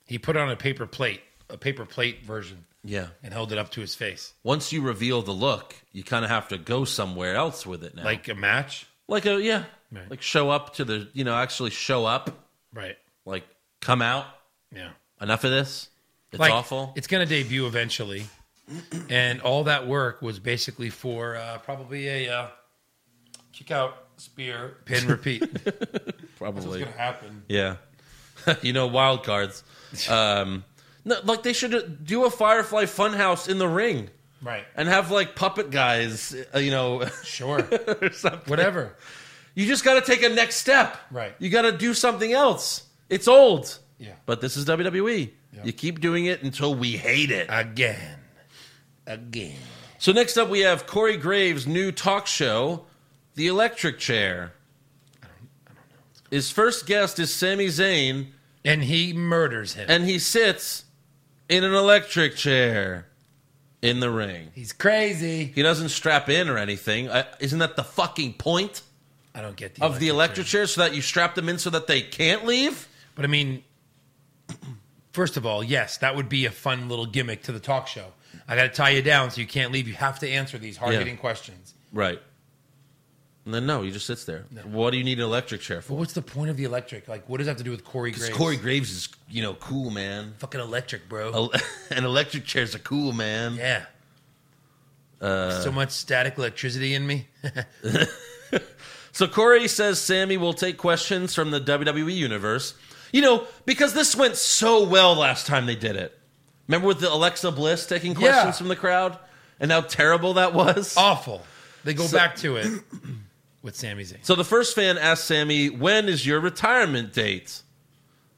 Speaker 6: He put on a paper plate, a paper plate version,
Speaker 5: Yeah.
Speaker 6: and held it up to his face
Speaker 5: Once you reveal the look, you kind of have to go somewhere else with it now.
Speaker 6: like a match.
Speaker 5: like a yeah,
Speaker 6: Right.
Speaker 5: like show up to the you know actually show up,
Speaker 6: Right.
Speaker 5: like come out.
Speaker 6: Yeah.
Speaker 5: Enough of this. It's
Speaker 6: Like,
Speaker 5: awful.
Speaker 6: It's going to debut eventually, and all that work was basically for uh, probably a uh, kick out, spear, pin, repeat. That's
Speaker 5: Probably.
Speaker 6: going to happen.
Speaker 5: Yeah. you know, wild cards. Um, no, like they should do a Firefly Funhouse in the ring
Speaker 6: Right.
Speaker 5: and have like puppet guys, uh, you know,
Speaker 6: Sure.
Speaker 5: or something.
Speaker 6: Whatever.
Speaker 5: You just got to take a next step.
Speaker 6: Right.
Speaker 5: You got to do something else. It's old.
Speaker 6: Yeah.
Speaker 5: But this is WWE. You keep doing it until we hate it.
Speaker 6: Again. Again.
Speaker 5: So next up, we have Corey Graves' new talk show, The Electric Chair. His first guest is Sami Zayn,
Speaker 6: And he murders him.
Speaker 5: and he sits in an electric chair in the ring.
Speaker 6: He's crazy.
Speaker 5: He doesn't strap in or anything. I, isn't that the fucking point
Speaker 6: I don't get the
Speaker 5: of the electric chair? So that you strap them in so that they can't leave?
Speaker 6: chair. But I mean, first of all, yes, that would be a fun little gimmick to the talk show. I got to tie you down so you can't leave. You have to answer these hard hitting questions.
Speaker 5: Right. And then no, he just sits there. What do you need an electric chair
Speaker 6: But
Speaker 5: for?
Speaker 6: what's the point of the electric? Like, what does that have to do with Corey
Speaker 5: Because
Speaker 6: Graves?
Speaker 5: Corey Graves is, you know, cool man.
Speaker 6: fucking electric, bro.
Speaker 5: El- and electric chairs are cool, man.
Speaker 6: yeah.
Speaker 5: Uh,
Speaker 6: so much static electricity in me.
Speaker 5: So Corey says Sammy will take questions from the WWE universe. You know, because this went so well last time they did it. Remember with the Alexa Bliss taking questions
Speaker 6: Yeah. Oh.
Speaker 5: from the crowd and how terrible that was?
Speaker 6: Awful. They go
Speaker 5: So-
Speaker 6: back to it with Sami Zayn.
Speaker 5: So the first fan asks Sammy, When is your retirement date?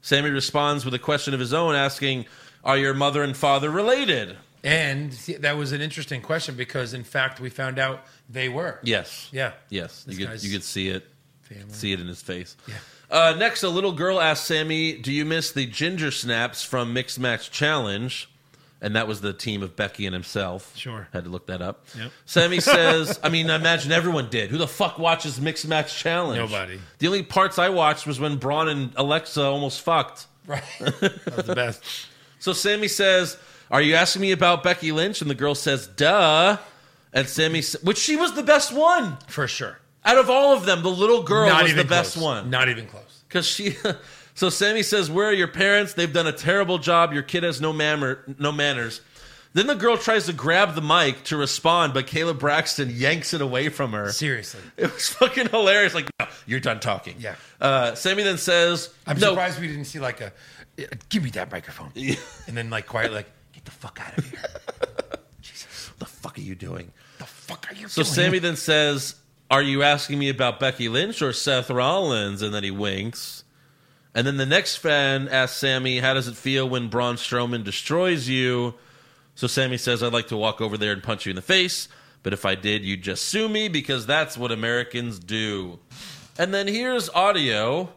Speaker 5: Sammy responds with a question of his own asking, Are your mother and father related?
Speaker 6: And see, that was an interesting question because, in fact, we found out they were.
Speaker 5: Yes.
Speaker 6: Yeah.
Speaker 5: Yes.
Speaker 6: This
Speaker 5: You could,
Speaker 6: guy's
Speaker 5: you could see it.
Speaker 6: family.
Speaker 5: See it in his face.
Speaker 6: Yeah.
Speaker 5: Uh, next, a little girl asked Sammy, "Do you miss the ginger snaps from Mixed Match Challenge?" And that was the team of Becky and himself.
Speaker 6: Sure.
Speaker 5: had to look that up.
Speaker 6: Yep.
Speaker 5: Sammy says, "I mean, I imagine everyone did. Who the fuck watches Mixed Match Challenge?
Speaker 6: Nobody.
Speaker 5: The only parts I watched was when Braun and Alexa almost fucked."
Speaker 6: Right. that was the best.
Speaker 5: So Sammy says, "Are you asking me about Becky Lynch?" And the girl says, "Duh." And Sammy, s- which she was the best one
Speaker 6: For sure.
Speaker 5: out of all of them. The little girl
Speaker 6: Not
Speaker 5: was
Speaker 6: even
Speaker 5: the best
Speaker 6: close.
Speaker 5: one.
Speaker 6: Not even close.
Speaker 5: Because she, so Sammy says, "Where are your parents? They've done a terrible job. Your kid has no manner, no manners." Then the girl tries to grab the mic to respond, but Caleb Braxton yanks it away from her.
Speaker 6: Seriously.
Speaker 5: It was fucking hilarious. Like, no, you're done talking.
Speaker 6: Yeah.
Speaker 5: Uh, Sammy then says,
Speaker 6: I'm
Speaker 5: no,
Speaker 6: surprised we didn't see like a, "Uh, give me that microphone. And then like quietly like, get the fuck out of here.
Speaker 5: What the fuck are you doing?"
Speaker 6: the fuck are you
Speaker 5: So
Speaker 6: doing?
Speaker 5: Sammy then says, "Are you asking me about Becky Lynch or Seth Rollins?" And then he winks. And then the next fan asks Sammy, "How does it feel when Braun Strowman destroys you?" So Sammy says, "I'd like to walk over there and punch you in the face, but if I did, you'd just sue me because that's what Americans do." And then here's audio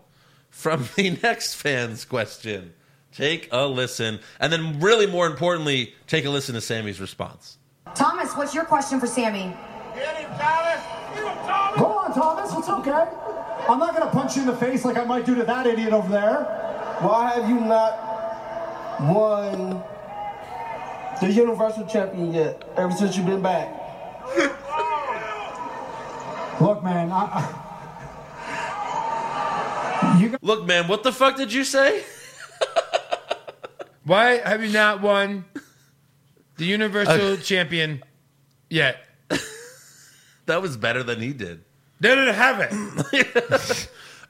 Speaker 5: from the next fan's question. Take a listen, and then really more importantly, take a listen to Sammy's response.
Speaker 8: Thomas, what's your question for Sammy?
Speaker 9: Go on, Thomas. It's okay. I'm not going to punch you in the face like I might do to that idiot over there.
Speaker 10: Why have you not won the Universal Champion yet? Ever since you've been back,
Speaker 9: Look, man, I, I, you
Speaker 5: Look, man, what the fuck did you say?
Speaker 6: Why have you not
Speaker 5: Uh,
Speaker 6: won the Universal Champion yet?
Speaker 5: That was better than he did.
Speaker 6: No, no, no, have it.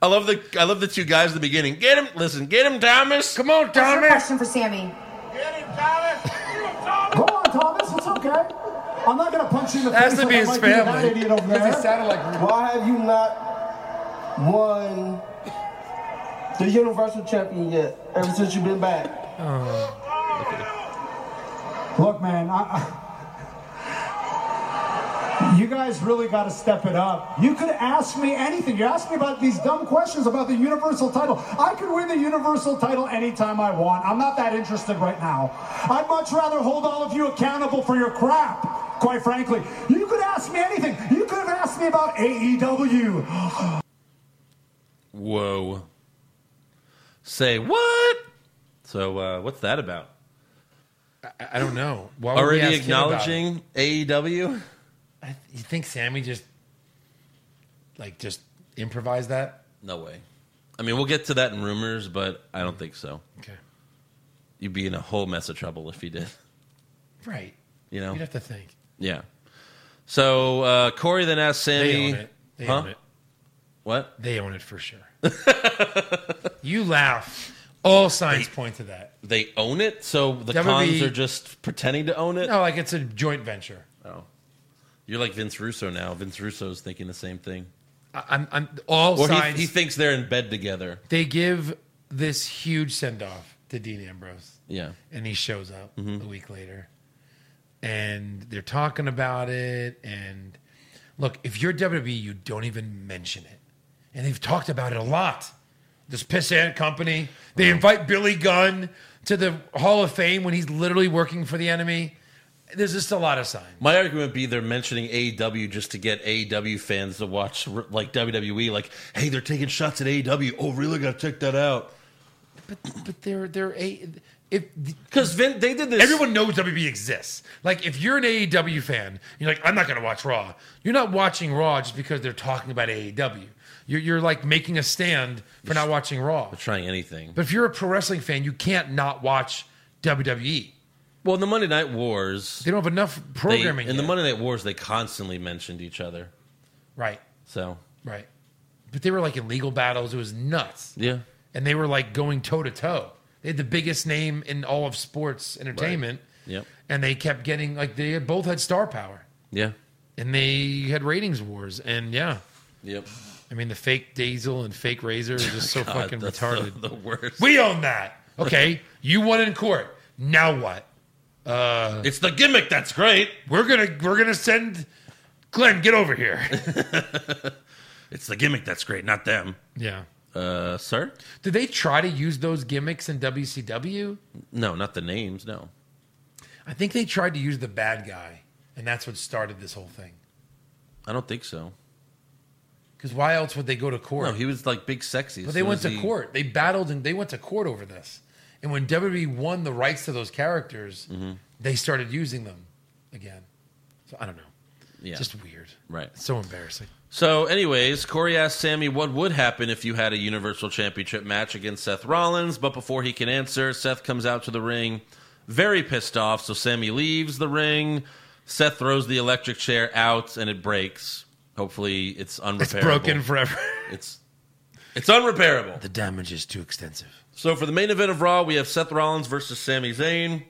Speaker 5: I love the I love the two guys in the beginning. Get him, listen, get him, Thomas.
Speaker 6: Come on,
Speaker 8: What's your
Speaker 6: Thomas.
Speaker 8: question for Sammy?
Speaker 9: Go on, Thomas. It's okay. I'm not gonna punch you in the
Speaker 6: Has
Speaker 9: face
Speaker 6: to
Speaker 9: like
Speaker 6: be
Speaker 9: I
Speaker 6: his
Speaker 9: might do to that
Speaker 6: family.
Speaker 9: idiot over
Speaker 10: Because
Speaker 9: there.
Speaker 10: it sounded like why have you not won the Universal Champion yet? Ever since you've been back,
Speaker 9: Look, man, I, I- you guys really got to step it up. You could ask me anything. You asked me about these dumb questions about the Universal title. I could win the Universal title anytime I want. I'm not that interested right now. I'd much rather hold all of you accountable for your crap, quite frankly. You could ask me anything. You could have asked me about E AEW.
Speaker 5: Whoa. Say what? So uh, what's that about?
Speaker 6: I, I don't know. Why would we
Speaker 5: Already
Speaker 6: ask him about it?
Speaker 5: acknowledging E AEW?
Speaker 6: I, you think Sammy just like just improvised that?
Speaker 5: No way. I mean, we'll get to that in rumors, but I don't think so.
Speaker 6: Okay,
Speaker 5: You'd be in a whole mess of trouble if you did.
Speaker 6: right.
Speaker 5: You know?
Speaker 6: You'd have to think.
Speaker 5: Yeah. So uh, Corey then asked Sammy,
Speaker 6: They own it. They
Speaker 5: Huh?
Speaker 6: own it.
Speaker 5: "What?
Speaker 6: They own it for sure. you laugh. All signs point to that.
Speaker 5: They own it? So the
Speaker 6: That would
Speaker 5: cons
Speaker 6: be-
Speaker 5: are just pretending to own it?
Speaker 6: No, like it's a joint venture.
Speaker 5: Oh. You're like Vince Russo now. Vince Russo's thinking the same thing.
Speaker 6: I- I'm, I'm all
Speaker 5: Or he,
Speaker 6: signs.
Speaker 5: he thinks they're in bed together.
Speaker 6: they give this huge send off to Dean Ambrose.
Speaker 5: Yeah.
Speaker 6: and he shows up a week later and they're talking about it and look if you're wwe you don't even mention it and they've talked about it a lot this pissant company they invite billy gunn to the hall of fame when he's literally working for the enemy there's just a lot of signs
Speaker 5: My argument would be they're mentioning AEW just to get AEW fans to watch r- like WWE. Like, hey, they're taking shots at AEW. Oh, really? Gotta check that out.
Speaker 6: but they're they're a if
Speaker 5: Because Vin, they did this.
Speaker 6: Everyone knows WWE exists. Like, if you're an AEW fan, you're like, I'm not going to watch Raw. You're not watching Raw just because they're talking about AEW. You're, you're like making a stand for not watching Raw.
Speaker 5: trying anything.
Speaker 6: But if you're a pro wrestling fan, you can't not watch WWE.
Speaker 5: well, in the Monday Night Wars,
Speaker 6: They don't have enough
Speaker 5: they-
Speaker 6: programming.
Speaker 5: in the
Speaker 6: yet.
Speaker 5: Monday Night Wars, they constantly mentioned each other.
Speaker 6: Right,
Speaker 5: So
Speaker 6: right. But they were like in legal battles. It was nuts.
Speaker 5: yeah,
Speaker 6: And they were like going toe to toe. They had the biggest name in all of sports entertainment.
Speaker 5: Yep.
Speaker 6: And they kept getting, like, they both had star power.
Speaker 5: yeah,
Speaker 6: And they had ratings wars. And yeah.
Speaker 5: yep.
Speaker 6: I mean, the fake Diesel and fake Razor is just so
Speaker 5: God,
Speaker 6: fucking
Speaker 5: that's
Speaker 6: retarded.
Speaker 5: The, the worst.
Speaker 6: we own that. Okay, you won in court. Now what?
Speaker 5: it's the gimmick that's great.
Speaker 6: We're gonna we're gonna send Glenn. Get over here.
Speaker 5: It's the gimmick that's great, not them.
Speaker 6: yeah.
Speaker 5: Uh, sir?
Speaker 6: Did they try to use those gimmicks in WCW?
Speaker 5: No, not the names. No.
Speaker 6: I think they tried to use the bad guy, and that's what started this whole thing.
Speaker 5: I don't think so.
Speaker 6: Because why else would they go to court?
Speaker 5: No, he was like big sexy. as
Speaker 6: But they
Speaker 5: soon
Speaker 6: went
Speaker 5: as
Speaker 6: to
Speaker 5: he-
Speaker 6: court. They battled and they went to court over this. And when WWE won the rights to those characters,
Speaker 5: Mm-hmm.
Speaker 6: they started using them again. So I don't know.
Speaker 5: Yeah.
Speaker 6: Just weird.
Speaker 5: Right.
Speaker 6: So embarrassing.
Speaker 5: So, anyways, Corey asked Sammy what would happen if you had a Universal Championship match against Seth Rollins, but before he can answer, Seth comes out to the ring very pissed off. So, Sammy leaves the ring. Seth throws the electric chair out and it breaks. Hopefully, it's unrepairable.
Speaker 6: It's broken forever.
Speaker 5: It's, it's unrepairable.
Speaker 6: the damage is too extensive.
Speaker 5: So for the main event of Raw, we have Seth Rollins versus Sami Zayn.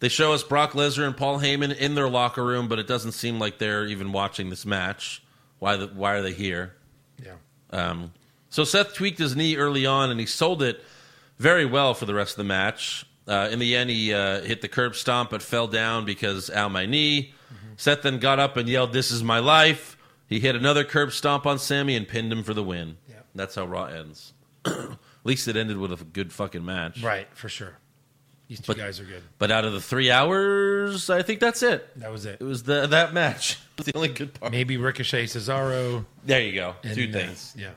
Speaker 5: They show us Brock Lesnar and Paul Heyman in their locker room, but it doesn't seem like they're even watching this match. Why? The, why are they here?
Speaker 6: Yeah.
Speaker 5: Um, so Seth tweaked his knee early on, and he sold it very well for the rest of the match. Uh, in the end, he uh, hit the curb stomp, but fell down because ow my knee.
Speaker 6: Mm-hmm.
Speaker 5: Seth then got up and yelled, "This is my life." He hit another curb stomp on Sammy and pinned him for the win.
Speaker 6: Yeah.
Speaker 5: That's how Raw ends. At least it ended with a good fucking match.
Speaker 6: Right, for sure. These two guys are good.
Speaker 5: But out of the three hours, I think that's it.
Speaker 6: That was it.
Speaker 5: It was the that match. It was the only good part.
Speaker 6: Maybe Ricochet Cesaro.
Speaker 5: There you go.
Speaker 6: and,
Speaker 5: Two
Speaker 6: uh,
Speaker 5: things.
Speaker 6: yeah.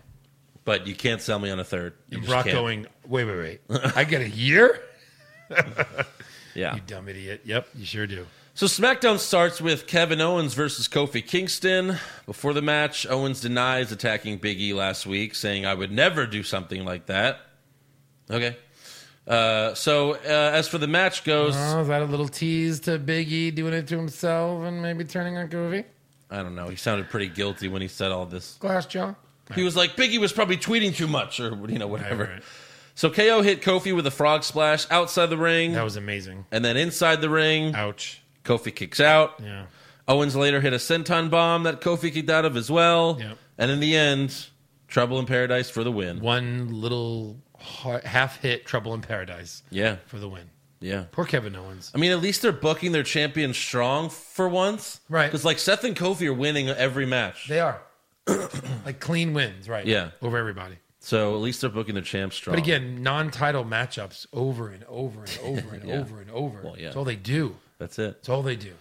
Speaker 5: But you can't sell me on a third. You
Speaker 6: And
Speaker 5: just
Speaker 6: Brock
Speaker 5: can't.
Speaker 6: going, wait, wait, wait. I get a year?
Speaker 5: Yeah.
Speaker 6: You dumb idiot. Yep, you sure do.
Speaker 5: So SmackDown starts with Kevin Owens versus Kofi Kingston. Before the match, Owens denies attacking Big E last week, saying, I would never do something like that. Okay. Uh, so uh, as for the match goes,
Speaker 6: Oh, is that a little tease to Big E doing it to himself and maybe turning on Goofy?
Speaker 5: I don't know. He sounded pretty guilty when he said all this.
Speaker 6: Glass jaw.
Speaker 5: He was like, Biggie was probably tweeting too much or, you know, whatever.
Speaker 6: right.
Speaker 5: So KO hit Kofi with a frog splash outside the ring.
Speaker 6: That was amazing.
Speaker 5: and then inside the ring,
Speaker 6: Ouch.
Speaker 5: Kofi kicks out.
Speaker 6: Yeah.
Speaker 5: Owens later hit a senton bomb that Kofi kicked out of as well.
Speaker 6: Yep.
Speaker 5: And in the end, Trouble in Paradise for the win.
Speaker 6: One little ha- half hit Trouble in Paradise
Speaker 5: Yeah.
Speaker 6: for the win.
Speaker 5: Yeah.
Speaker 6: Poor Kevin Owens.
Speaker 5: I mean, at least they're booking their champion strong for once.
Speaker 6: Right.
Speaker 5: Because, like, Seth and Kofi are winning every match.
Speaker 6: They are like clean wins, right?
Speaker 5: Yeah.
Speaker 6: Over everybody.
Speaker 5: so at least they're booking their champ strong.
Speaker 6: But again, non-title matchups over and over and over and over and over.
Speaker 5: Well, yeah.
Speaker 6: It's all they do.
Speaker 5: that's it.
Speaker 6: It's all they do.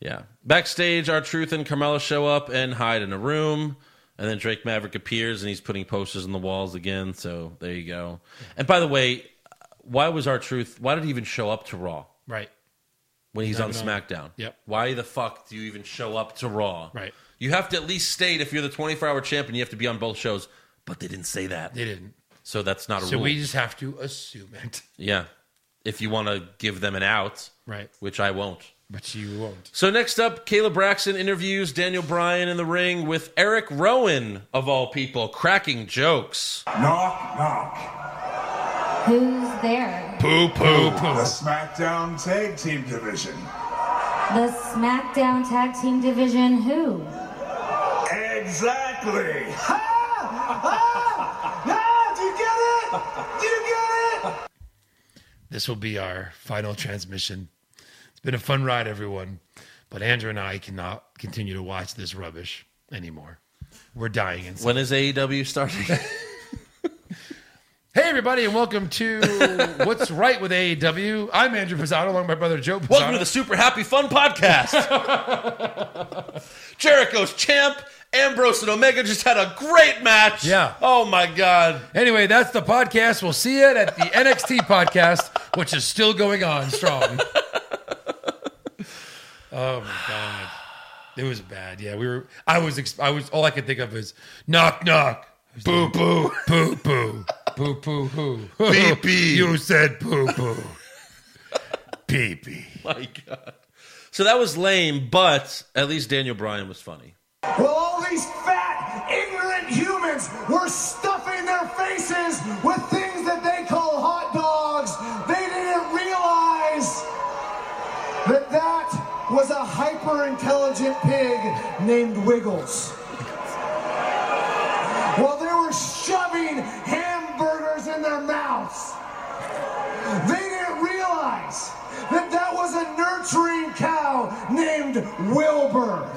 Speaker 5: Yeah. Backstage, our truth and Carmella show up and hide in a room, and then Drake Maverick appears and he's putting posters on the walls again. So there you go. And by the way, why was our truth? Why did he even show up to Raw
Speaker 6: Right.
Speaker 5: when he's on
Speaker 6: even on.
Speaker 5: SmackDown?
Speaker 6: Yep.
Speaker 5: Why the fuck do you even show up to Raw?
Speaker 6: Right.
Speaker 5: You have to at least state if you're the 24 hour champion, you have to be on both shows. But they didn't say that,
Speaker 6: They didn't.
Speaker 5: so that's not a
Speaker 6: So
Speaker 5: rule.
Speaker 6: we just have to assume it.
Speaker 5: yeah. If you want to give them an out,
Speaker 6: Right.
Speaker 5: which I won't.
Speaker 6: But you won't.
Speaker 5: So next up, Caleb Braxton interviews Daniel Bryan in the ring with Eric Rowan of all people, cracking jokes.
Speaker 3: Knock, knock.
Speaker 8: Who's there?
Speaker 6: Poo poo poo.
Speaker 3: The SmackDown Tag Team Division.
Speaker 8: The SmackDown Tag Team Division who?
Speaker 3: Exactly.
Speaker 6: This will be our final transmission. It's been a fun ride, everyone. But Andrew and I cannot continue to watch this rubbish anymore. We're dying inside.
Speaker 5: When is AEW starting?
Speaker 6: Hey, everybody, and welcome to What's Right with AEW. I'm Andrew Pizzato, along with my brother Joe Pizzato.
Speaker 5: Welcome to the Super Happy Fun Podcast. Jericho's champ, Ambrose and Omega just had a great match.
Speaker 6: Yeah.
Speaker 5: Oh my God.
Speaker 6: Anyway, that's the podcast. We'll see it at the NXT podcast, which is still going on strong. oh my god, it was bad. Yeah, we were. I was. ex- I was. All I could think of is knock knock, boo boo, poo poo, poo poo poo, beep beep. You said poo poo, beep beep.
Speaker 5: My God. So that was lame, but at least Daniel Bryan was funny.
Speaker 3: Well, all these fat, ignorant humans were stuffing their faces with things that they call hot dogs. They didn't realize that that was a hyper intelligent pig named Wiggles. While they were shoving hamburgers in their mouths, they didn't realize that that was a nurturing cow named Wilbur.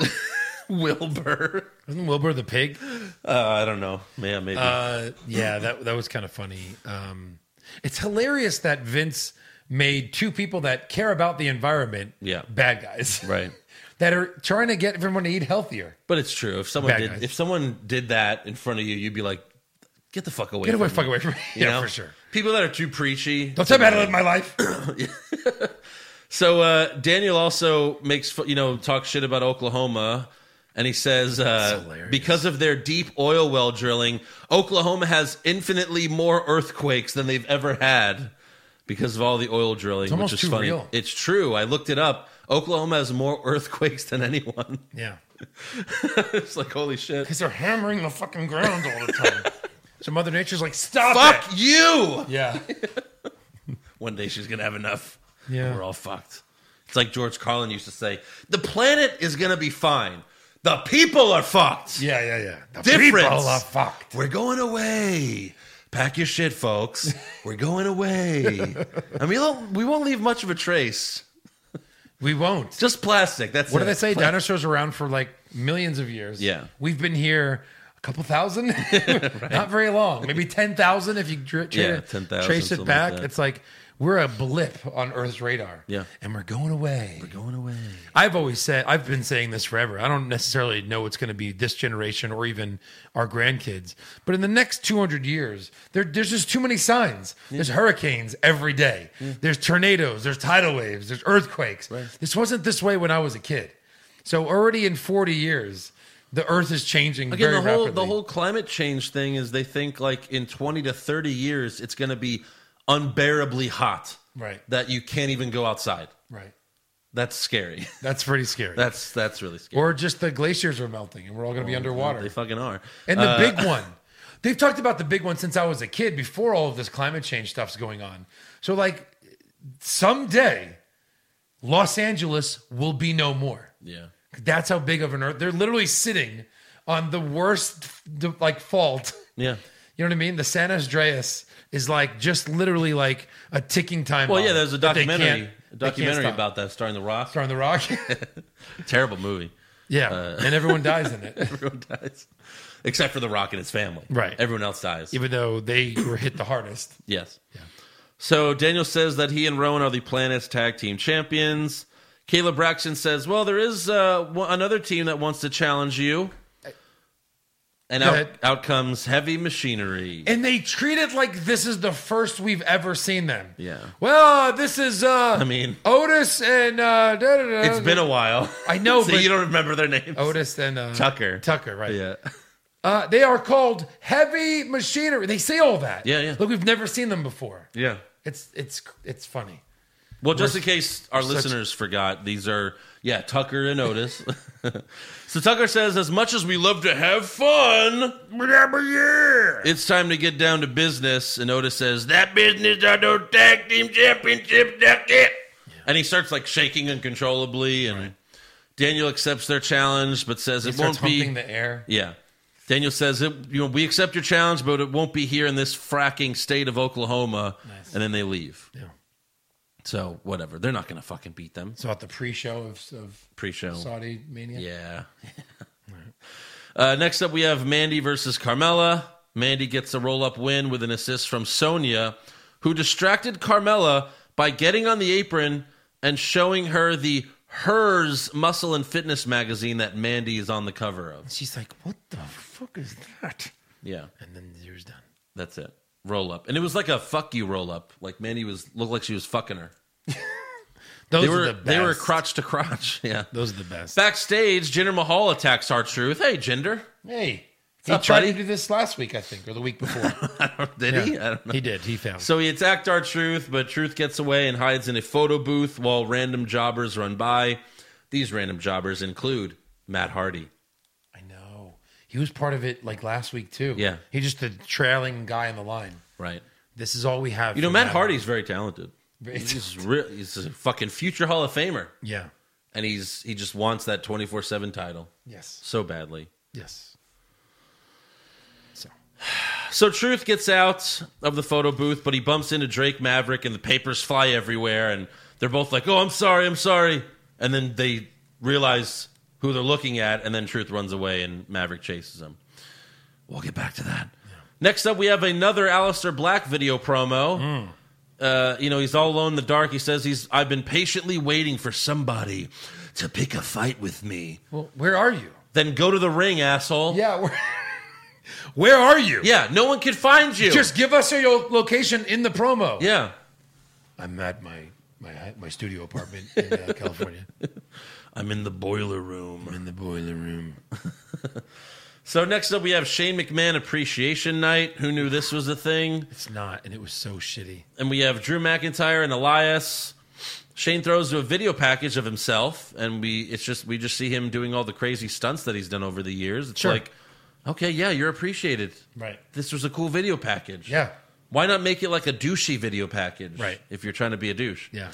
Speaker 5: Wilbur.
Speaker 6: Wasn't Wilbur the pig?
Speaker 5: Uh, I don't know. Yeah, maybe.
Speaker 6: Uh, yeah, that that was kind of funny. Um, it's hilarious that Vince made two people that care about the environment,
Speaker 5: Yeah.
Speaker 6: bad guys,
Speaker 5: right.
Speaker 6: that are trying to get everyone to eat healthier.
Speaker 5: But it's true. If someone
Speaker 6: Bad
Speaker 5: did,
Speaker 6: guys.
Speaker 5: if someone did that in front of you, you'd be like, "Get the fuck away!
Speaker 6: Get away,
Speaker 5: from
Speaker 6: fuck
Speaker 5: me,"
Speaker 6: away from me.
Speaker 5: you
Speaker 6: yeah,
Speaker 5: know?
Speaker 6: for sure.
Speaker 5: People that are too preachy.
Speaker 6: Don't tell me how to live my life.
Speaker 5: So uh, Daniel also makes fu- you know talk shit about Oklahoma, and he says uh,
Speaker 6: hilarious.
Speaker 5: because of their deep oil well drilling, Oklahoma has infinitely more earthquakes than they've ever had because of all the oil drilling,
Speaker 6: almost
Speaker 5: which is
Speaker 6: too
Speaker 5: funny.
Speaker 6: real.
Speaker 5: It's true. I looked it up. Oklahoma has more earthquakes than anyone.
Speaker 6: yeah,
Speaker 5: it's like holy shit.
Speaker 6: because they're hammering the fucking ground all the time. so Mother Nature's like, stop
Speaker 5: Fuck
Speaker 6: it.
Speaker 5: you!
Speaker 6: Yeah,
Speaker 5: one day she's gonna have enough.
Speaker 6: Yeah.
Speaker 5: We're all fucked. It's like George Carlin used to say, the planet is gonna be fine. The people are fucked.
Speaker 6: yeah, yeah, yeah. The
Speaker 5: Difference.
Speaker 6: people are fucked.
Speaker 5: We're going away. Pack your shit, folks. We're going away. and we don't we won't leave much of a trace.
Speaker 6: We won't.
Speaker 5: Just plastic. That's
Speaker 6: What
Speaker 5: it.
Speaker 6: do they say?
Speaker 5: Pla-
Speaker 6: Dinosaurs around for like millions of years.
Speaker 5: Yeah.
Speaker 6: We've been here a couple thousand, not very long. Maybe 10,000 if you tra- tra-
Speaker 5: Yeah, 10,000,
Speaker 6: trace
Speaker 5: something
Speaker 6: it
Speaker 5: like
Speaker 6: back.
Speaker 5: that.
Speaker 6: it's like we're a blip on Earth's radar.
Speaker 5: Yeah.
Speaker 6: And we're going away.
Speaker 5: We're going away.
Speaker 6: I've always said, I've been saying this forever. I don't necessarily know it's going to be this generation or even our grandkids, but in the next 200 years, there, there's just too many signs. There's hurricanes every day, there's tornadoes, there's tidal waves, there's earthquakes. This wasn't this way when I was a kid. So already in 40 years, the earth is changing
Speaker 5: Again,
Speaker 6: very
Speaker 5: the whole
Speaker 6: rapidly.
Speaker 5: the whole climate change thing is they think like in twenty to thirty years it's gonna be unbearably hot.
Speaker 6: Right.
Speaker 5: That you can't even go outside.
Speaker 6: right.
Speaker 5: That's scary.
Speaker 6: That's pretty scary.
Speaker 5: That's that's really scary.
Speaker 6: or just the glaciers are melting and we're all going to be underwater.
Speaker 5: Oh, They fucking are.
Speaker 6: And the
Speaker 5: Uh,
Speaker 6: big one. They've talked about the big one since I was a kid before all of this climate change stuff's going on. So, like, someday Los Angeles will be no more.
Speaker 5: Yeah.
Speaker 6: That's how big of an earth. They're literally sitting on the worst, like, fault.
Speaker 5: Yeah.
Speaker 6: You know what I mean? The San Andreas is like just literally like a ticking time.
Speaker 5: Well,
Speaker 6: bomb
Speaker 5: yeah, there's a
Speaker 6: that they can't-
Speaker 5: documentary a
Speaker 6: they can't
Speaker 5: documentary
Speaker 6: stop.
Speaker 5: about that starring The Rock.
Speaker 6: Star on the Rock.
Speaker 5: Terrible movie.
Speaker 6: yeah. and everyone dies in it.
Speaker 5: Everyone dies. Except for The Rock and his family.
Speaker 6: Right.
Speaker 5: Everyone else dies.
Speaker 6: Even though they were hit the hardest.
Speaker 5: Yes. So Daniel says that he and Rowan are the planet's tag team champions. Caleb Braxton says, "Well, there is uh, one- another team that wants to challenge you." And
Speaker 6: Go
Speaker 5: out,
Speaker 6: ahead.
Speaker 5: out comes heavy machinery.
Speaker 6: and they treat it like this is the first we've ever seen them.
Speaker 5: Yeah.
Speaker 6: Well, this is uh
Speaker 5: I mean-
Speaker 6: Otis and uh da, da, da,
Speaker 5: It's been a while.
Speaker 6: I know,
Speaker 5: so
Speaker 6: but-
Speaker 5: you don't remember their names.
Speaker 6: Otis and uh
Speaker 5: Tucker.
Speaker 6: Tucker, right.
Speaker 5: Yeah.
Speaker 6: Uh they are called heavy machinery. They say all that.
Speaker 5: Yeah, yeah.
Speaker 6: Look, we've never seen them before.
Speaker 5: Yeah.
Speaker 6: It's it's it's funny.
Speaker 5: Well, just in case our
Speaker 6: such-
Speaker 5: listeners forgot, these are yeah Tucker and Otis. so Tucker says, "As much as we love to have fun, it's time to get down to business." And Otis says, "That business are no tag team championship, that's it." And he starts like shaking uncontrollably, and Daniel accepts their challenge, but says
Speaker 6: He
Speaker 5: it
Speaker 6: starts
Speaker 5: won't
Speaker 6: humping
Speaker 5: be.
Speaker 6: the air.
Speaker 5: yeah, Daniel says, it, "You know, we accept your challenge, but it won't be here in this fracking state of Oklahoma." And then they leave.
Speaker 6: Yeah.
Speaker 5: So whatever, they're not going to fucking beat them.
Speaker 6: It's about the pre-show of, of
Speaker 5: Pre-show.
Speaker 6: Saudi Mania.
Speaker 5: Yeah. uh, next up, we have Mandy versus Carmella. Mandy gets a roll up win with an assist from Sonia, who distracted Carmella by getting on the apron and showing her the Hers Muscle and Fitness magazine that Mandy is on the cover of.
Speaker 6: She's like, "What the fuck is that?"
Speaker 5: Yeah,
Speaker 6: And then the year's done.
Speaker 5: that's it. Roll up. And it was like a fuck you roll up. Like Mandy was looked like she was fucking her.
Speaker 6: Those
Speaker 5: They were
Speaker 6: are the best.
Speaker 5: they were crotch to crotch. Yeah.
Speaker 6: Those are the best.
Speaker 5: Backstage, Jinder Mahal attacks our Truth. Hey, Jinder.
Speaker 6: Hey, he
Speaker 5: up,
Speaker 6: tried
Speaker 5: buddy?
Speaker 6: to do this last week, I think, or the week before.
Speaker 5: Did he?
Speaker 6: Yeah.
Speaker 5: I don't know.
Speaker 6: He did. He found.
Speaker 5: So he attacked our truth, but truth gets away and hides in a photo booth while random jobbers run by. These random jobbers include Matt Hardy.
Speaker 6: I know. He was part of it like last week too.
Speaker 5: Yeah.
Speaker 6: He just the trailing guy in the line.
Speaker 5: Right.
Speaker 6: This is all we have.
Speaker 5: You know,
Speaker 6: for
Speaker 5: Matt
Speaker 6: now.
Speaker 5: Hardy's very talented.
Speaker 6: Very
Speaker 5: he's, real, he's a fucking future Hall of Famer,
Speaker 6: Yeah.
Speaker 5: and he's he just wants that twenty four seven title
Speaker 6: Yes.
Speaker 5: so badly.
Speaker 6: Yes. So
Speaker 5: So Truth gets out of the photo booth, but he bumps into Drake Maverick, and the papers fly everywhere, and they're both like, "Oh, I'm sorry, I'm sorry," and then they realize who they're looking at, and then Truth runs away, and Maverick chases him. We'll get back to that. Next up, we have another Alistair Black video promo.
Speaker 6: Hmm.
Speaker 5: Uh, you know, he's all alone in the dark. He says, "He's I've been patiently waiting for somebody to pick a fight with me."
Speaker 6: well, where are you?
Speaker 5: Then go to the ring, asshole.
Speaker 6: Yeah. Where, where are you?
Speaker 5: yeah. No one can find you.
Speaker 6: Just give us your lo- location in the promo.
Speaker 5: yeah.
Speaker 6: I'm at my my my studio apartment in uh, California.
Speaker 5: I'm in the boiler room.
Speaker 6: in the boiler room.
Speaker 5: So next up, we have Shane McMahon Appreciation Night. Who knew this was a thing?
Speaker 6: It's not, and it was so shitty.
Speaker 5: And we have Drew McIntyre and Elias. Shane throws to a video package of himself, and we it's just we just see him doing all the crazy stunts that he's done over the years. It's
Speaker 6: Sure.
Speaker 5: like, okay, yeah, you're appreciated.
Speaker 6: Right.
Speaker 5: This was a cool video package.
Speaker 6: Yeah.
Speaker 5: Why not make it like a douchey video package?
Speaker 6: Right.
Speaker 5: If you're trying to be a douche.
Speaker 6: Yeah.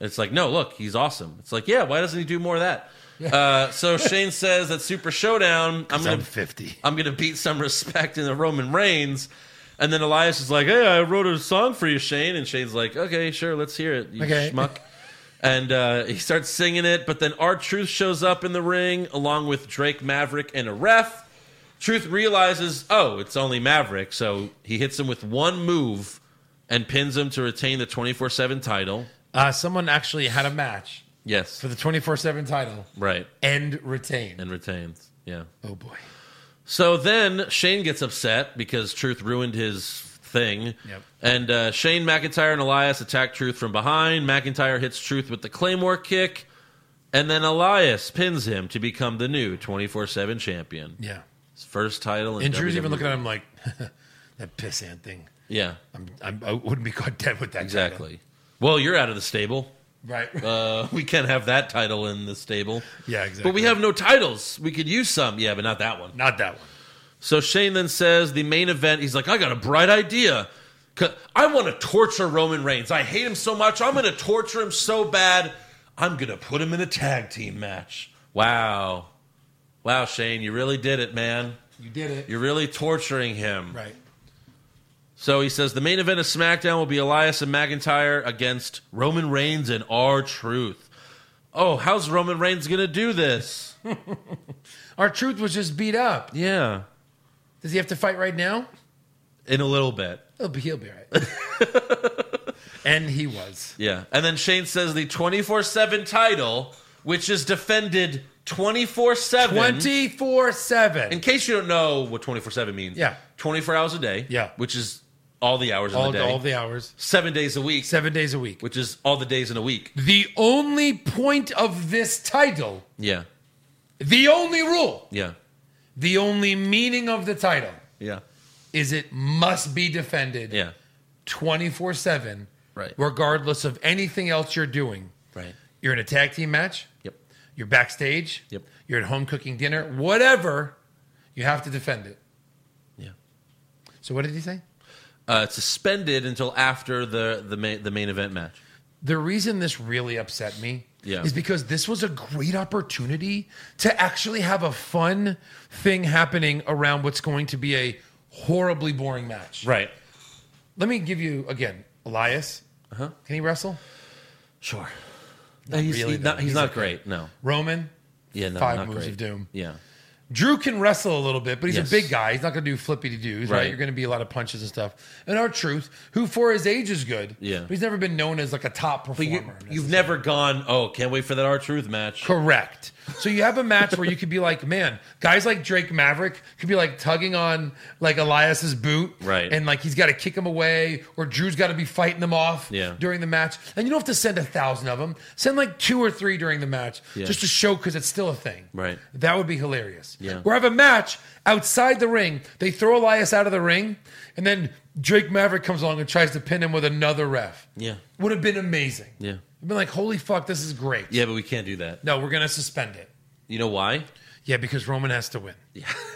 Speaker 5: It's like, no, look, he's awesome. It's like, yeah, why doesn't he do more of that? Uh, so Shane says that Super Showdown, I'm gonna
Speaker 6: I'm 50.
Speaker 5: I'm gonna beat some respect in the Roman Reigns. And then Elias is like, Hey, I wrote a song for you, Shane. And Shane's like, Okay, sure, let's hear it, you
Speaker 6: Okay.
Speaker 5: schmuck. And uh, he starts singing it, but then our Truth shows up in the ring along with Drake Maverick and a ref. Truth realizes, oh, it's only Maverick, so he hits him with one move and pins him to retain the twenty four seven title.
Speaker 6: Uh, someone actually had a match
Speaker 5: Yes.
Speaker 6: for the 24 7 title
Speaker 5: Right.
Speaker 6: and retain.
Speaker 5: And retains. Yeah.
Speaker 6: oh boy.
Speaker 5: So then Shane gets upset because Truth ruined his thing.
Speaker 6: Yep.
Speaker 5: And uh, Shane McIntyre and Elias attack Truth from behind. McIntyre hits Truth with the Claymore kick. And then Elias pins him to become the new 24 7 champion.
Speaker 6: Yeah.
Speaker 5: His first title. In
Speaker 6: And Drew's even
Speaker 5: WWE.
Speaker 6: looking at him like, that pissant thing.
Speaker 5: E. Yeah,
Speaker 6: I'm, I'm, I wouldn't be caught dead with that. title."
Speaker 5: exactly. Well, you're out of the stable.
Speaker 6: Right.
Speaker 5: Uh, we can't have that title in this stable.
Speaker 6: Yeah,
Speaker 5: But we
Speaker 6: exactly.
Speaker 5: have no titles. We could use some. Yeah, but not that one.
Speaker 6: Not that one.
Speaker 5: So Shane then says the main event. He's like, I got a bright idea. 'Cause I want to torture Roman Reigns. I hate him so much. I'm going to torture him so bad. I'm going to put him in a tag team match. Wow. Wow, Shane, you really did it, man.
Speaker 6: You did it.
Speaker 5: You're really torturing him.
Speaker 6: right.
Speaker 5: So he says the main event of SmackDown will be Elias and McIntyre against Roman Reigns and R Truth. Oh, how's Roman Reigns going to do this?
Speaker 6: Our truth was just beat up.
Speaker 5: Yeah,
Speaker 6: Does he have to fight right now?
Speaker 5: in a little bit.
Speaker 6: He'll be, he'll be all right. and he was.
Speaker 5: Yeah. And then Shane says the 24 7 title, which is defended 24 7.
Speaker 6: 24
Speaker 5: In
Speaker 6: 7.
Speaker 5: case you don't know what 24 7 means,
Speaker 6: Yeah.
Speaker 5: 24 hours a day,
Speaker 6: Yeah.
Speaker 5: which is all the hours
Speaker 6: All,
Speaker 5: in the day,
Speaker 6: all the hours,
Speaker 5: seven days a week,
Speaker 6: seven days a week.
Speaker 5: which is all the days in a week.
Speaker 6: The only point of this title,
Speaker 5: Yeah.
Speaker 6: the only rule,
Speaker 5: Yeah.
Speaker 6: the only meaning of the title
Speaker 5: Yeah.
Speaker 6: is it must be defended
Speaker 5: Yeah.
Speaker 6: 24 7,
Speaker 5: Right.
Speaker 6: regardless of anything else you're doing.
Speaker 5: Right.
Speaker 6: You're in a tag team match,
Speaker 5: Yep.
Speaker 6: you're backstage,
Speaker 5: Yep.
Speaker 6: you're at home cooking dinner, whatever, you have to defend it.
Speaker 5: Yeah.
Speaker 6: So, what did he say?
Speaker 5: Uh, it's suspended until after the, the, main, the main event match.
Speaker 6: the reason this really upset me
Speaker 5: Yeah.
Speaker 6: is because this was a great opportunity to actually have a fun thing happening around what's going to be a horribly boring match.
Speaker 5: Right.
Speaker 6: Let me give you again, Elias. Uh-huh. Can he wrestle?
Speaker 5: Sure. No, he's,
Speaker 6: really,
Speaker 5: he- not,
Speaker 6: though.
Speaker 5: he's,
Speaker 6: He's
Speaker 5: not
Speaker 6: okay.
Speaker 5: great. No.
Speaker 6: Roman.
Speaker 5: Yeah, no,
Speaker 6: Five
Speaker 5: not
Speaker 6: moves
Speaker 5: great.
Speaker 6: of doom.
Speaker 5: Yeah.
Speaker 6: Drew can wrestle a little bit, but he's
Speaker 5: Yes.
Speaker 6: a big guy. He's not going to do flippity doos, right.
Speaker 5: Right.
Speaker 6: You're going to be a lot of punches and stuff. And our truth, who for his age is good,
Speaker 5: Yeah.
Speaker 6: but he's never been known as like a top
Speaker 5: But you,
Speaker 6: performer.
Speaker 5: you've never gone, oh, can't wait for that R Truth match.
Speaker 6: Correct. So you have a match where you could be like, man, guys like Drake Maverick could be like tugging on like Elias's boot,
Speaker 5: Right.
Speaker 6: And like he's got to kick him away, or Drew's got to be fighting them off
Speaker 5: Yeah.
Speaker 6: during the match. And you don't have to send a thousand of them; send like two or three during the match
Speaker 5: Yeah.
Speaker 6: just to show because it's still a thing.
Speaker 5: Right.
Speaker 6: That would be hilarious.
Speaker 5: Yeah.
Speaker 6: Or have a match outside the ring. They throw Elias out of the ring, and then Drake Maverick comes along and tries to pin him with another ref.
Speaker 5: Yeah.
Speaker 6: Would have been amazing.
Speaker 5: Yeah.
Speaker 6: I've been like, holy fuck, this is great.
Speaker 5: Yeah, but we can't do that.
Speaker 6: No, we're gonna suspend it.
Speaker 5: You know why?
Speaker 6: Yeah, because Roman has to win.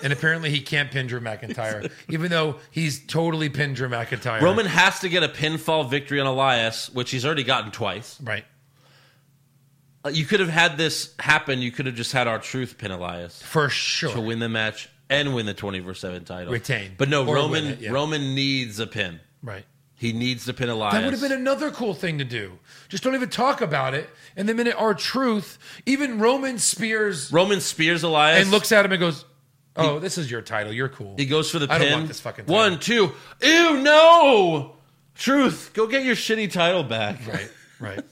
Speaker 6: and apparently he can't pin Drew McIntyre, even though he's totally pinned Drew McIntyre.
Speaker 5: Roman has to get a pinfall victory on Elias, which he's already gotten twice.
Speaker 6: Right.
Speaker 5: Uh, You could have had this happen. You could have just had our truth pin Elias
Speaker 6: For sure.
Speaker 5: to win the match and win the twenty four seven title.
Speaker 6: Retain.
Speaker 5: But no,
Speaker 6: Or
Speaker 5: Roman
Speaker 6: win it, yeah.
Speaker 5: Roman needs a pin.
Speaker 6: Right.
Speaker 5: He needs to pin Elias.
Speaker 6: That would have been another cool thing to do. Just don't even talk about it. And the minute our truth, even Roman spears
Speaker 5: Roman spears Elias
Speaker 6: and looks at him and goes, "Oh, this is your title. You're cool."
Speaker 5: He goes for the
Speaker 6: I
Speaker 5: pin.
Speaker 6: don't want this fucking
Speaker 5: One, two. Ew, no. Truth, go get your shitty title back.
Speaker 6: Right. Right.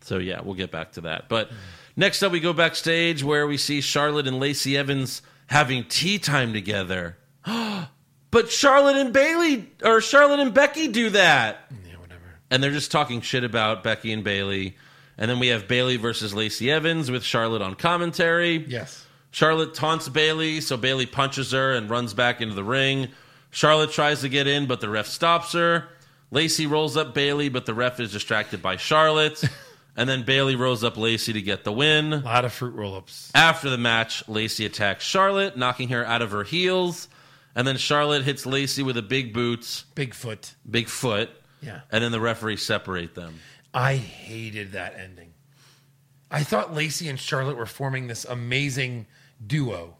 Speaker 5: So yeah, we'll get back to that. But next up, we go backstage where we see Charlotte and Lacey Evans having tea time together. but Charlotte and Bailey or Charlotte and Becky do that,
Speaker 6: yeah. Whatever.
Speaker 5: and they're just talking shit about Becky and Bailey. And then we have Bailey versus Lacey Evans with Charlotte on commentary.
Speaker 6: Yes.
Speaker 5: Charlotte taunts Bailey, so Bailey punches her and runs back into the ring. Charlotte tries to get in, but the ref stops her. Lacey rolls up Bailey, but the ref is distracted by Charlotte. and then Bailey rolls up Lacey to get the win.
Speaker 6: A lot of fruit roll-ups.
Speaker 5: After the match, Lacey attacks Charlotte, knocking her out of her heels. And then Charlotte hits Lacey with a big boot,
Speaker 6: Bigfoot.
Speaker 5: big foot.
Speaker 6: Yeah.
Speaker 5: And then the referee separate them.
Speaker 6: I hated that ending. I thought Lacey and Charlotte were forming this amazing duo,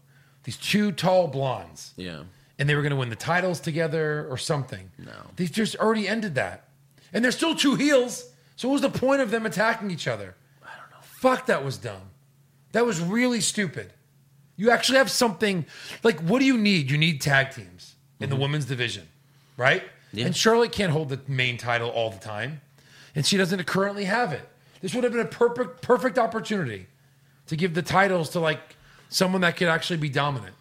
Speaker 6: these two tall blondes,
Speaker 5: Yeah.
Speaker 6: and they were going to win the titles together or something.
Speaker 5: No.
Speaker 6: They just already ended that. And they're still two heels. So what was the point of them attacking each other? I don't know. Fuck, that was dumb. That was really stupid. You actually have something like what do you need? You need tag teams in the women's division, right?
Speaker 5: Mm-hmm. Yeah.
Speaker 6: And Charlotte can't hold the main title all the time, and she doesn't currently have it. This would have been a perfect perfect opportunity to give the titles to like someone that could actually be dominant.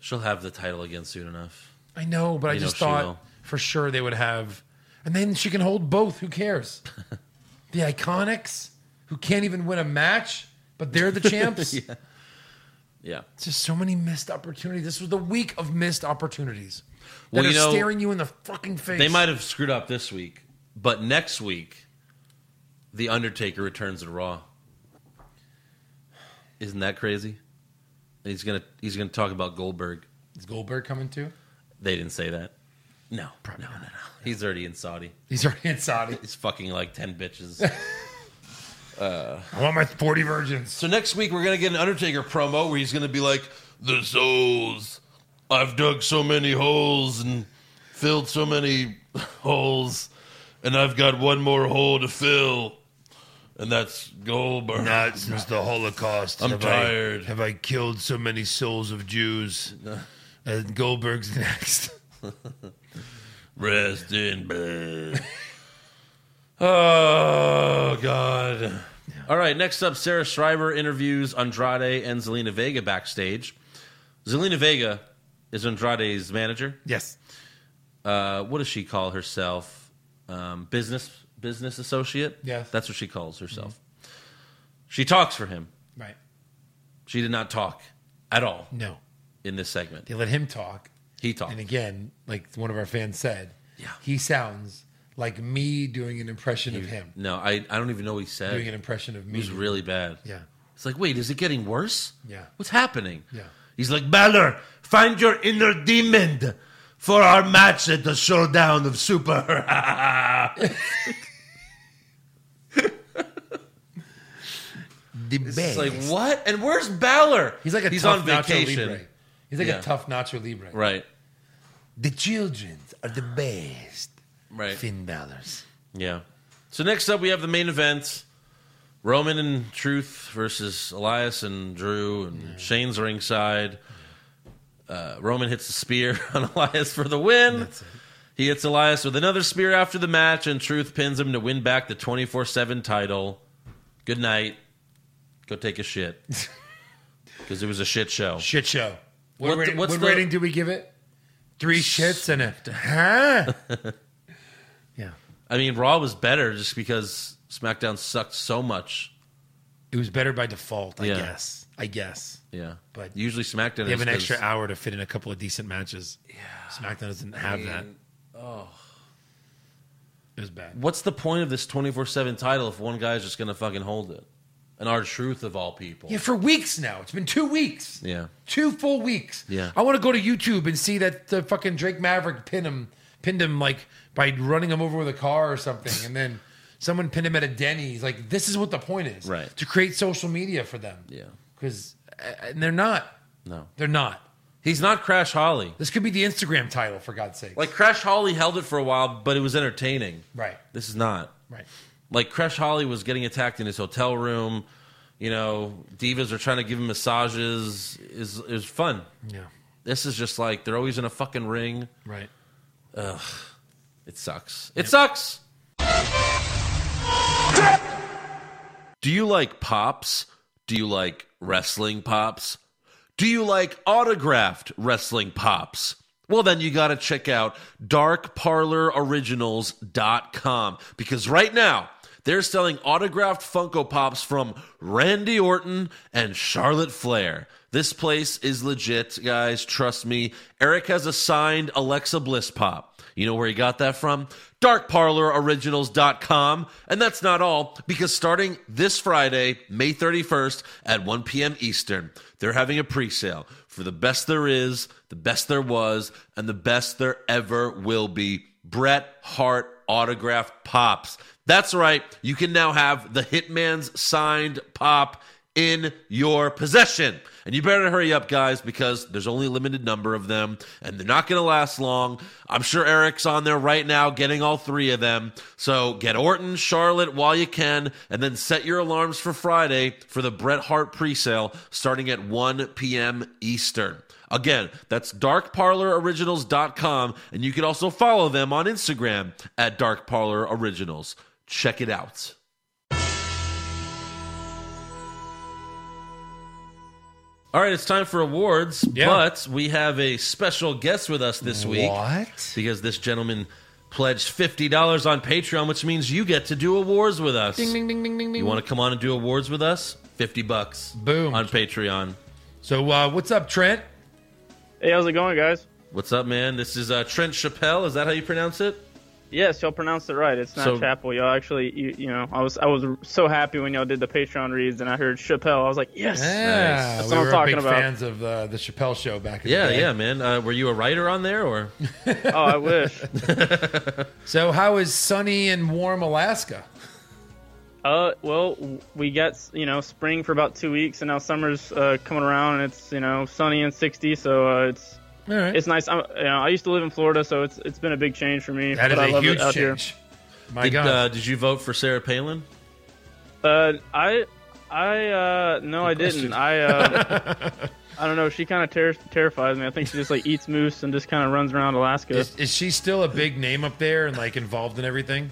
Speaker 5: She'll have the title again soon enough.
Speaker 6: I know, but I
Speaker 5: You
Speaker 6: just
Speaker 5: know she will.
Speaker 6: thought for sure they would have, and then she can hold both. Who cares? the Iconics, who can't even win a match, but they're the champs.
Speaker 5: Yeah.
Speaker 6: Just so many missed opportunities. This was the week of missed opportunities that
Speaker 5: Well,
Speaker 6: are
Speaker 5: you know,
Speaker 6: staring you in the fucking face.
Speaker 5: They might have screwed up this week, but next week The Undertaker returns to Raw. Isn't that crazy? And He's gonna he's gonna talk about Goldberg.
Speaker 6: Is Goldberg coming too?
Speaker 5: They didn't say that. No, no, no, no. He's already in Saudi.
Speaker 6: He's already in Saudi.
Speaker 5: He's fucking like ten bitches.
Speaker 6: I want my 40 virgins.
Speaker 5: So next week we're gonna get an Undertaker promo where he's gonna be like, "The souls, I've dug so many holes and filled so many holes, and I've got one more hole to fill, and that's Goldberg."
Speaker 7: Not since the Holocaust.
Speaker 5: I'm
Speaker 7: have
Speaker 5: tired.
Speaker 7: I, have I killed so many souls of Jews? And Goldberg's next.
Speaker 5: Rest in peace. oh God. All right, next up, Sarah Schreiber interviews Andrade and Zelina Vega backstage. Zelina Vega is Andrade's manager.
Speaker 6: Yes.
Speaker 5: uh, what does she call herself? Um, business business associate.
Speaker 6: Yes. Mm-hmm.
Speaker 5: that's what she calls herself. She talks for him.
Speaker 6: Right.
Speaker 5: She did not talk at all
Speaker 6: No.
Speaker 5: in this segment.
Speaker 6: They let him talk.
Speaker 5: He talked.
Speaker 6: And again, like one of our fans said,
Speaker 5: Yeah.
Speaker 6: he sounds like me doing an impression of him,
Speaker 5: No, I, I don't even know what he said.
Speaker 6: doing an
Speaker 5: It
Speaker 6: impression of me.
Speaker 5: was really bad.
Speaker 6: yeah.
Speaker 5: It's like, wait, is it getting worse?
Speaker 6: Yeah.
Speaker 5: What's happening?
Speaker 6: Yeah.
Speaker 5: He's like, Balor, find your inner demon for our match at the showdown of Super.
Speaker 6: The
Speaker 5: it's like, what? And where's Balor?
Speaker 6: He's like a
Speaker 5: He's
Speaker 6: tough
Speaker 5: on
Speaker 6: Nacho
Speaker 5: vacation.
Speaker 6: Libre. He's like
Speaker 5: Yeah.
Speaker 6: a tough Nacho Libre.
Speaker 5: Right.
Speaker 6: The children are the best.
Speaker 5: Right.
Speaker 6: Finn Balor's.
Speaker 5: Yeah. So next up, we have the main event: Roman and Truth versus Elias and Drew and Shane's ringside. Uh, Roman hits a spear on Elias for the win. He hits Elias with another spear after the match, and Truth pins him to win back the twenty four seven title. Good night. Go take a shit because it was a shit show.
Speaker 6: Shit show. What,
Speaker 5: What
Speaker 6: rate-
Speaker 5: the- what's
Speaker 6: what
Speaker 5: the-
Speaker 6: rating do we give it? Three shits and a huh? yeah.
Speaker 5: I mean, Raw was better just because SmackDown sucked so much.
Speaker 6: It was better by default, I
Speaker 5: Yeah.
Speaker 6: guess. I guess.
Speaker 5: Yeah,
Speaker 6: But
Speaker 5: usually SmackDown.
Speaker 6: They
Speaker 5: is
Speaker 6: have an
Speaker 5: 'cause-
Speaker 6: extra hour to fit in a couple of decent matches. Yeah. SmackDown doesn't have that. Oh. It was bad.
Speaker 5: what's the point of this 24-7 title if one guy's just gonna fucking hold it and our truth of all people
Speaker 6: Yeah, for weeks now. It's been two weeks.
Speaker 5: Yeah.
Speaker 6: Two full weeks.
Speaker 5: Yeah.
Speaker 6: I want to go to YouTube and see that the fucking Drake Maverick pinned him, pinned him like by running him over with a car or something. And then someone pinned him at a Denny's. Like, this is what the point is.
Speaker 5: Right.
Speaker 6: To create social media for them.
Speaker 5: Yeah.
Speaker 6: Because, and they're not.
Speaker 5: no
Speaker 6: They're not.
Speaker 5: he's not crash holly
Speaker 6: This could be the Instagram title, for God's sake.
Speaker 5: like crash holly held it for a while but it was entertaining
Speaker 6: right.
Speaker 5: this is not
Speaker 6: Right.
Speaker 5: like crash holly was getting attacked in his hotel room you know divas are trying to give him massages is is fun
Speaker 6: Yeah.
Speaker 5: this is just like they're always in a fucking ring
Speaker 6: Right.
Speaker 5: it sucks it sucks Do you like pops? Do you like wrestling pops? Do you like autographed wrestling pops? Well, then you got to check out darkparlororiginals.com because right now they're selling autographed Funko Pops from Randy Orton and Charlotte Flair. This place is legit, guys. Trust me. Eric has a signed Alexa Bliss pop. You know where he got that from? darkparlororiginals.com. And that's not all, because starting this Friday, May 31st at 1 p.m. Eastern, they're having a pre sale for the best there is, the best there was, and the best there ever will be Bret Hart autographed pops. That's right, you can now have the Hitman's signed pop in your possession. And you better hurry up, guys, because there's only a limited number of them and they're not going to last long. I'm sure Eric's on there right now getting all three of them. So get Orton, Charlotte while you can, and then set your alarms for Friday for the Bret Hart presale starting at 1 p.m. Eastern. Again, that's darkparlororiginals.com, and you can also follow them on Instagram at darkparlororiginals. Check it out. All right, it's time for awards,
Speaker 6: Yeah.
Speaker 5: but we have a special guest with us this week
Speaker 6: What?
Speaker 5: because this gentleman pledged $50 on Patreon, which means you get to do awards with us.
Speaker 6: Ding, ding, ding, ding, ding, ding.
Speaker 5: You want to come on and do awards with us? 50 bucks.
Speaker 6: Boom.
Speaker 5: On Patreon.
Speaker 6: So, uh, what's up, Trent?
Speaker 11: Hey, how's it going, guys?
Speaker 5: What's up, man? This is uh, Trent Chappelle. Is that how you pronounce it?
Speaker 11: Yes, y'all pronounced it right. It's not
Speaker 5: So-
Speaker 11: Chapel. Y'all actually, you, you know, I was I was so happy when y'all did the Patreon reads and I heard Chappelle. I was like, yes,
Speaker 6: Yeah, Ah, we
Speaker 11: that's what
Speaker 6: were
Speaker 11: I'm talking
Speaker 6: big
Speaker 11: about.
Speaker 6: fans of uh, the Chappelle Show back in
Speaker 5: Yeah,
Speaker 6: the day.
Speaker 5: yeah, man. Uh, were you a writer on there or?
Speaker 11: Oh, I wish.
Speaker 6: So, how is sunny and warm Alaska?
Speaker 11: Uh, well, w- we got you know spring for about two weeks, and now summer's uh, coming around, and it's you know sunny and 60, so uh, it's
Speaker 6: All right.
Speaker 11: it's nice. I'm, you know, I used to live in Florida, so it's it's been a big change for me.
Speaker 6: That is
Speaker 11: but I
Speaker 6: a
Speaker 11: love it
Speaker 6: huge
Speaker 11: out here.
Speaker 6: change. My
Speaker 5: did,
Speaker 6: God.
Speaker 5: Uh, did you vote for Sarah Palin?
Speaker 11: Uh, I, I, uh, no, I didn't. I, uh, I don't know. She kind of ter- terrifies me. I think she just like eats moose and just kind of runs around Alaska.
Speaker 6: is, is she still a big name up there and like involved in everything?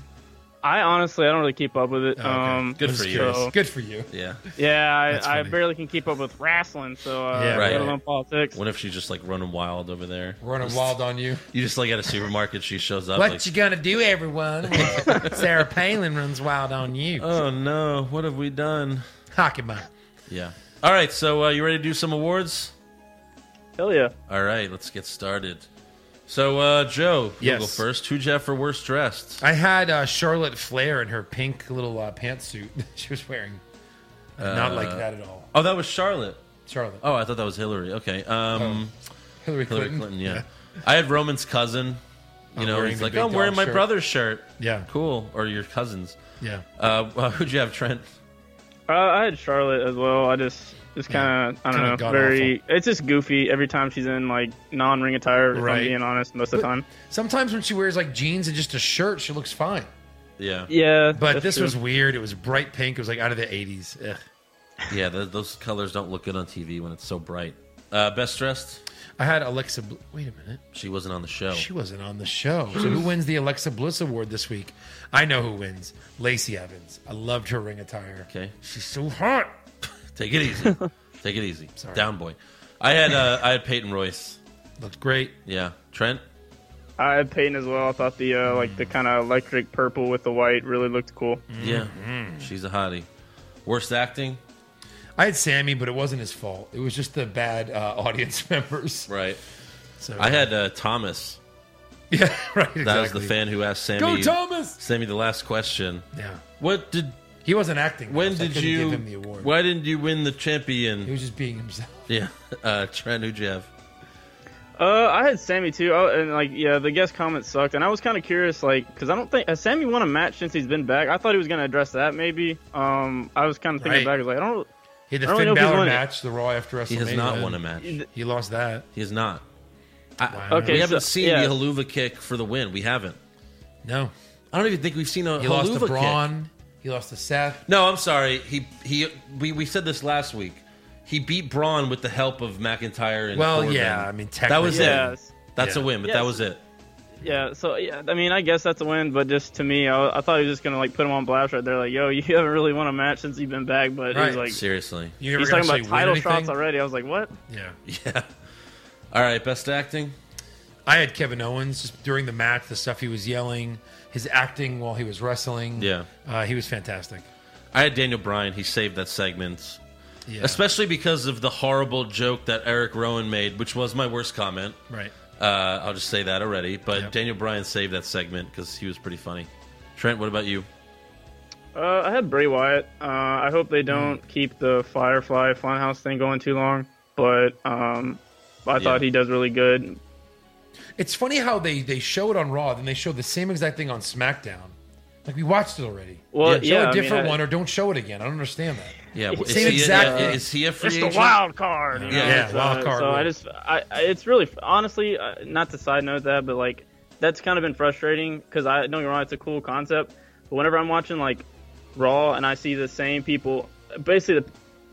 Speaker 11: I honestly, I don't really keep up with it.
Speaker 6: Oh, okay.
Speaker 11: Um,
Speaker 5: Good
Speaker 6: I'm
Speaker 5: for
Speaker 6: just
Speaker 5: you.
Speaker 6: curious. Good for you.
Speaker 5: Yeah.
Speaker 11: yeah,
Speaker 6: That's
Speaker 11: I, I
Speaker 6: funny.
Speaker 11: barely can keep up with wrestling. So, uh,
Speaker 6: Yeah,
Speaker 11: yeah,
Speaker 5: right.
Speaker 11: right. politics.
Speaker 5: What if she's just like running wild over there?
Speaker 6: Running wild on you.
Speaker 5: You just like at a supermarket, she shows up.
Speaker 6: What
Speaker 5: like,
Speaker 6: you gonna do, everyone? when Sarah Palin runs wild on you.
Speaker 11: Uh.
Speaker 5: oh no, what have we done?
Speaker 6: Hockey man.
Speaker 5: Yeah. All right, so uh, you ready to do some awards?
Speaker 11: Hell yeah.
Speaker 5: All right, let's get started. So, uh, Joe, you
Speaker 6: Yes.
Speaker 5: go first. Who'd you have for worst dressed?
Speaker 6: I had uh, Charlotte Flair in her pink little uh, pantsuit that she was wearing. Not like
Speaker 11: Uh,
Speaker 6: that at all.
Speaker 5: Oh, that was Charlotte.
Speaker 6: Charlotte.
Speaker 5: Oh, I thought that was Hillary. Okay. Um,
Speaker 6: Hillary Oh, Clinton.
Speaker 5: Hillary Clinton, yeah. I had Roman's cousin. You know,
Speaker 6: wearing
Speaker 5: he's
Speaker 6: the
Speaker 5: like,
Speaker 6: big
Speaker 5: oh, I'm wearing
Speaker 6: dog
Speaker 5: my
Speaker 6: shirt."
Speaker 5: brother's shirt.
Speaker 6: Yeah.
Speaker 5: Cool. Or your cousin's.
Speaker 6: Yeah.
Speaker 5: Uh, well, who'd you have, Trent?
Speaker 11: Uh, I had Charlotte as well. I just, just kind of, I
Speaker 6: Kinda
Speaker 11: don't know,
Speaker 6: god
Speaker 11: very. It's just goofy every time she's in like non-ring attire. If
Speaker 6: Right.
Speaker 11: I'm being honest, most of the time.
Speaker 6: Sometimes when she wears like jeans and just a shirt, she looks fine.
Speaker 5: Yeah.
Speaker 11: Yeah,
Speaker 6: But
Speaker 11: that's
Speaker 6: this
Speaker 11: true.
Speaker 6: was weird. It was bright pink. It was like out of the 80s. Ugh.
Speaker 5: Yeah, th those colors don't look good on TV when it's so bright. Uh, best dressed?
Speaker 6: I had Alexa. Bl- Wait a minute.
Speaker 5: She wasn't on the show.
Speaker 6: She wasn't on the show. So who wins the Alexa Bliss Award this week? I know who wins. Lacey Evans. I loved her ring attire.
Speaker 5: Okay.
Speaker 6: She's so hot.
Speaker 5: Take it easy. Take it easy. Down boy. I had uh, I had Peyton Royce.
Speaker 6: Looked great.
Speaker 5: Yeah. Trent?
Speaker 11: I had Peyton as well. I thought the uh, like
Speaker 6: Mm.
Speaker 11: the kind of electric purple with the white really looked cool.
Speaker 6: Mm-hmm.
Speaker 5: Yeah. She's a hottie. Worst acting?
Speaker 6: I had Sammy, but it wasn't his fault. It was just the bad uh, audience members.
Speaker 5: Right.
Speaker 6: So,
Speaker 5: I had uh, Thomas.
Speaker 6: yeah, right. Exactly.
Speaker 5: That was the fan who asked
Speaker 6: Go
Speaker 5: Sammy
Speaker 6: Thomas.
Speaker 5: Sammy the last question.
Speaker 6: Yeah,
Speaker 5: What did
Speaker 6: he wasn't acting. though,
Speaker 5: when
Speaker 6: so I
Speaker 5: did
Speaker 6: couldn't
Speaker 5: you
Speaker 6: give him the award?
Speaker 5: why didn't you win the
Speaker 6: He
Speaker 5: champion?
Speaker 6: was just being himself.
Speaker 5: Yeah. Uh Trent who'd you have?
Speaker 11: Uh, I had Sammy too, oh, and like yeah, the guest comment sucked, and I was kind of curious, like, because I don't think has Sammy won a match since he's been back. I thought he was gonna address that maybe. Um, I was kind of thinking
Speaker 6: Right.
Speaker 11: back, like, I don't.
Speaker 6: He had the
Speaker 11: I don't
Speaker 6: Finn
Speaker 11: know if he's
Speaker 6: Balor
Speaker 11: won it.
Speaker 6: match, the Raw after WrestleMania.
Speaker 5: He has not won a match.
Speaker 6: He lost that.
Speaker 5: He has not. I,
Speaker 6: Wow.
Speaker 11: Okay,
Speaker 5: we haven't
Speaker 11: so-
Speaker 5: seen
Speaker 11: yeah.
Speaker 5: the haluva kick for the win. We haven't.
Speaker 6: No,
Speaker 5: I don't even think we've seen a
Speaker 6: he
Speaker 5: haluva
Speaker 6: lost to
Speaker 5: kick.
Speaker 6: Braun. He lost to Seth.
Speaker 5: No, I'm sorry. He he. We, we said this last week. He beat Braun with the help of McIntyre and
Speaker 6: Well,
Speaker 5: Corbin.
Speaker 6: yeah, I mean,
Speaker 5: that was
Speaker 6: technically-
Speaker 5: it.
Speaker 11: Yes.
Speaker 5: That's
Speaker 6: Yeah.
Speaker 5: a win, but
Speaker 11: Yeah.
Speaker 5: that was it.
Speaker 11: Yeah, so yeah, I mean, I guess that's a win, but just to me, I, I thought he was just gonna like put him on blast right there, like, yo, you haven't really won a match since you've been back, but
Speaker 6: Right.
Speaker 11: he's like,
Speaker 5: Seriously,
Speaker 6: You never
Speaker 11: he's
Speaker 6: gonna
Speaker 11: talking about
Speaker 6: actually win
Speaker 11: title
Speaker 6: anything?
Speaker 11: shots already. I was like, what?
Speaker 6: Yeah,
Speaker 5: yeah. All right, best acting.
Speaker 6: I had Kevin Owens just during the match. The stuff he was yelling, his acting while he was wrestling.
Speaker 5: Yeah.
Speaker 6: uh, he was fantastic.
Speaker 5: I had Daniel Bryan. He saved that segment,
Speaker 6: Yeah,
Speaker 5: especially because of the horrible joke that Eric Rowan made, which was my worst comment.
Speaker 6: right.
Speaker 5: Uh, I'll just say that already. But
Speaker 6: Yep.
Speaker 5: Daniel Bryan saved that segment because he was pretty funny. Trent, what about you?
Speaker 11: Uh, I had Bray Wyatt. Uh, I hope
Speaker 6: Hmm.
Speaker 11: they don't keep the Firefly Funhouse thing going too long, but um, I thought he does really good.
Speaker 6: It's funny how they they show it on Raw, then they show the same exact thing on SmackDown. Like we watched it already.
Speaker 11: Well,
Speaker 6: show
Speaker 11: yeah,
Speaker 6: a
Speaker 11: I mean,
Speaker 6: different
Speaker 11: I-
Speaker 6: one or don't show it again. I don't understand that.
Speaker 5: Yeah, is
Speaker 6: Same
Speaker 5: he,
Speaker 6: exact-
Speaker 5: a, is he a free
Speaker 11: It's the
Speaker 5: agent?
Speaker 11: wild card. you know?
Speaker 5: Yeah,
Speaker 11: It's,
Speaker 6: wild card
Speaker 11: So I
Speaker 6: rule.
Speaker 11: just, I, I- it's really honestly uh, not to side note that, but like that's kind of been frustrating because I don't get me wrong, it's a cool concept, but whenever I'm watching like Raw and I see the same people, basically the,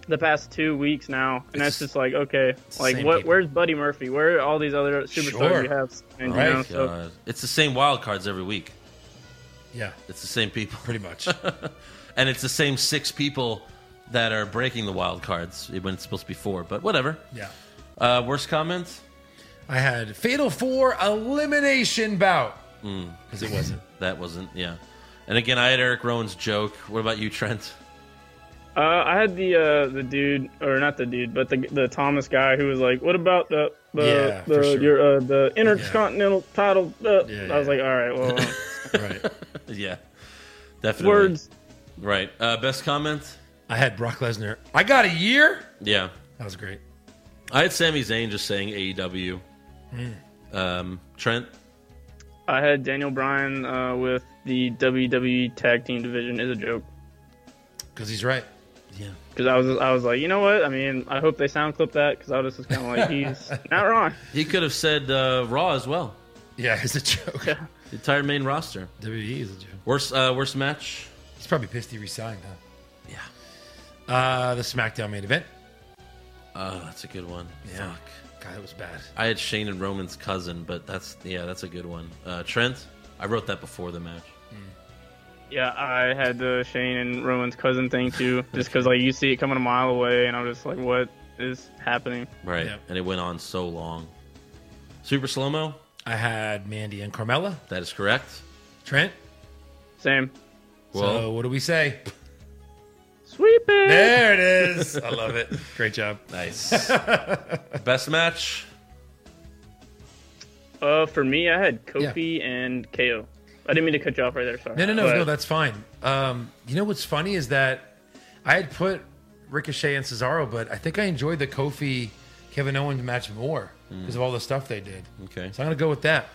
Speaker 11: the past two weeks now, and that's just like okay,
Speaker 6: the
Speaker 11: like
Speaker 6: same
Speaker 11: what?
Speaker 6: people.
Speaker 11: Where's Buddy Murphy? Where are all these other superstars
Speaker 6: Sure.
Speaker 11: you have? And,
Speaker 6: Right.
Speaker 11: you know, so-
Speaker 5: God. It's the same wild cards every week.
Speaker 6: Yeah,
Speaker 5: It's the same people,
Speaker 6: pretty much.
Speaker 5: and it's the same six people that are breaking the wild cards when it's supposed to be four. But whatever.
Speaker 6: yeah.
Speaker 5: Uh, worst comments?
Speaker 6: I had Fatal Four Elimination Bout
Speaker 5: Mm.
Speaker 6: because it wasn't.
Speaker 5: That wasn't. Yeah. And again, I had Eric Rowan's joke. What about you, Trent?
Speaker 11: Uh, I had the uh, the dude, or not the dude, but the the Thomas guy who was like, "What about the the
Speaker 6: Yeah, for
Speaker 11: the
Speaker 6: sure.
Speaker 11: your uh, the intercontinental title?" Uh,
Speaker 6: Yeah,
Speaker 11: I was
Speaker 6: yeah.
Speaker 11: like, "All right, well, uh,
Speaker 6: Right.
Speaker 5: yeah. Definitely.
Speaker 6: Words.
Speaker 5: Right. Uh, best comment?
Speaker 6: I had Brock Lesnar. I got a year.
Speaker 5: Yeah.
Speaker 6: That was great.
Speaker 5: I had Sami Zayn just saying AEW.
Speaker 6: Mm.
Speaker 5: Um, Trent?
Speaker 11: I had Daniel Bryan uh, with the WWE Tag Team Division is a joke
Speaker 6: because he's right.
Speaker 5: Yeah.
Speaker 11: Because I was I was like, you know what? I mean, I hope they sound clip that because I was just kind of like, he's not wrong.
Speaker 5: He could have said uh, Raw as well.
Speaker 6: Yeah, it's a joke.
Speaker 5: The entire main roster.
Speaker 6: WWE is a joke.
Speaker 5: Worst, uh, worst match?
Speaker 6: He's probably pissed he resigned, huh? Yeah. Uh, the SmackDown main event.
Speaker 5: Oh, that's a good one.
Speaker 6: Yeah.
Speaker 5: Fuck.
Speaker 6: God, it was bad.
Speaker 5: I had Shane and Roman's cousin, but that's, yeah, that's a good one. Uh, Trent? I wrote that before the match.
Speaker 11: Yeah, I had the Shane and Roman's cousin thing too, just because like you see it coming a mile away, and I'm just like, what is happening?
Speaker 5: Right.
Speaker 6: Yep.
Speaker 5: And it went on so long. Super slow mo?
Speaker 6: I had Mandy and Carmella.
Speaker 5: That is correct.
Speaker 6: Trent.
Speaker 11: Same.
Speaker 6: so
Speaker 5: Well-
Speaker 6: what do we say?
Speaker 11: Sweep it.
Speaker 6: There it is. I love it. Great job.
Speaker 5: Nice. Best match?
Speaker 11: Uh, for me, I had Kofi and KO. I didn't mean to cut you off right there. Sorry.
Speaker 6: No, no, no,
Speaker 11: But-
Speaker 6: no. That's fine. Um, you know what's funny is that I had put Ricochet and Cesaro, but I think I enjoyed the Kofi Kevin Owens match more because of all the stuff they did.
Speaker 5: Okay.
Speaker 6: So I'm gonna go with that.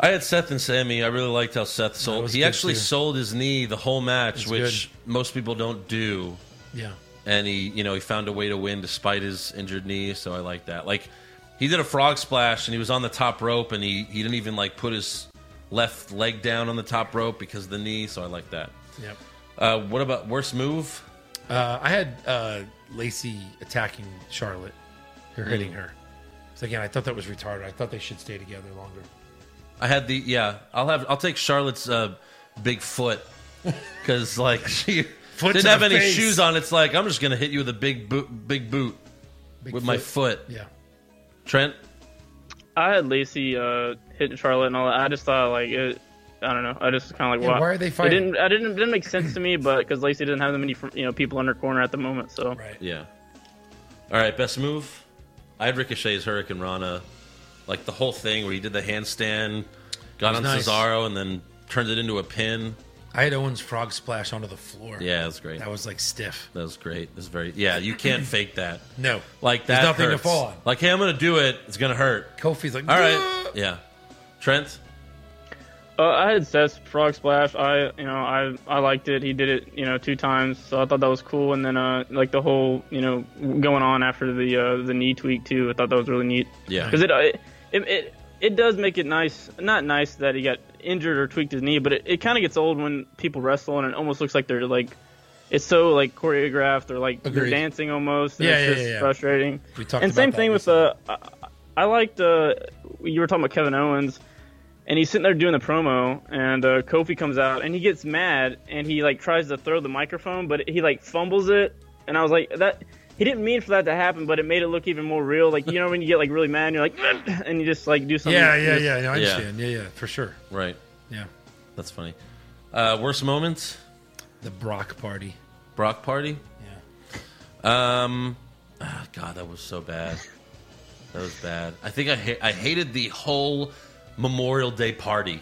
Speaker 5: I had Seth and Sammy. I really liked how Seth sold.
Speaker 6: was
Speaker 5: He
Speaker 6: good,
Speaker 5: actually
Speaker 6: too.
Speaker 5: sold his knee the whole match,
Speaker 6: That's
Speaker 5: which most people don't do.
Speaker 6: Yeah.
Speaker 5: And he, you know, he found a way to win despite his injured knee. So I like that. Like he did a frog splash and he was on the top rope and he he didn't even like put his left leg down on the top rope because of the knee. So I like that.
Speaker 6: Yep.
Speaker 5: Uh, what about worst move?
Speaker 6: Uh, I had uh, Lacey attacking Charlotte, her
Speaker 5: Mm.
Speaker 6: hitting her. So again, I thought that was retarded. I thought they should stay together longer.
Speaker 5: I had the yeah. I'll have I'll take Charlotte's uh, big foot because like she
Speaker 6: Foot to
Speaker 5: didn't
Speaker 6: the
Speaker 5: have any
Speaker 6: face.
Speaker 5: shoes on. It's like I'm just gonna hit you with a big boot, big boot
Speaker 6: Big
Speaker 5: with my foot.
Speaker 6: Yeah.
Speaker 5: Trent,
Speaker 11: I had Lacey uh, hitting Charlotte and all that. I just thought like it. I don't know. I just kind of like
Speaker 6: Yeah,
Speaker 11: why,
Speaker 6: why are they
Speaker 11: It
Speaker 6: fighting?
Speaker 11: didn't. I didn't. It didn't make sense to me, but because Lacey didn't have that many you know people in her corner at the moment. So
Speaker 6: Right.
Speaker 5: yeah. All right, best move. I had Ricochet's Hurricane Rana, like the whole thing where he did the handstand, got
Speaker 6: was
Speaker 5: on
Speaker 6: nice.
Speaker 5: Cesaro, and then turned it into a pin.
Speaker 6: I had Owens frog splash onto the floor.
Speaker 5: Yeah, that was great.
Speaker 6: That was like stiff.
Speaker 5: That was great. It was very yeah. You can't fake that.
Speaker 6: No.
Speaker 5: Like
Speaker 6: There's
Speaker 5: that.
Speaker 6: nothing to
Speaker 5: hurts.
Speaker 6: fall on.
Speaker 5: Like hey, I'm gonna do it. It's gonna hurt.
Speaker 6: Kofi's like,
Speaker 5: All
Speaker 6: "Yeah."
Speaker 5: right. Yeah. Trent.
Speaker 11: Uh, I had Seth's frog splash. I, you know, I, I liked it. He did it, you know, two times, so I thought that was cool. And then, uh, like the whole, you know, going on after the uh, the knee tweak too. I thought that was really neat.
Speaker 5: Yeah.
Speaker 11: Because it, uh, it, it, it, it does make it nice. Not nice that he got injured or tweaked his knee, but it, it kind of gets old when people wrestle, and it almost looks like they're like, it's so like choreographed or like
Speaker 6: Agreed.
Speaker 11: they're dancing almost. and
Speaker 6: Yeah,
Speaker 11: it's
Speaker 6: yeah,
Speaker 11: just
Speaker 6: yeah, yeah.
Speaker 11: frustrating.
Speaker 6: We talked
Speaker 11: and
Speaker 6: about
Speaker 11: same
Speaker 6: that
Speaker 11: thing with uh, I, I liked uh, you were talking about Kevin Owens and he's sitting there doing the promo and uh, kofi comes out and he gets mad and he like tries to throw the microphone but he like fumbles it and i was like that he didn't mean for that to happen but it made it look even more real like you know when you get like really mad and you're like and you just like do something
Speaker 6: Yeah, yeah,
Speaker 11: just-
Speaker 6: yeah. No, I
Speaker 5: Yeah.
Speaker 6: understand. Yeah. yeah, for sure.
Speaker 5: Right.
Speaker 6: Yeah.
Speaker 5: That's funny. Uh, worst moments.
Speaker 6: The Brock party.
Speaker 5: Brock party.
Speaker 6: Yeah.
Speaker 5: Um, ah, God, that was so bad. That was bad. I think I ha- I hated the whole Memorial Day party.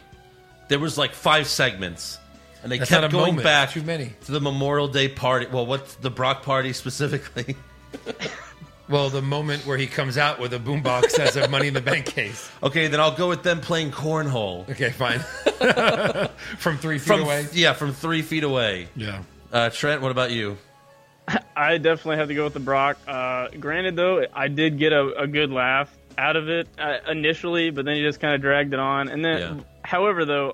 Speaker 5: There was like five segments, and they
Speaker 6: That's
Speaker 5: kept
Speaker 6: not a
Speaker 5: going
Speaker 6: moment.
Speaker 5: back
Speaker 6: Too many.
Speaker 5: to the Memorial Day party. Well, what's the Brock party specifically?
Speaker 6: Well, the moment where he comes out with a boombox as a money in the bank case.
Speaker 5: okay, then I'll go with them playing cornhole
Speaker 6: Okay, fine. From three feet
Speaker 5: from
Speaker 6: away.
Speaker 5: yeah from three feet away.
Speaker 6: Yeah.
Speaker 5: Uh, Trent, what about you?
Speaker 11: i definitely have to go with the brock uh, granted though i did get a, a good laugh out of it uh, initially but then he just kind of dragged it on and then
Speaker 5: Yeah.
Speaker 11: however though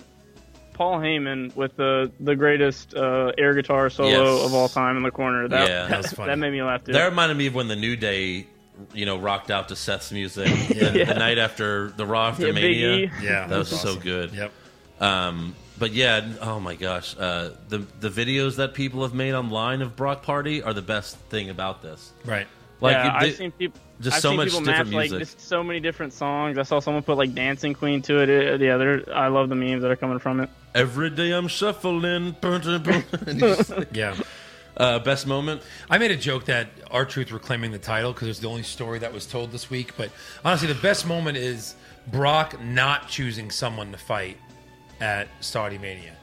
Speaker 11: Paul Heyman with the the greatest uh, air guitar solo
Speaker 5: Yes.
Speaker 11: of all time in the corner. That,
Speaker 5: Yeah. That
Speaker 6: was funny.
Speaker 11: that made me laugh too.
Speaker 5: That reminded me of when the New Day, you know, rocked out to Seth's music the, the night after the Raw after
Speaker 11: Yeah, Big
Speaker 5: Mania.
Speaker 11: E.
Speaker 6: Yeah.
Speaker 5: that was
Speaker 6: that's
Speaker 5: so
Speaker 6: awesome.
Speaker 5: good.
Speaker 6: Yep.
Speaker 5: Um, but yeah, oh my gosh, uh, the the videos that people have made online of Brock Party are the best thing about this.
Speaker 6: Right.
Speaker 5: Like,
Speaker 11: yeah,
Speaker 5: they-
Speaker 11: I've seen people.
Speaker 5: just
Speaker 11: I've
Speaker 5: so
Speaker 11: seen
Speaker 5: much
Speaker 11: people
Speaker 5: different
Speaker 11: match,
Speaker 5: music.
Speaker 11: Like just so many different songs. I saw someone put like "Dancing Queen" to it. it yeah, they're- I love the memes that are coming from it.
Speaker 5: every day I'm shuffling. And you just-
Speaker 6: Yeah.
Speaker 5: uh, best moment.
Speaker 6: I made a joke that our truth were claiming the title because it's the only story that was told this week. But honestly, the best moment is Brock not choosing someone to fight at Saudi Mania.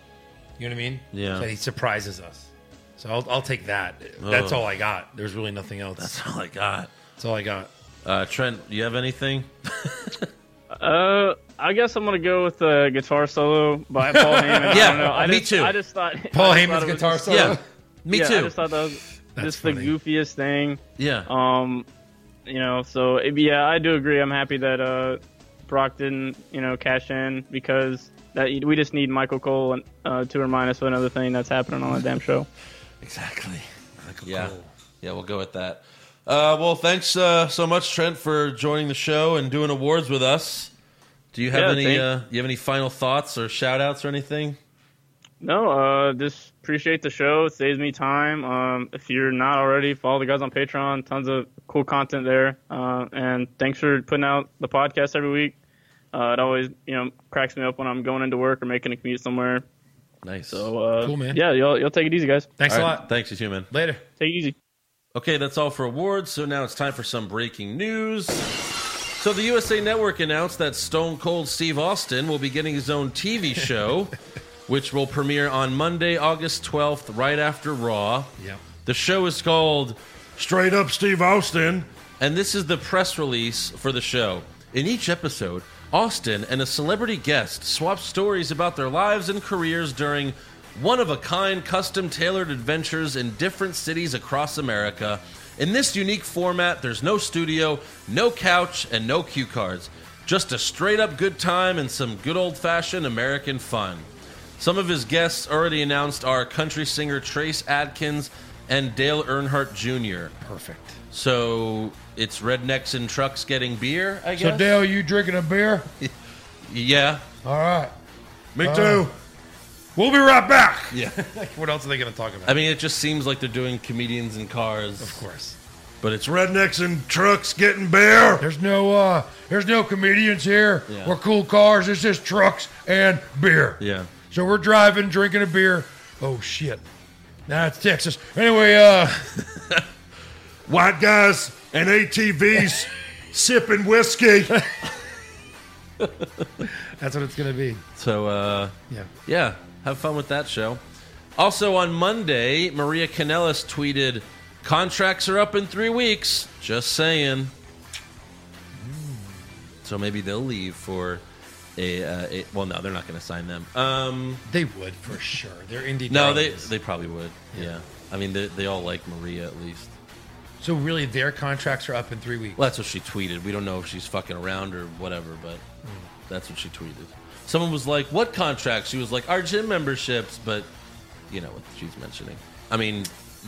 Speaker 6: You know what I mean?
Speaker 5: Yeah.
Speaker 6: That he surprises us. So I'll, I'll take that. That's
Speaker 5: Ugh.
Speaker 6: all I got. There's really nothing else. That's
Speaker 5: all I got.
Speaker 6: That's all I got.
Speaker 5: Oh Uh, Trent, you have anything?
Speaker 11: Uh, I guess I'm gonna go with the guitar solo by Paul Hammond. I
Speaker 5: Yeah,
Speaker 11: don't know. I
Speaker 5: me
Speaker 11: just,
Speaker 5: too.
Speaker 11: I just thought
Speaker 6: Paul
Speaker 11: I just
Speaker 6: Heyman's
Speaker 11: thought it was
Speaker 6: guitar
Speaker 11: just-
Speaker 6: solo? Yeah,
Speaker 5: me
Speaker 11: yeah, I
Speaker 5: too.
Speaker 11: just thought that was just the
Speaker 5: funny.
Speaker 11: goofiest thing.
Speaker 5: Yeah.
Speaker 11: Um, you know, so it- yeah, I do agree. I'm happy that uh, Brock didn't, you know, cash in because that we just need Michael Cole and, uh, to remind us of another thing that's happening on that damn show.
Speaker 5: Exactly. yeah. Yeah, we'll go with that. Uh, well, thanks uh, so much, Trent, for joining the show and doing awards with us. Do you have
Speaker 11: Yeah,
Speaker 5: any?
Speaker 11: thank-
Speaker 5: Uh, you have any final thoughts or shout outs or anything?
Speaker 11: No, uh, just appreciate the show. It saves me time. Um, if you're not already, follow the guys on Patreon. Tons of cool content there. Uh, and thanks for putting out the podcast every week. Uh, it always, you know, cracks me up when I'm going into work or making a commute somewhere.
Speaker 5: Nice.
Speaker 11: So, uh,
Speaker 6: Cool, man.
Speaker 11: Yeah, y'all, y'all take it easy, guys.
Speaker 6: Thanks
Speaker 5: All
Speaker 6: a
Speaker 5: right.
Speaker 6: lot.
Speaker 5: Thanks, you too, man.
Speaker 6: Later.
Speaker 11: Take it easy.
Speaker 5: Okay, that's all for awards. So now it's time for some breaking news. So the USA Network announced that Stone Cold Steve Austin will be getting his own TV show, which will premiere on Monday, August 12th, right after Raw.
Speaker 6: Yeah.
Speaker 5: The show is called
Speaker 7: Straight up Steve Austin.
Speaker 5: And this is the press release for the show. In each episode, Austin and a celebrity guest swap stories about their lives and careers during one of a kind, custom tailored adventures in different cities across America. In this unique format, there's no studio, no couch, and no cue cards. Just a straight up good time and some good old fashioned American fun. Some of his guests already announced are country singer Trace Adkins and Dale Earnhardt Jr.
Speaker 6: Perfect.
Speaker 5: So it's rednecks in trucks getting beer, I guess.
Speaker 6: So Dale, you drinking a beer?
Speaker 5: yeah,
Speaker 6: All right.
Speaker 7: Me
Speaker 6: All
Speaker 7: too.
Speaker 6: right.
Speaker 7: We'll be right back.
Speaker 5: yeah.
Speaker 6: What else are they going to talk about?
Speaker 5: I mean, it just seems like they're doing comedians in cars,
Speaker 6: of course.
Speaker 5: but it's
Speaker 7: Rednecks and trucks getting beer.
Speaker 6: There's no uh there's no comedians here.
Speaker 5: Yeah.
Speaker 6: We're cool cars. It's just trucks and beer.
Speaker 5: yeah.
Speaker 6: So we're driving, drinking a beer. Oh shit. Now it's Texas. Anyway, uh
Speaker 7: White guys and ATVs sipping whiskey.
Speaker 6: that's what it's gonna be.
Speaker 5: So uh,
Speaker 6: Yeah.
Speaker 5: yeah, have fun with that show. Also on Monday, Maria Canellis tweeted, "Contracts are up in three weeks." Just saying. Mm. So maybe they'll leave for a, uh, a well, no, they're not going to sign them. Um,
Speaker 6: They would for sure. They're indie.
Speaker 5: no, they
Speaker 6: darlings.
Speaker 5: they probably would. Yeah, I mean they they all like Maria at least.
Speaker 6: So really their contracts are up in three weeks.
Speaker 5: Well, that's what she tweeted. We don't know if she's fucking around or whatever, but that's what she tweeted. Someone was like, "What contract?" She was like, "Our gym memberships," but you know what she's mentioning. I mean,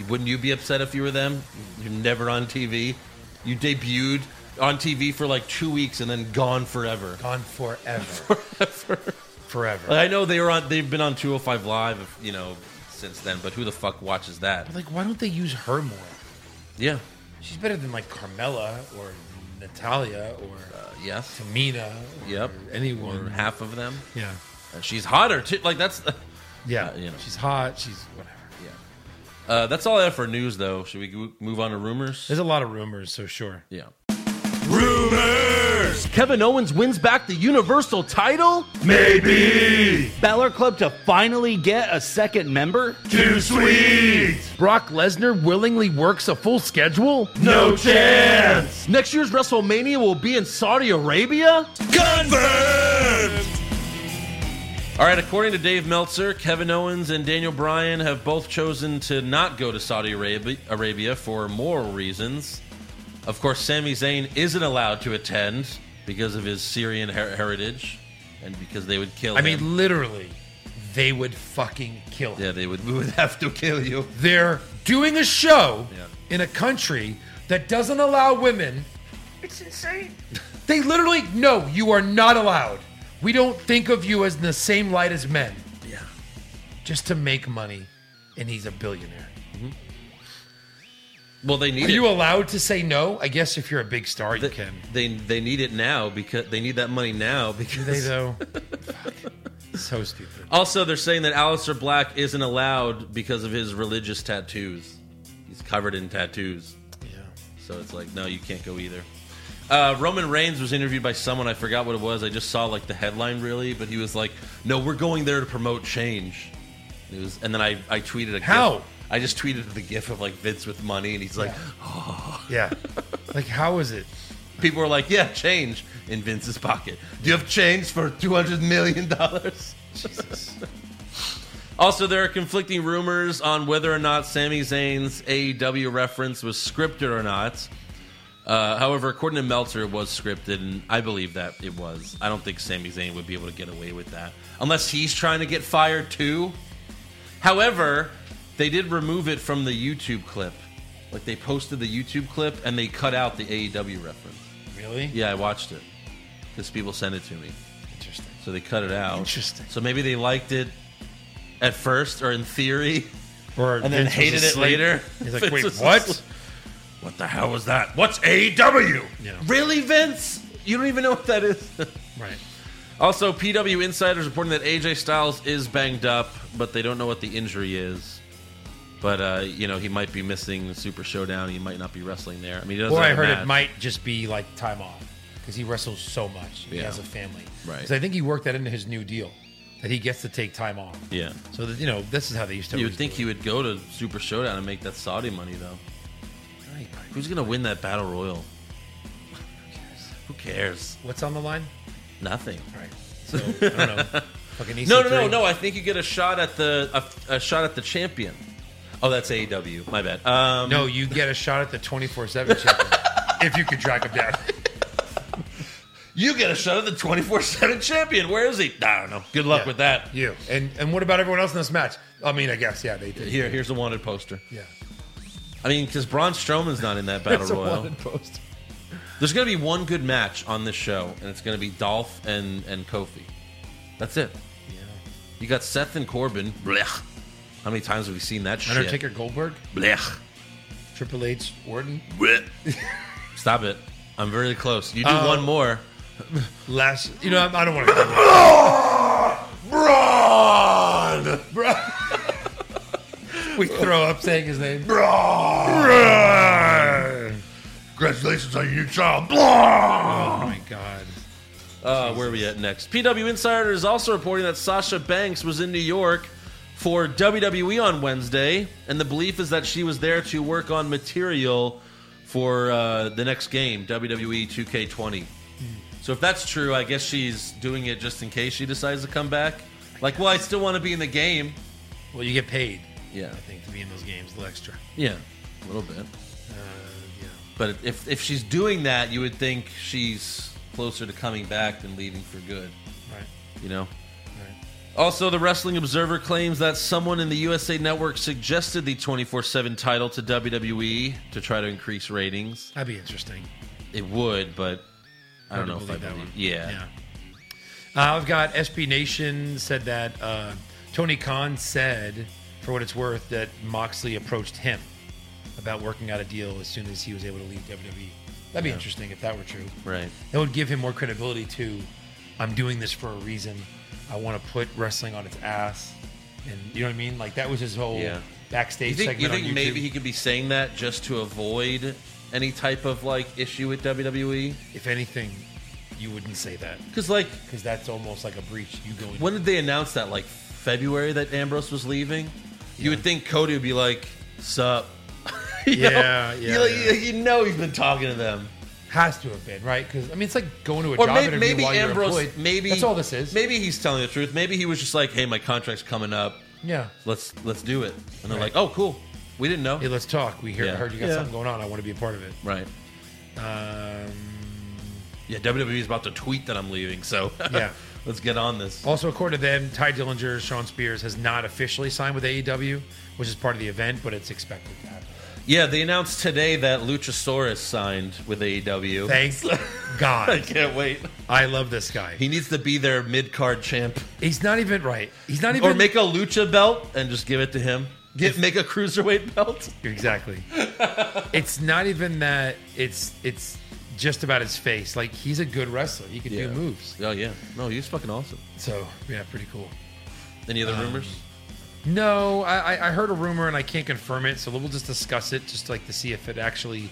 Speaker 5: wouldn't you be upset if you were them? You're never on TV. You debuted on TV for like two weeks and then gone forever.
Speaker 6: Gone forever. Forever. Forever.
Speaker 5: Like, I know they were on. They've been on 205 Live, you know, since then. But who the fuck watches that?
Speaker 6: But, like why don't they use her more?
Speaker 5: Yeah.
Speaker 6: She's better than like Carmela or Natalia or
Speaker 5: Uh, yes.
Speaker 6: Tamina or
Speaker 5: Yep.
Speaker 6: anyone.
Speaker 5: Or half of them.
Speaker 6: yeah.
Speaker 5: And she's hotter too. Like that's.
Speaker 6: Yeah.
Speaker 5: Uh, you know.
Speaker 6: She's hot, she's whatever.
Speaker 5: Uh, that's all I have for news, though. Should we go- move on to rumors?
Speaker 6: There's a lot of rumors, so sure.
Speaker 5: Yeah.
Speaker 7: Rumors.
Speaker 12: Kevin Owens wins back the Universal title?
Speaker 7: Maybe.
Speaker 12: Balor Club to finally get a second member?
Speaker 7: Too sweet.
Speaker 12: Brock Lesnar willingly works a full schedule?
Speaker 7: No chance.
Speaker 12: Next year's WrestleMania will be in Saudi Arabia?
Speaker 7: Confirmed.
Speaker 5: All right. According to Dave Meltzer, Kevin Owens and Daniel Bryan have both chosen to not go to Saudi Arabia, Arabia for moral reasons. Of course, Sami Zayn isn't allowed to attend because of his Syrian her- heritage, and because they would kill.
Speaker 6: I
Speaker 5: him.
Speaker 6: mean, literally, they would fucking kill him.
Speaker 5: yeah, they would. We would have to kill you.
Speaker 6: They're doing a show
Speaker 5: Yeah.
Speaker 6: in a country that doesn't allow women. It's insane. they literally, no, you are not allowed. We don't think of you as in the same light as men. Yeah. Just to make money, and he's a billionaire.
Speaker 5: Well, they need
Speaker 6: Are
Speaker 5: it.
Speaker 6: you allowed to say no? I guess if you're a big star, you
Speaker 5: they,
Speaker 6: can.
Speaker 5: they they need it now because they need that money now because
Speaker 6: They though. Fuck. So stupid.
Speaker 5: Also, they're saying that Alistair Black isn't allowed because of his religious tattoos. He's covered in tattoos.
Speaker 6: Yeah.
Speaker 5: So it's like, no, you can't go either. Uh, Roman Reigns was interviewed by someone I forgot what it was. I just saw like the headline really, but he was like, "No, we're going there to promote change." It was, and then I, I tweeted a
Speaker 6: How?
Speaker 5: GIF. I just tweeted the GIF of like Vince with money, and he's like, "Oh."
Speaker 6: Yeah. like how is it?
Speaker 5: People were like, "Yeah, change in Vince's pocket. Do you have change for two hundred million dollars?" Jesus. Also, there are conflicting rumors on whether or not Sami Zayn's AEW reference was scripted or not. Uh, however, according to Meltzer, it was scripted, and I believe that it was. I don't think Sami Zayn would be able to get away with that unless he's trying to get fired too. However, they did remove it from the YouTube clip. Like they posted the YouTube clip and they cut out the AEW reference.
Speaker 6: Really?
Speaker 5: Yeah, I watched it because people sent it to me.
Speaker 6: Interesting.
Speaker 5: So they cut it out.
Speaker 6: Interesting.
Speaker 5: So maybe they liked it at first, or in theory,
Speaker 6: Or
Speaker 5: and then
Speaker 6: Vince was
Speaker 5: hated it
Speaker 6: asleep.
Speaker 5: later.
Speaker 6: He's like,
Speaker 5: Vince
Speaker 6: wait,
Speaker 5: was
Speaker 6: what?
Speaker 5: asleep. What the hell was that?
Speaker 7: What's AEW?
Speaker 6: Yeah.
Speaker 5: Really, Vince? You don't even know what that is.
Speaker 6: Right.
Speaker 5: also, PW insiders reporting that AJ Styles is banged up, but they don't know what the injury is. But uh, you know, he might be missing the Super Showdown. He might not be wrestling there. I mean, he doesn't
Speaker 6: Or I
Speaker 5: have a
Speaker 6: heard
Speaker 5: match.
Speaker 6: it might just be like time off because he wrestles so much. He
Speaker 5: Yeah.
Speaker 6: has a family.
Speaker 5: Right.
Speaker 6: Because I think he worked that into his new deal that he gets to take time off.
Speaker 5: Yeah.
Speaker 6: So that you know, this is how they used to.
Speaker 5: You would
Speaker 6: always
Speaker 5: think
Speaker 6: do
Speaker 5: he would go to Super Showdown and make that Saudi money, though. Who's gonna win that battle royal? Who cares?
Speaker 6: it. What's on the line?
Speaker 5: Nothing.
Speaker 6: Right. So I don't know. Fucking E
Speaker 5: No, no,
Speaker 6: EC3.
Speaker 5: no, no. I think you get a shot at the a, a shot at the champion. Oh, that's AEW. My bad. Um,
Speaker 6: No, you get a shot at the twenty four seven champion if you could track him down.
Speaker 5: you get a shot at the twenty four seven champion. Where is he? I don't know. Good luck
Speaker 6: Yeah.
Speaker 5: with that.
Speaker 6: You and and what about everyone else in this match? I mean, I guess yeah, they did.
Speaker 5: Here, here's a wanted poster.
Speaker 6: Yeah.
Speaker 5: I mean, because Braun Strowman's not in that battle
Speaker 6: That's a
Speaker 5: royal.
Speaker 6: wanted post.
Speaker 5: There's gonna be one good match on this show, and it's gonna be Dolph and and Kofi. That's it.
Speaker 6: Yeah.
Speaker 5: You got Seth and Corbin. Blech. How many times have we seen that shit?
Speaker 6: Undertaker Goldberg,
Speaker 5: Blech.
Speaker 6: Triple H, Orton.
Speaker 5: Blech. Stop it. I'm very close. You do
Speaker 6: Uh,
Speaker 5: one more.
Speaker 6: Last, you know, I, I don't want to.
Speaker 7: Braun!
Speaker 6: we throw up saying his name.
Speaker 7: Braun! Congratulations on your new child.
Speaker 6: Oh
Speaker 7: Braun!
Speaker 6: my god.
Speaker 5: Uh, where are we at next? PW Insider is also reporting that Sasha Banks was in New York for WWE on Wednesday, and the belief is that she was there to work on material for uh, the next game, E WWE 2K20. So if that's true, I guess she's doing it just in case she decides to come back. Like, well, I still want to be in the game.
Speaker 6: Well, you get paid.
Speaker 5: Yeah.
Speaker 6: I think to be in those games, a little extra.
Speaker 5: Yeah, a little bit.
Speaker 6: Uh, yeah.
Speaker 5: But if if she's doing that, you would think she's closer to coming back than leaving for good.
Speaker 6: Right.
Speaker 5: You know.
Speaker 6: Right.
Speaker 5: Also, the Wrestling Observer claims that someone in the USA Network suggested the 24 7 title to WWE to try to increase ratings.
Speaker 6: That'd be interesting.
Speaker 5: It would, but I don't
Speaker 6: Hard
Speaker 5: know
Speaker 6: to
Speaker 5: if I
Speaker 6: that
Speaker 5: believe.
Speaker 6: one.
Speaker 5: Yeah.
Speaker 6: Uh, I've got SB Nation said that uh, Tony Khan said, for what it's worth, that Moxley approached him about working out a deal as soon as he was able to leave WWE. That'd be interesting if that were true.
Speaker 5: Right.
Speaker 6: That would give him more credibility to, I'm doing this for a reason. I want to put wrestling on its ass. And you know what I mean? Like that was his whole
Speaker 5: Yeah.
Speaker 6: backstage
Speaker 5: You think, you
Speaker 6: segment
Speaker 5: think
Speaker 6: on YouTube.
Speaker 5: maybe he could be saying that just to avoid any type of like issue with WWE?
Speaker 6: if anything, you wouldn't say that
Speaker 5: Because, like,
Speaker 6: because that's almost like a breach. You going
Speaker 5: when did they announce that? Like February that Ambrose was leaving? You would think Cody would be like, Sup. You know?
Speaker 6: Yeah, yeah,
Speaker 5: You, like,
Speaker 6: yeah.
Speaker 5: you know he's been talking to them.
Speaker 6: has to have been right because I mean it's like going to a
Speaker 5: or
Speaker 6: job
Speaker 5: may-
Speaker 6: interview
Speaker 5: maybe
Speaker 6: while
Speaker 5: Ambrose.
Speaker 6: you're employed.
Speaker 5: Maybe
Speaker 6: that's all this is.
Speaker 5: Maybe he's telling the truth. Maybe he was just like, "Hey, my contract's coming up.
Speaker 6: Yeah.
Speaker 5: Let's let's do it." And they're
Speaker 6: Right.
Speaker 5: like, "Oh, cool. We didn't know."
Speaker 6: Hey, let's talk. We hear,
Speaker 5: Yeah.
Speaker 6: heard you got
Speaker 5: Yeah.
Speaker 6: something going on. I want to be a part of it.
Speaker 5: Right.
Speaker 6: Um,
Speaker 5: Yeah. WWE's about to tweet that I'm leaving, so
Speaker 6: Yeah. Oh.
Speaker 5: let's get on this.
Speaker 6: also, according to them, Ty Dillinger, Sean Spears has not officially signed with AEW, which is part of the event, but it's expected to happen.
Speaker 5: Yeah, they announced today that Luchasaurus signed with AEW.
Speaker 6: Thanks
Speaker 5: I
Speaker 6: God.
Speaker 5: can't wait.
Speaker 6: I love this guy.
Speaker 5: He needs to be their mid card champ,
Speaker 6: He's not even right. He's not even
Speaker 5: or make a lucha belt and just give it to him. Get make a cruiserweight belt.
Speaker 6: Exactly. it's not even that. It's it's just about his face. Like he's a good wrestler. He can do moves.
Speaker 5: Oh yeah. No, he's fucking awesome.
Speaker 6: So yeah, pretty cool.
Speaker 5: Any other rumors?
Speaker 6: No, I, I- I heard a rumor and I can't confirm it, so we'll just discuss it just like to see if it actually,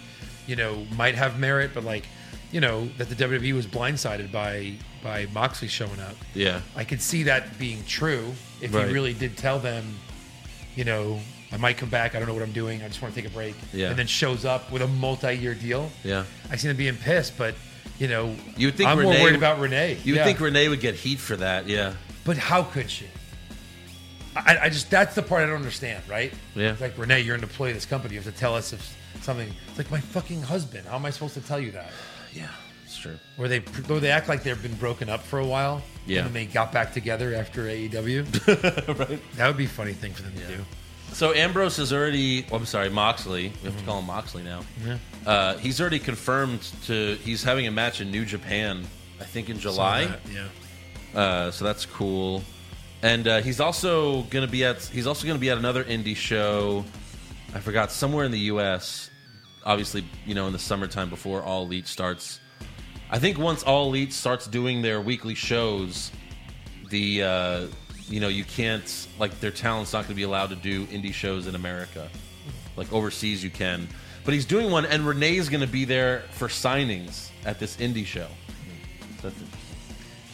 Speaker 6: you know, might have merit. But like, you know, that the WWE was blindsided by by Moxley showing up.
Speaker 5: Yeah.
Speaker 6: I could see that being true if
Speaker 5: Right.
Speaker 6: he really did tell them, you know, I might come back. I don't know what I'm doing. I just want to take a break.
Speaker 5: Yeah.
Speaker 6: And then shows up with a multi-year deal.
Speaker 5: Yeah.
Speaker 6: I see them being pissed, but you know,
Speaker 5: You would think
Speaker 6: I'm
Speaker 5: Renee,
Speaker 6: more worried about Renee.
Speaker 5: You would
Speaker 6: Yeah.
Speaker 5: think Renee would get heat for that, yeah.
Speaker 6: But how could she? I, I just that's the part I don't understand, right?
Speaker 5: Yeah.
Speaker 6: It's like Renee, you're an employee of this company. You have to tell us if something. It's like my fucking husband. How am I supposed to tell you that?
Speaker 5: Yeah, it's true.
Speaker 6: Where they where they act like they've been broken up for a while.
Speaker 5: Yeah.
Speaker 6: And then they got back together after AEW. right. That would be a funny thing for them to do.
Speaker 5: So Ambrose has already. oh, I'm sorry, Moxley. We have to call him Moxley now.
Speaker 6: Yeah.
Speaker 5: Uh, he's already confirmed to. He's having a match in New Japan, I think in July.
Speaker 6: that,
Speaker 5: yeah. Uh, so that's cool, and uh, he's also gonna be at. He's also gonna be at another indie show. I forgot somewhere in the U.S. Obviously, you know, in the summertime before All Elite starts. I think once All Elite starts doing their weekly shows, the uh, you know you can't like their talent's not going to be allowed to do indie shows in America. Like overseas, you can, but he's doing one, and Renee's going to be there for signings at this indie show. So that's-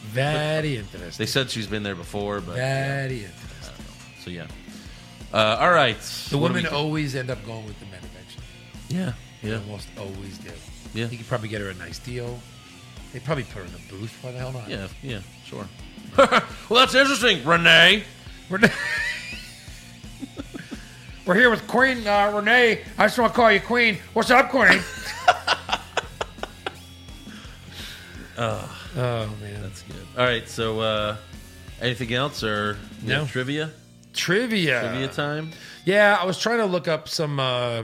Speaker 6: Very interesting.
Speaker 5: They said she's been there before, but
Speaker 6: Very
Speaker 5: yeah. so yeah. Uh, all right,
Speaker 6: The
Speaker 5: What do we
Speaker 6: women
Speaker 5: do?
Speaker 6: always end up going with the men eventually.
Speaker 5: Yeah, yeah.
Speaker 6: They almost always do.
Speaker 5: Yeah.
Speaker 6: You could probably get her a nice deal. They probably put her in the booth. Why the hell not?
Speaker 5: Yeah, yeah, sure. well, that's interesting, Renee.
Speaker 6: Renee. We're here with Queen uh, Renee. I just want to call you Queen. What's up, Queen?
Speaker 5: Oh,
Speaker 6: man,
Speaker 5: that's good. All right, so uh, anything else or you
Speaker 6: No.
Speaker 5: have trivia?
Speaker 6: Trivia.
Speaker 5: Trivia time.
Speaker 6: Yeah, I was trying to look up some uh,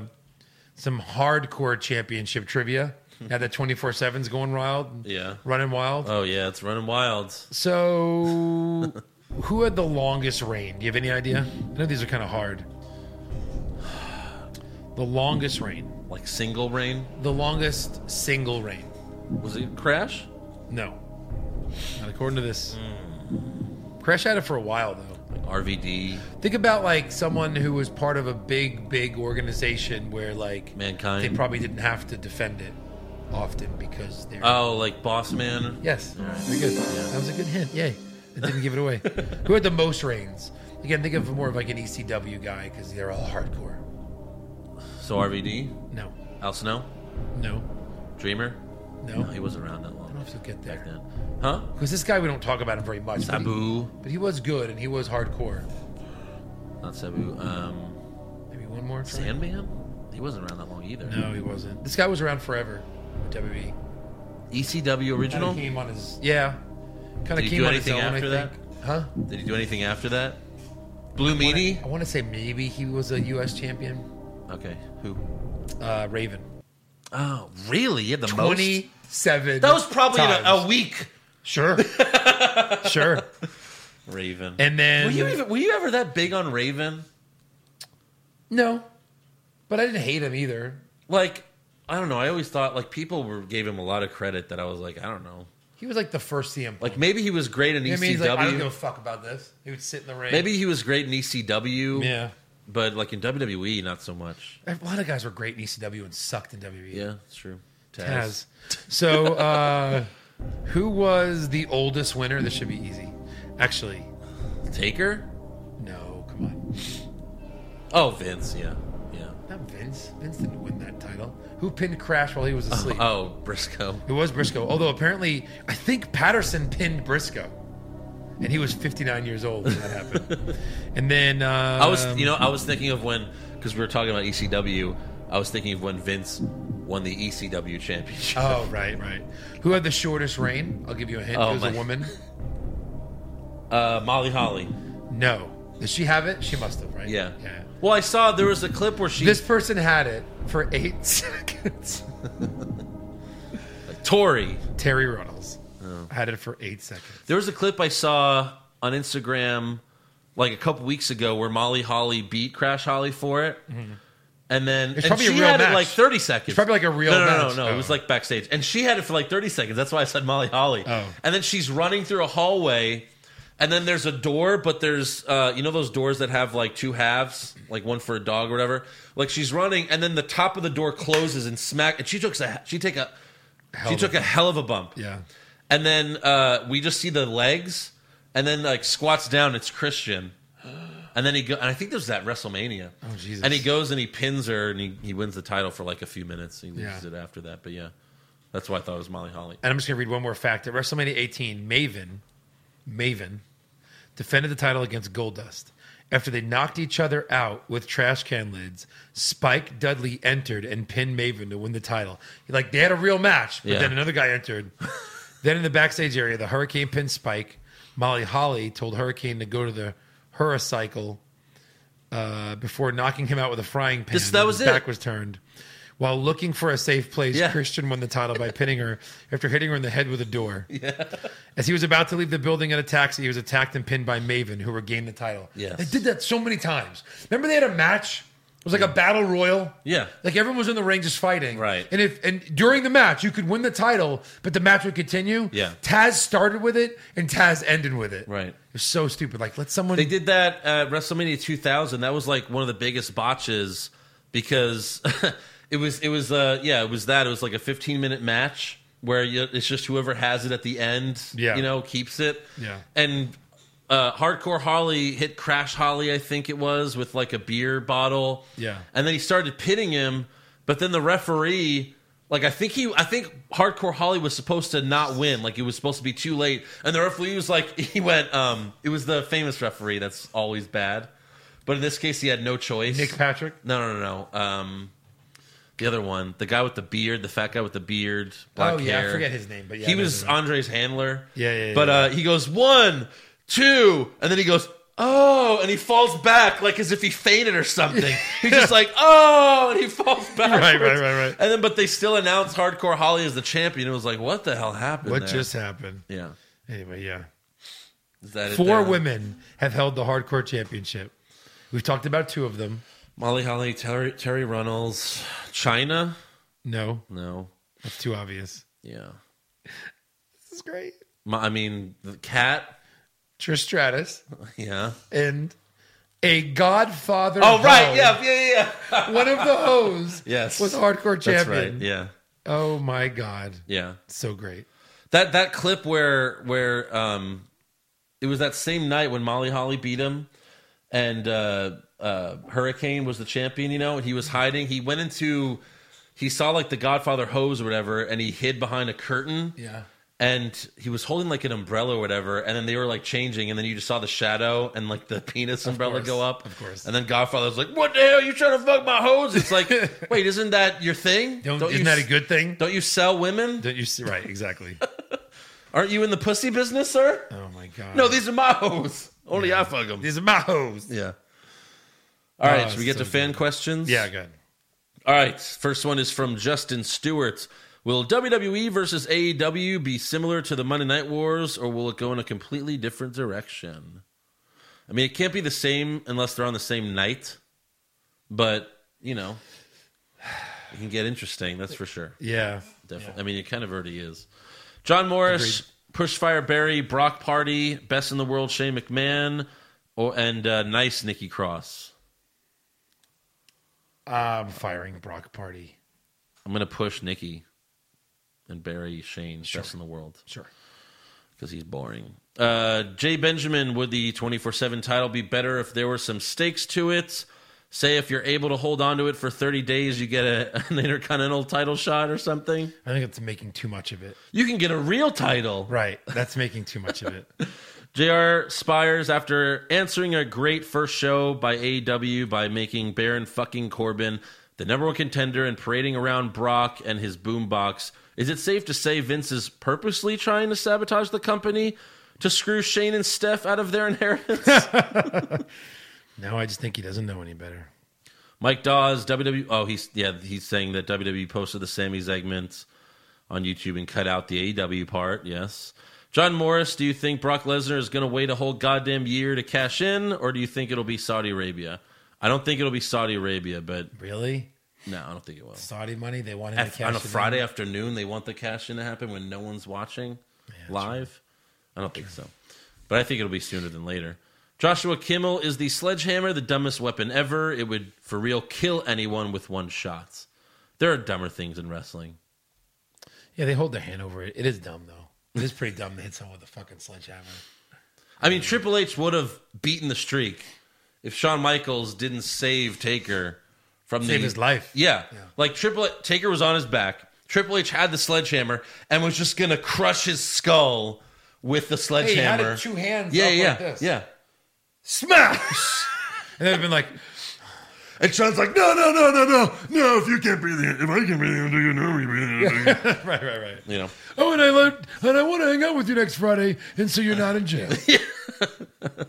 Speaker 6: some hardcore championship trivia. Now that twenty four seven's going wild,
Speaker 5: Yeah.
Speaker 6: running wild.
Speaker 5: Oh yeah, it's running wilds.
Speaker 6: So, who had the longest reign? Do you have any idea? I know these are kind of hard. The longest reign.
Speaker 5: Like single reign?
Speaker 6: The longest single reign.
Speaker 5: Was it Crash?
Speaker 6: No. Not according to this. Crash had it for a while, though.
Speaker 5: RVD,
Speaker 6: Think about like someone who was part of a big, big organization where like
Speaker 5: Mankind.
Speaker 6: they probably didn't have to defend it often because they're.
Speaker 5: Oh, like Boss Man.
Speaker 6: Yes.
Speaker 5: All right.
Speaker 6: Very good. That was a good hint. Yay. It didn't give it away. Who had the most reigns? Again, think of more of like an ECW guy because they're all hardcore.
Speaker 5: So RVD.
Speaker 6: No.
Speaker 5: Al Snow.
Speaker 6: No.
Speaker 5: Dreamer.
Speaker 6: No.
Speaker 5: he wasn't around that long.
Speaker 6: I don't know if you'll get there.
Speaker 5: Huh?
Speaker 6: Because this guy, we don't talk about him very much. but he-
Speaker 5: Sabu.
Speaker 6: But he, was good and he was hardcore.
Speaker 5: Not Sabu. Um,
Speaker 6: Maybe one more. try.
Speaker 5: Sandman. He wasn't around that long either.
Speaker 6: No, he wasn't. This guy was around forever with WWE.
Speaker 5: ECW E original.
Speaker 6: Kinda came on his yeah.
Speaker 5: Did
Speaker 6: Kind of
Speaker 5: he
Speaker 6: came
Speaker 5: do
Speaker 6: on
Speaker 5: anything
Speaker 6: his own,
Speaker 5: after
Speaker 6: I
Speaker 5: that?
Speaker 6: think. Huh?
Speaker 5: Did he do anything after that? Blue Meanie.
Speaker 6: I want to say maybe he was a U.S. champion.
Speaker 5: Okay. Who?
Speaker 6: Uh, Raven.
Speaker 5: Oh, really? You had the most.
Speaker 6: Twenty-seven.
Speaker 5: That was probably in a-
Speaker 6: times.
Speaker 5: a week.
Speaker 6: Sure. sure.
Speaker 5: Raven.
Speaker 6: And then-
Speaker 5: were you even, were you ever that big on Raven?
Speaker 6: No, but I didn't hate him either.
Speaker 5: Like I don't know. I always thought like people were gave him a lot of credit that I was like I don't know.
Speaker 6: He was like the first CM. Punk.
Speaker 5: Like maybe he was great in
Speaker 6: You know what I mean,
Speaker 5: ECW.
Speaker 6: he's like, I don't give a fuck about this. He would sit in the ring.
Speaker 5: Maybe he was great in ECW.
Speaker 6: Yeah.
Speaker 5: But like in WWE, not so much.
Speaker 6: a lot of guys were great in ECW and sucked in E. WWE.
Speaker 5: Yeah, it's true.
Speaker 6: Taz. So, uh, who was the oldest winner? This should be easy. Actually,
Speaker 5: Taker?
Speaker 6: No, come on.
Speaker 5: Oh, Vince, yeah. Yeah.
Speaker 6: Not Vince. Vince didn't win that title. Who pinned Crash while he was asleep?
Speaker 5: Oh, Briscoe.
Speaker 6: It was Briscoe. Although apparently, I think Patterson pinned Briscoe, and he was 59 years old when that happened. and then uh,
Speaker 5: I was, you know, I was thinking of when because we were talking about ECW. I was thinking of when Vince won the ECW championship.
Speaker 6: Oh right, right. Who had the shortest reign? I'll give you a hint.
Speaker 5: Oh,
Speaker 6: it was a
Speaker 5: my-
Speaker 6: woman.
Speaker 5: Uh, Molly Holly.
Speaker 6: No. Does she have it? She must have, right?
Speaker 5: Yeah.
Speaker 6: Yeah.
Speaker 5: Well, I saw there was a clip where she
Speaker 6: This person had it for eight seconds.
Speaker 5: Tori.
Speaker 6: Terry Runnels
Speaker 5: Oh.
Speaker 6: had it for eight seconds.
Speaker 5: There was a clip I saw on Instagram like a couple weeks ago where Molly Holly beat Crash Holly for it.
Speaker 6: Mhm.
Speaker 5: And then
Speaker 6: It's
Speaker 5: and
Speaker 6: probably a
Speaker 5: she
Speaker 6: real
Speaker 5: had
Speaker 6: match.
Speaker 5: it like 30 seconds.
Speaker 6: It's probably like a real
Speaker 5: no, no,
Speaker 6: match.
Speaker 5: No, no, no. It
Speaker 6: Oh.
Speaker 5: was like backstage. And she had it for like 30 seconds. That's why I said Molly Holly.
Speaker 6: Oh.
Speaker 5: And then she's running through a hallway. And then there's a door, but there's, uh, you know, those doors that have like two halves, like one for a dog or whatever. Like she's running, and then the top of the door closes and smack, and she takes a, she take a, she took a hell of a bump.
Speaker 6: Yeah.
Speaker 5: And then uh, we just see the legs, and then like squats down. It's Christian, and then he go. And I think there's that WrestleMania.
Speaker 6: Oh, Jesus.
Speaker 5: And he goes and he pins her, and he, he wins the title for like a few minutes. He loses
Speaker 6: Yeah.
Speaker 5: it after that, but yeah, that's why I thought it was Molly Holly.
Speaker 6: And I'm just going to read one more fact. At WrestleMania 18, Maven, Maven, defended the title against Goldust. After they knocked each other out with trash can lids, Spike Dudley entered and pinned Maven to win the title. Like they had a real match, but
Speaker 5: Yeah.
Speaker 6: then another guy entered. then in the backstage area, the Hurricane pinned Spike. Molly Holly told Hurricane to go to the Hurricycle uh, before knocking him out with a frying pan.
Speaker 5: This- that was
Speaker 6: His back
Speaker 5: it.
Speaker 6: was turned. While looking for a safe place, Christian won the title by pinning her after hitting her in the head with a door. As he was about to leave the building in a taxi, he was attacked and pinned by Maven, who regained the title.
Speaker 5: Yes.
Speaker 6: They did that so many times. Remember they had a match? It was like a battle royal.
Speaker 5: Yeah.
Speaker 6: Like everyone was in the ring just fighting.
Speaker 5: Right.
Speaker 6: And if and during the match, you could win the title, but the match would continue.
Speaker 5: Yeah.
Speaker 6: Taz started with it and Taz ended with it.
Speaker 5: Right.
Speaker 6: It's so stupid. Like let someone
Speaker 5: They did that at WrestleMania 2000. That was like one of the biggest botches because it was it was uh yeah it was that it was like a 15 minute match where you, it's just whoever has it at the end
Speaker 6: Yeah.
Speaker 5: you know keeps it
Speaker 6: Yeah.
Speaker 5: and uh, hardcore Holly hit Crash Holly I think it was with like a beer bottle
Speaker 6: Yeah.
Speaker 5: and then he started pitting him but then the referee like I think he I think hardcore Holly was supposed to not win like it was supposed to be too late and the referee was like he went um it was the famous referee that's always bad but in this case he had no choice
Speaker 6: Nick Patrick.
Speaker 5: no, no, no, no. Um, the other one, the guy with the beard, the fat guy with the beard, black
Speaker 6: Oh, yeah, I
Speaker 5: hair.
Speaker 6: forget his name, but yeah, I
Speaker 5: he
Speaker 6: know
Speaker 5: was
Speaker 6: who it is.
Speaker 5: Andre's handler.
Speaker 6: Yeah, yeah, yeah,
Speaker 5: But uh,
Speaker 6: yeah.
Speaker 5: he goes one, two, and then he goes oh, and he falls back like as if he fainted or something. He's just like oh, and he falls back.
Speaker 6: Right, right, right, right.
Speaker 5: And then, but they still announced Hardcore Holly as the champion. It was like, what the hell happened?
Speaker 6: What
Speaker 5: there?
Speaker 6: just happened?
Speaker 5: Yeah.
Speaker 6: Anyway, yeah.
Speaker 5: Is that it
Speaker 6: Four
Speaker 5: there?
Speaker 6: women have held the hardcore championship. We've talked about two of them.
Speaker 5: Molly Holly, Terry, Terry Runnels, China.
Speaker 6: No,
Speaker 5: No.
Speaker 6: that's too obvious.
Speaker 5: Yeah.
Speaker 6: This is great.
Speaker 5: My, I mean, the cat.
Speaker 6: Trish Stratus
Speaker 5: Yeah.
Speaker 6: and a Godfather.
Speaker 5: Oh right,
Speaker 6: hoe.
Speaker 5: yeah, yeah, yeah.
Speaker 6: One of the hoes
Speaker 5: yes,
Speaker 6: was hardcore
Speaker 5: That's
Speaker 6: champion.
Speaker 5: right. Yeah,
Speaker 6: Oh my god,
Speaker 5: yeah.
Speaker 6: so great.
Speaker 5: That that clip where where um, it was that same night when Molly Holly beat him, and uh, uh, Hurricane was the champion. You know, he was hiding. He went into, he saw like the Godfather hose or whatever, and he hid behind a curtain.
Speaker 6: Yeah.
Speaker 5: And he was holding like an umbrella or whatever, and then they were like changing, and then you just saw the shadow and like the penis umbrella
Speaker 6: course,
Speaker 5: go up.
Speaker 6: of course.
Speaker 5: And then Godfather's like, "What the hell? You trying to fuck my hose?" It's like, wait, isn't that your thing?
Speaker 6: Don't,
Speaker 5: you
Speaker 6: isn't that a
Speaker 5: s-
Speaker 6: good thing?
Speaker 5: Don't you sell women?
Speaker 6: Don't you see? Right, exactly.
Speaker 5: Aren't you in the pussy business, sir?
Speaker 6: oh my god.
Speaker 5: No, these are my hoes. Only I fuck them.
Speaker 6: these are my hoes.
Speaker 5: Yeah. All right,
Speaker 6: Oh,
Speaker 5: should we get
Speaker 6: so
Speaker 5: to fan questions?
Speaker 6: Yeah, good.
Speaker 5: All right, first one is from Justin Stewart. Will WWE versus AEW be similar to the Monday Night Wars, or will it go in a completely different direction? I mean, it can't be the same unless they're on the same night, but you know, it can get interesting. That's for sure.
Speaker 6: Yeah.
Speaker 5: Definitely. I mean, it kind of already is. John Morris, Pushfire Barry, Brock Party, Best in the World, Shane McMahon, or, and uh, nice Nikki Cross.
Speaker 6: I'm Um, firing Brock Party.
Speaker 5: I'm going to push Nikki and Barry Shane, Best in the World,
Speaker 6: Sure.
Speaker 5: because he's boring. Uh, Jay Benjamin, would the 24 7 title be better if there were some stakes to it? Say if you're able to hold on to it for 30 days, you get a, an intercontinental title shot or something.
Speaker 6: I think it's making too much of it.
Speaker 5: You can get a real title.
Speaker 6: Right. That's making too much of it.
Speaker 5: JR Spires, after answering a great first show by AEW by making Baron fucking Corbin the number one contender and parading around Brock and his boombox, is it safe to say Vince is purposely trying to sabotage the company to screw Shane and Steph out of their inheritance?
Speaker 6: Now I just think he doesn't know any better.
Speaker 5: Mike Dawes, WWE. Oh, he's yeah, he's saying that WWE posted the Sammy segment on YouTube and cut out the AEW part. Yes. John Morris, do you think Brock Lesnar is going to wait a whole goddamn year to cash in, or do you think it'll be Saudi Arabia? I don't think it'll be Saudi Arabia, but
Speaker 6: Really?
Speaker 5: no, I don't think it will.
Speaker 6: Saudi money? They want him to
Speaker 5: At-
Speaker 6: cash
Speaker 5: on a
Speaker 6: it in?
Speaker 5: Friday afternoon, they want the cash in to happen when no one's watching live. I don't think so, but I think it'll be sooner than later. Joshua Kimmel is the sledgehammer, the dumbest weapon ever. It would for real kill anyone with one shot. There are dumber things in wrestling.
Speaker 6: Yeah, they hold their hand over it. It is dumb though. It is pretty dumb to hit someone with a fucking sledgehammer.
Speaker 5: I mean, Triple H would have beaten the streak if Shawn Michaels didn't save Taker from
Speaker 6: Save
Speaker 5: the,
Speaker 6: his life.
Speaker 5: Yeah, like Triple H, Taker was on his back. Triple H had the sledgehammer and was just gonna crush his skull with the
Speaker 6: Hey, how
Speaker 5: sledgehammer.
Speaker 6: did two hands?
Speaker 5: yeah,
Speaker 6: up
Speaker 5: yeah,
Speaker 6: like this?
Speaker 5: yeah.
Speaker 6: Smash. and they've been like,
Speaker 7: And Sean's like, no, no, no, no, no, no. If you can't breathe in, if I can't breathe in, do you know me breathing in?
Speaker 6: right, right, right.
Speaker 5: You know,
Speaker 6: Oh, and I loved, and I want to hang out with you next Friday, and so you're not in jail.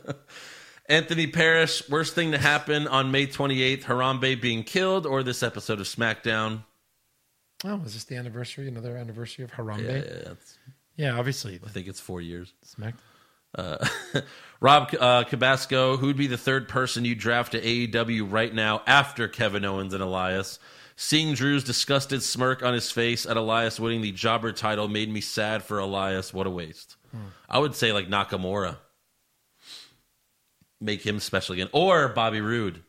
Speaker 5: Anthony Paris, worst thing to happen on May 28th, Harambe being killed or this episode of SmackDown.
Speaker 6: oh, was this the anniversary? Another anniversary of Harambe?
Speaker 5: Yeah, yeah, that's-
Speaker 6: Yeah, obviously.
Speaker 5: I think it's four years.
Speaker 6: Smack.
Speaker 5: Uh, Rob uh, Cabasco, who'd be the third person you draft to AEW right now after Kevin Owens and Elias? Seeing Drew's disgusted smirk on his face at Elias winning the jobber title made me sad for Elias. What a waste.
Speaker 2: Hmm.
Speaker 5: I would say like Nakamura. Make him special again. Or Bobby Roode.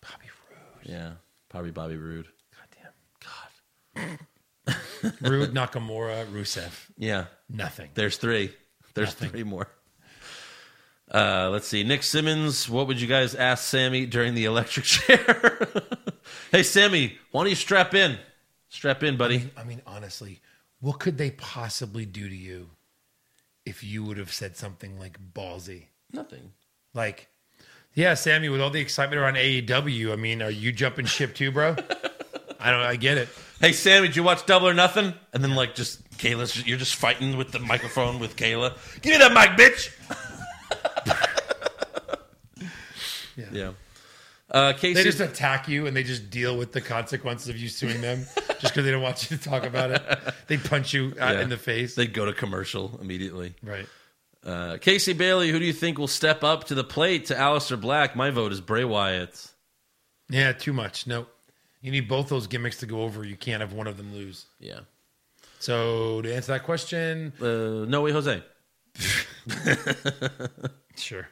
Speaker 5: Bobby Roode. Yeah. Probably Bobby Roode.
Speaker 6: Rude, Nakamura, Rusev.
Speaker 5: Yeah.
Speaker 6: Nothing.
Speaker 5: There's three. There's
Speaker 6: Nothing.
Speaker 5: three more. Uh, let's see. Nick Simmons, what would you guys ask Sammy during the electric chair? hey, Sammy, why don't you strap in? Strap in, buddy.
Speaker 6: I mean, honestly, what could they possibly do to you if you would have said something like ballsy?
Speaker 5: Nothing.
Speaker 6: Like, yeah, Sammy, with all the excitement around AEW, I mean, are you jumping ship too, bro? I don't. I get it.
Speaker 5: Hey, Sammy, did you watch Double or Nothing? And then, like, just Kayla's, you're just fighting with the microphone with Kayla. Give me that mic, bitch. yeah. Uh, Casey,
Speaker 6: They just attack you and they just deal with the consequences of you suing them just because they don't want you to talk about it. They punch you out
Speaker 5: Yeah.
Speaker 6: in the face.
Speaker 5: They go to commercial immediately.
Speaker 6: Right.
Speaker 5: Uh, Casey Bailey, who do you think will step up to the plate to Aleister Black? My vote is Bray Wyatt.
Speaker 6: Yeah, too much. No, you need both those gimmicks to go over. You can't have one of them lose.
Speaker 5: Yeah.
Speaker 6: So to answer that question,
Speaker 5: Uh, no way, Jose.
Speaker 6: sure.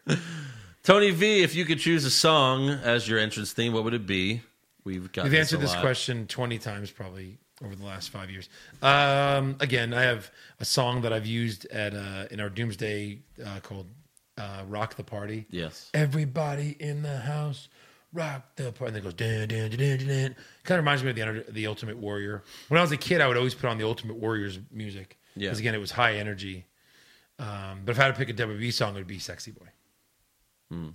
Speaker 5: Tony V, if you could choose a song as your entrance theme, what would it be? We've got
Speaker 6: We've answered this
Speaker 5: lot.
Speaker 6: question 20 times probably over the last five years. Um, again, I have a song that I've used at uh, in our Doomsday uh, called uh, Rock the Party.
Speaker 5: Yes.
Speaker 6: Everybody in the house, rock the party. And it goes, dun, dun, dun, dun, dun, dun. kind of reminds me of the, Ener- the Ultimate Warrior. When I was a kid, I would always put on the Ultimate Warrior's music.
Speaker 5: Yeah.
Speaker 6: Because again, it was high energy. Um, but if I had to pick a WWE song, it would be Sexy Boy.
Speaker 5: Hmm.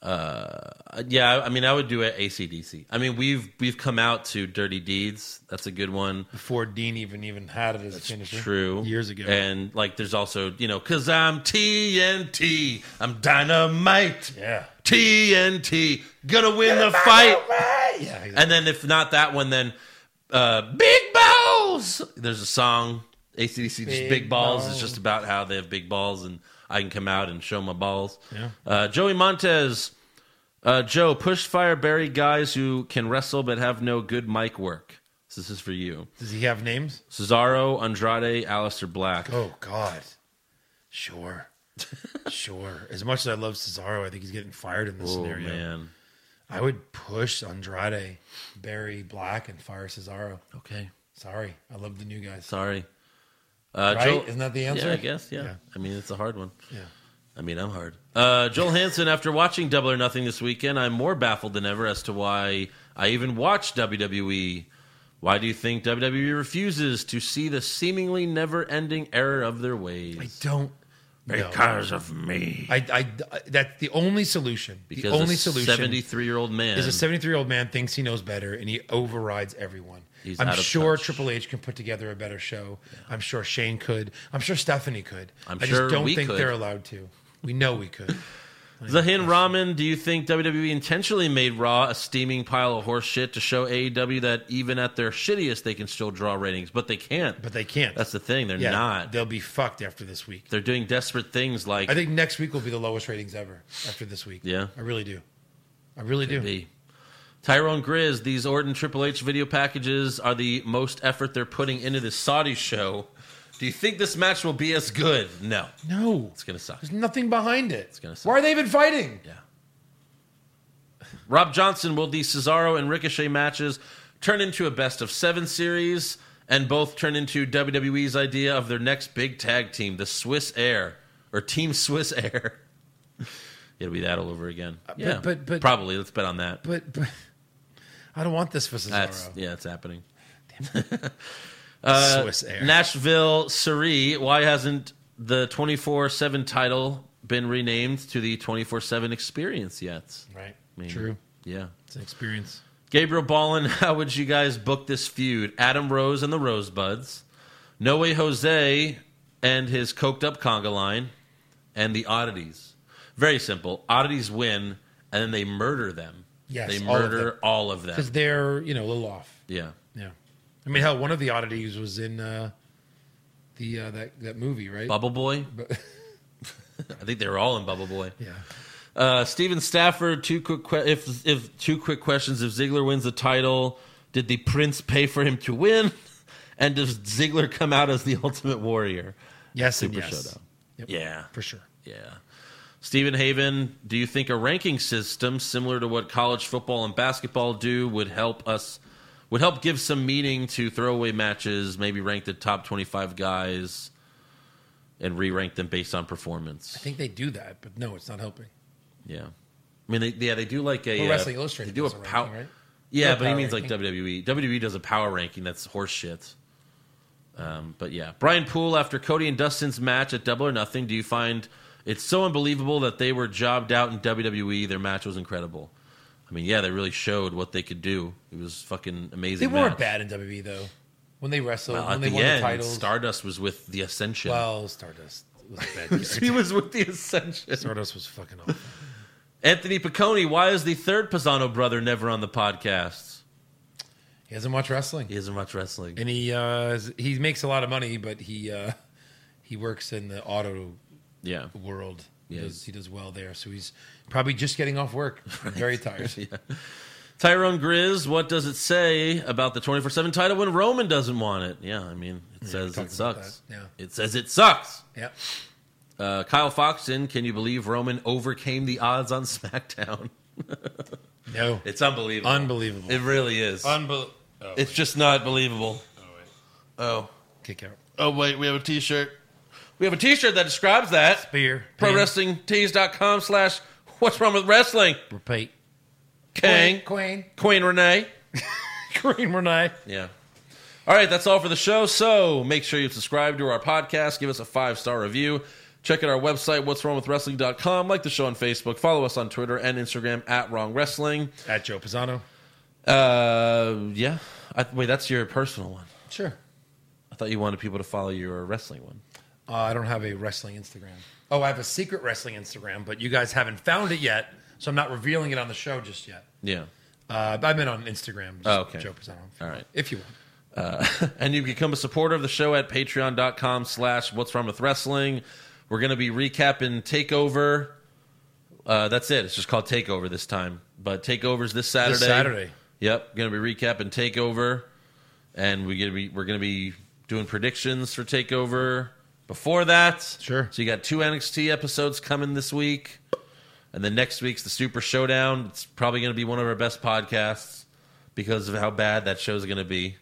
Speaker 5: Uh, yeah, I mean, I would do it ACDC. I mean, we've we've come out to Dirty Deeds. That's a good one.
Speaker 6: Before Dean even even had it as a finisher.
Speaker 5: True.
Speaker 6: Years ago.
Speaker 5: And like, there's also, you know, because I'm TNT, I'm dynamite.
Speaker 6: Yeah.
Speaker 5: TNT, gonna win the fight.
Speaker 6: Yeah, exactly.
Speaker 5: And then if not that one, then uh, Big Balls. There's a song, ACDC, just Big,
Speaker 6: Big
Speaker 5: balls.
Speaker 6: Balls.
Speaker 5: It's just about how they have big balls and I can come out and show my balls.
Speaker 6: Yeah.
Speaker 5: Uh, Joey Montez. Uh, Joe, push fire Barry guys who can wrestle but have no good mic work. So This is for you.
Speaker 6: Does he have names?
Speaker 5: Cesaro, Andrade, Alistair Black.
Speaker 6: Oh God, sure, sure. As much as I love Cesaro, I think he's getting fired in this
Speaker 5: Oh,
Speaker 6: scenario.
Speaker 5: man.
Speaker 6: I would push Andrade, Barry Black, and fire Cesaro.
Speaker 5: Okay,
Speaker 6: sorry, I love the new guys.
Speaker 5: Sorry. Uh,
Speaker 6: Right? Isn't that the answer?
Speaker 5: Yeah, I guess. Yeah.
Speaker 6: Yeah.
Speaker 5: I mean, it's a hard one.
Speaker 6: Yeah.
Speaker 5: I mean, I'm hard. Uh, Joel Hansen, after watching Double or Nothing this weekend, I'm more baffled than ever as to why I even watch WWE. Why do you think WWE refuses to see the seemingly never ending error of their ways?
Speaker 6: I don't. know.
Speaker 5: Because of me.
Speaker 6: I, I- I- that's the only solution.
Speaker 5: Because
Speaker 6: the only
Speaker 5: a
Speaker 6: solution.
Speaker 5: 73-year-old man-
Speaker 6: is a seventy-three-year-old man thinks he knows better, and he overrides everyone.
Speaker 5: He's
Speaker 6: I'm
Speaker 5: out of
Speaker 6: sure Triple H can put together a better show. I'm sure Shane could. I'm sure Stephanie could.
Speaker 5: I'm
Speaker 6: I
Speaker 5: sure
Speaker 6: just don't
Speaker 5: we
Speaker 6: think
Speaker 5: could.
Speaker 6: they're allowed to. We know we could.
Speaker 5: Zahin Rahman, do you think WWE intentionally made Raw a steaming pile of horse shit to show AEW that even at their shittiest they can still draw ratings, but they can't.
Speaker 6: But they can't.
Speaker 5: That's the thing. They're
Speaker 6: Yeah,
Speaker 5: not.
Speaker 6: They'll be fucked after this week.
Speaker 5: They're doing desperate things like
Speaker 6: I think next week will be the lowest ratings ever after this week.
Speaker 5: Yeah.
Speaker 6: I really do. I really do.
Speaker 5: Could be. Tyrone Grizz, these Orton Triple H video packages are the most effort they're putting into this Saudi show. Do you think this match will be as good? No.
Speaker 6: No.
Speaker 5: It's going to suck.
Speaker 6: There's nothing behind it. It's
Speaker 5: gonna
Speaker 6: Why are they even fighting? Yeah.
Speaker 5: Rob Johnson, will the Cesaro and Ricochet matches turn into a best of seven series? and both turn into WWE's idea of their next big tag team, the Swiss Air or Team Swiss Air. It'll be that all over again. yeah,
Speaker 6: Uh, but- but-
Speaker 5: probably. Let's bet on that.
Speaker 6: But, but I don't want this for Cesaro.
Speaker 5: That's uh, yeah, it's happening.
Speaker 6: Swiss Air.
Speaker 5: Nashville, Surrey. Why hasn't the twenty four seven title been renamed to the twenty four seven Experience yet?
Speaker 6: Right.
Speaker 5: I mean,
Speaker 6: True.
Speaker 5: Yeah.
Speaker 6: It's an experience.
Speaker 5: Gabriel Ballin, how would you guys book this feud? Adam Rose and the Rosebuds, No Way Jose and his coked up conga line, and the Oddities. Very simple. Oddities win, and then they murder them.
Speaker 6: Yes,
Speaker 5: they
Speaker 6: all of
Speaker 5: murder
Speaker 6: them.
Speaker 5: all of them.
Speaker 6: Because they're, you know, a little off.
Speaker 5: yeah,
Speaker 6: Yeah. I mean, hell, one of the oddities was in uh, the uh, that, that movie, right?
Speaker 5: Bubble Boy.
Speaker 6: But-
Speaker 5: I think they were all in Bubble Boy.
Speaker 6: Yeah.
Speaker 5: Uh, Steven Stafford. Two quick. Que- if if two quick questions. If Ziggler wins the title, did the Prince pay for him to win? And does Ziggler come out as the Ultimate Warrior?
Speaker 6: Yes,
Speaker 5: Super
Speaker 6: and yes.
Speaker 5: Showdown.
Speaker 6: Yep.
Speaker 5: Yeah.
Speaker 6: For sure.
Speaker 5: Yeah. Stephen Haven, do you think a ranking system similar to what college football and basketball do would help us would help give some meaning to throwaway matches, maybe rank the top 25 guys and re-rank them based on performance?
Speaker 6: I think they do that, but no, it's not helping.
Speaker 5: Yeah. I mean, they, yeah, they do like a
Speaker 6: Well,
Speaker 5: uh,
Speaker 6: Wrestling Illustrated
Speaker 5: They do a
Speaker 6: does a
Speaker 5: pow-
Speaker 6: ranking, right?
Speaker 5: Yeah,
Speaker 6: Or a
Speaker 5: but he
Speaker 6: power
Speaker 5: means
Speaker 6: ranking.
Speaker 5: like E. WWE. WWE does a power ranking that's horseshit. Um, but yeah, Brian Poole after Cody and Dustin's match at Double or Nothing, do you find it's so unbelievable that they were jobbed out in WWE? Their match was incredible. I mean, yeah, they really showed what they could do. It was fucking
Speaker 6: They
Speaker 5: amazing. match.
Speaker 6: weren't bad in WWE though. When they wrestled,
Speaker 5: Well,
Speaker 6: when
Speaker 5: at
Speaker 6: they
Speaker 5: the
Speaker 6: won
Speaker 5: end,
Speaker 6: the titles,
Speaker 5: Stardust was with the Ascension.
Speaker 6: well, Stardust was a bad.
Speaker 5: he was with the Ascension.
Speaker 6: Stardust was fucking awful.
Speaker 5: Anthony Piccone, why is the third Pisano brother never on the podcast?
Speaker 6: He hasn't watched wrestling,
Speaker 5: He doesn't watch wrestling.
Speaker 6: and he uh, he makes a lot of money, but he uh, he works in the auto
Speaker 5: Yeah.
Speaker 6: world. He,
Speaker 5: Yeah.
Speaker 6: does, he does well there, so he's probably just getting off work, very tired.
Speaker 5: yeah. Tyrone Grizz, what does it say about the 24 7 title when Roman doesn't want it? Yeah, I mean, it says it
Speaker 6: talked about
Speaker 5: sucks.
Speaker 6: that, yeah.
Speaker 5: It says it sucks.
Speaker 6: yeah,
Speaker 5: Uh, Kyle Foxton, can you believe Roman overcame the odds on SmackDown?
Speaker 6: no,
Speaker 5: It's unbelievable.
Speaker 6: unbelievable,
Speaker 5: it really is.
Speaker 13: Unbelievable. Oh,
Speaker 5: it's just not believable. Oh.
Speaker 6: kick out,
Speaker 5: Oh, wait, we have a t shirt. We have a t shirt that describes that.
Speaker 6: beer,
Speaker 5: Pro
Speaker 6: pan,
Speaker 5: Wrestling com slash what's wrong with wrestling?
Speaker 6: repeat,
Speaker 5: Kang.
Speaker 6: Queen,
Speaker 5: Queen Renee.
Speaker 6: Queen, Queen Renee.
Speaker 5: Yeah. All right, that's all for the show. So make sure you subscribe to our podcast, give us a five star review. Check out our website, what's wrong with wrestling.com. Like the show on Facebook. Follow us on Twitter and Instagram at Wrong Wrestling.
Speaker 6: at Joe Pisano.
Speaker 5: Uh, yeah. I, wait, that's your personal one.
Speaker 6: Sure.
Speaker 5: I thought you wanted people to follow your wrestling one.
Speaker 6: Uh, I don't have a wrestling Instagram. Oh, I have a secret wrestling Instagram, but you guys haven't found it yet, so I'm not revealing it on the show just yet.
Speaker 5: Yeah.
Speaker 6: Uh, but I've been on Instagram. Just
Speaker 5: Oh, okay.
Speaker 6: Joe Pisano. if you
Speaker 5: All
Speaker 6: want.
Speaker 5: right.
Speaker 6: If you want.
Speaker 5: and you can become a supporter of the show at patreon.com slash what's wrong with wrestling we're going to be recapping takeover uh, that's it it's just called takeover this time but takeovers this saturday
Speaker 6: Saturday.
Speaker 5: yep going to be recapping takeover and we're going to be we're going to be doing predictions for takeover before that
Speaker 6: Sure.
Speaker 5: so you got two nxt episodes coming this week and then next week's the super showdown it's probably going to be one of our best podcasts because of how bad that show's going to be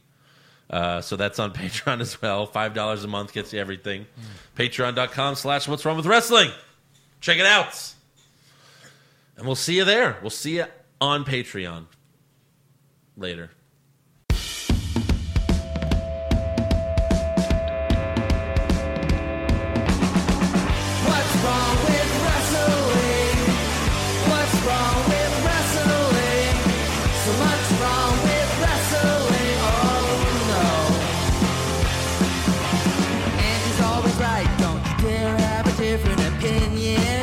Speaker 5: uh, so that's on Patreon as well. Five dollars a month gets you everything. Patreon.com slash what's wrong with wrestling. Check it out. And we'll see you there. We'll see you on Patreon later.
Speaker 2: What's wrong with wrestling? What's wrong with wrestling? So much wrong with wrestling. Oh no. And he's always right. Don't you dare have a different opinion.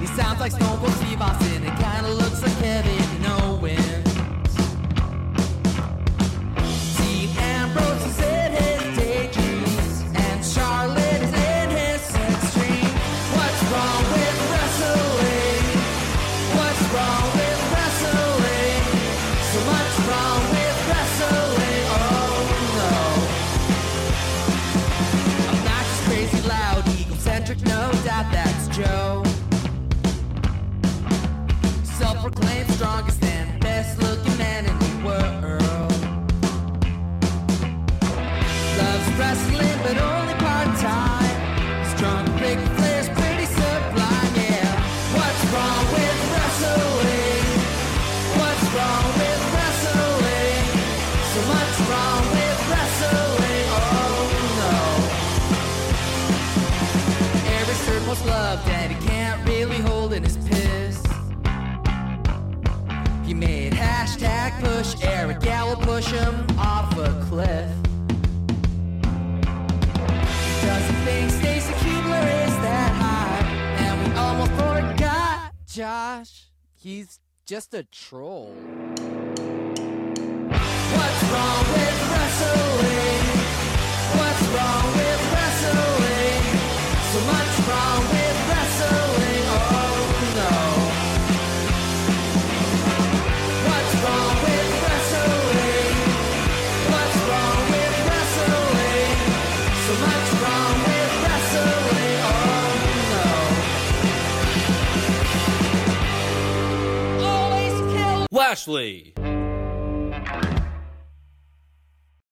Speaker 2: He sounds like Stone Cold Steve Austin. It kinda looks like Kevin Owens. Dean Ambrose is in his daydreams, and Charlotte is in his sex dream. What's wrong with wrestling? What's wrong with wrestling? So much wrong with wrestling. Oh no. Obnoxious, crazy, loud, egocentric, no doubt that's Joe. Self proclaimed strongest and best looking man in the world. wrestling, but only part time. Strong big players, pretty sublime, yeah. What's wrong with wrestling? What's wrong with wrestling? So much wrong with wrestling, oh no. Every circle's love that he can't really hold in his piss. He made hashtag push Eric Gallo push him off a cliff. He doesn't think Stacy Kubler is that high, and we almost forgot Josh. He's just a troll. What's wrong with wrestling? What's wrong with wrestling? So much wrong with wrestling. Oh no. What's wrong with wrestling? What's wrong with wrestling? So much wrong with wrestling. Oh no. Always kill.
Speaker 13: Lashley.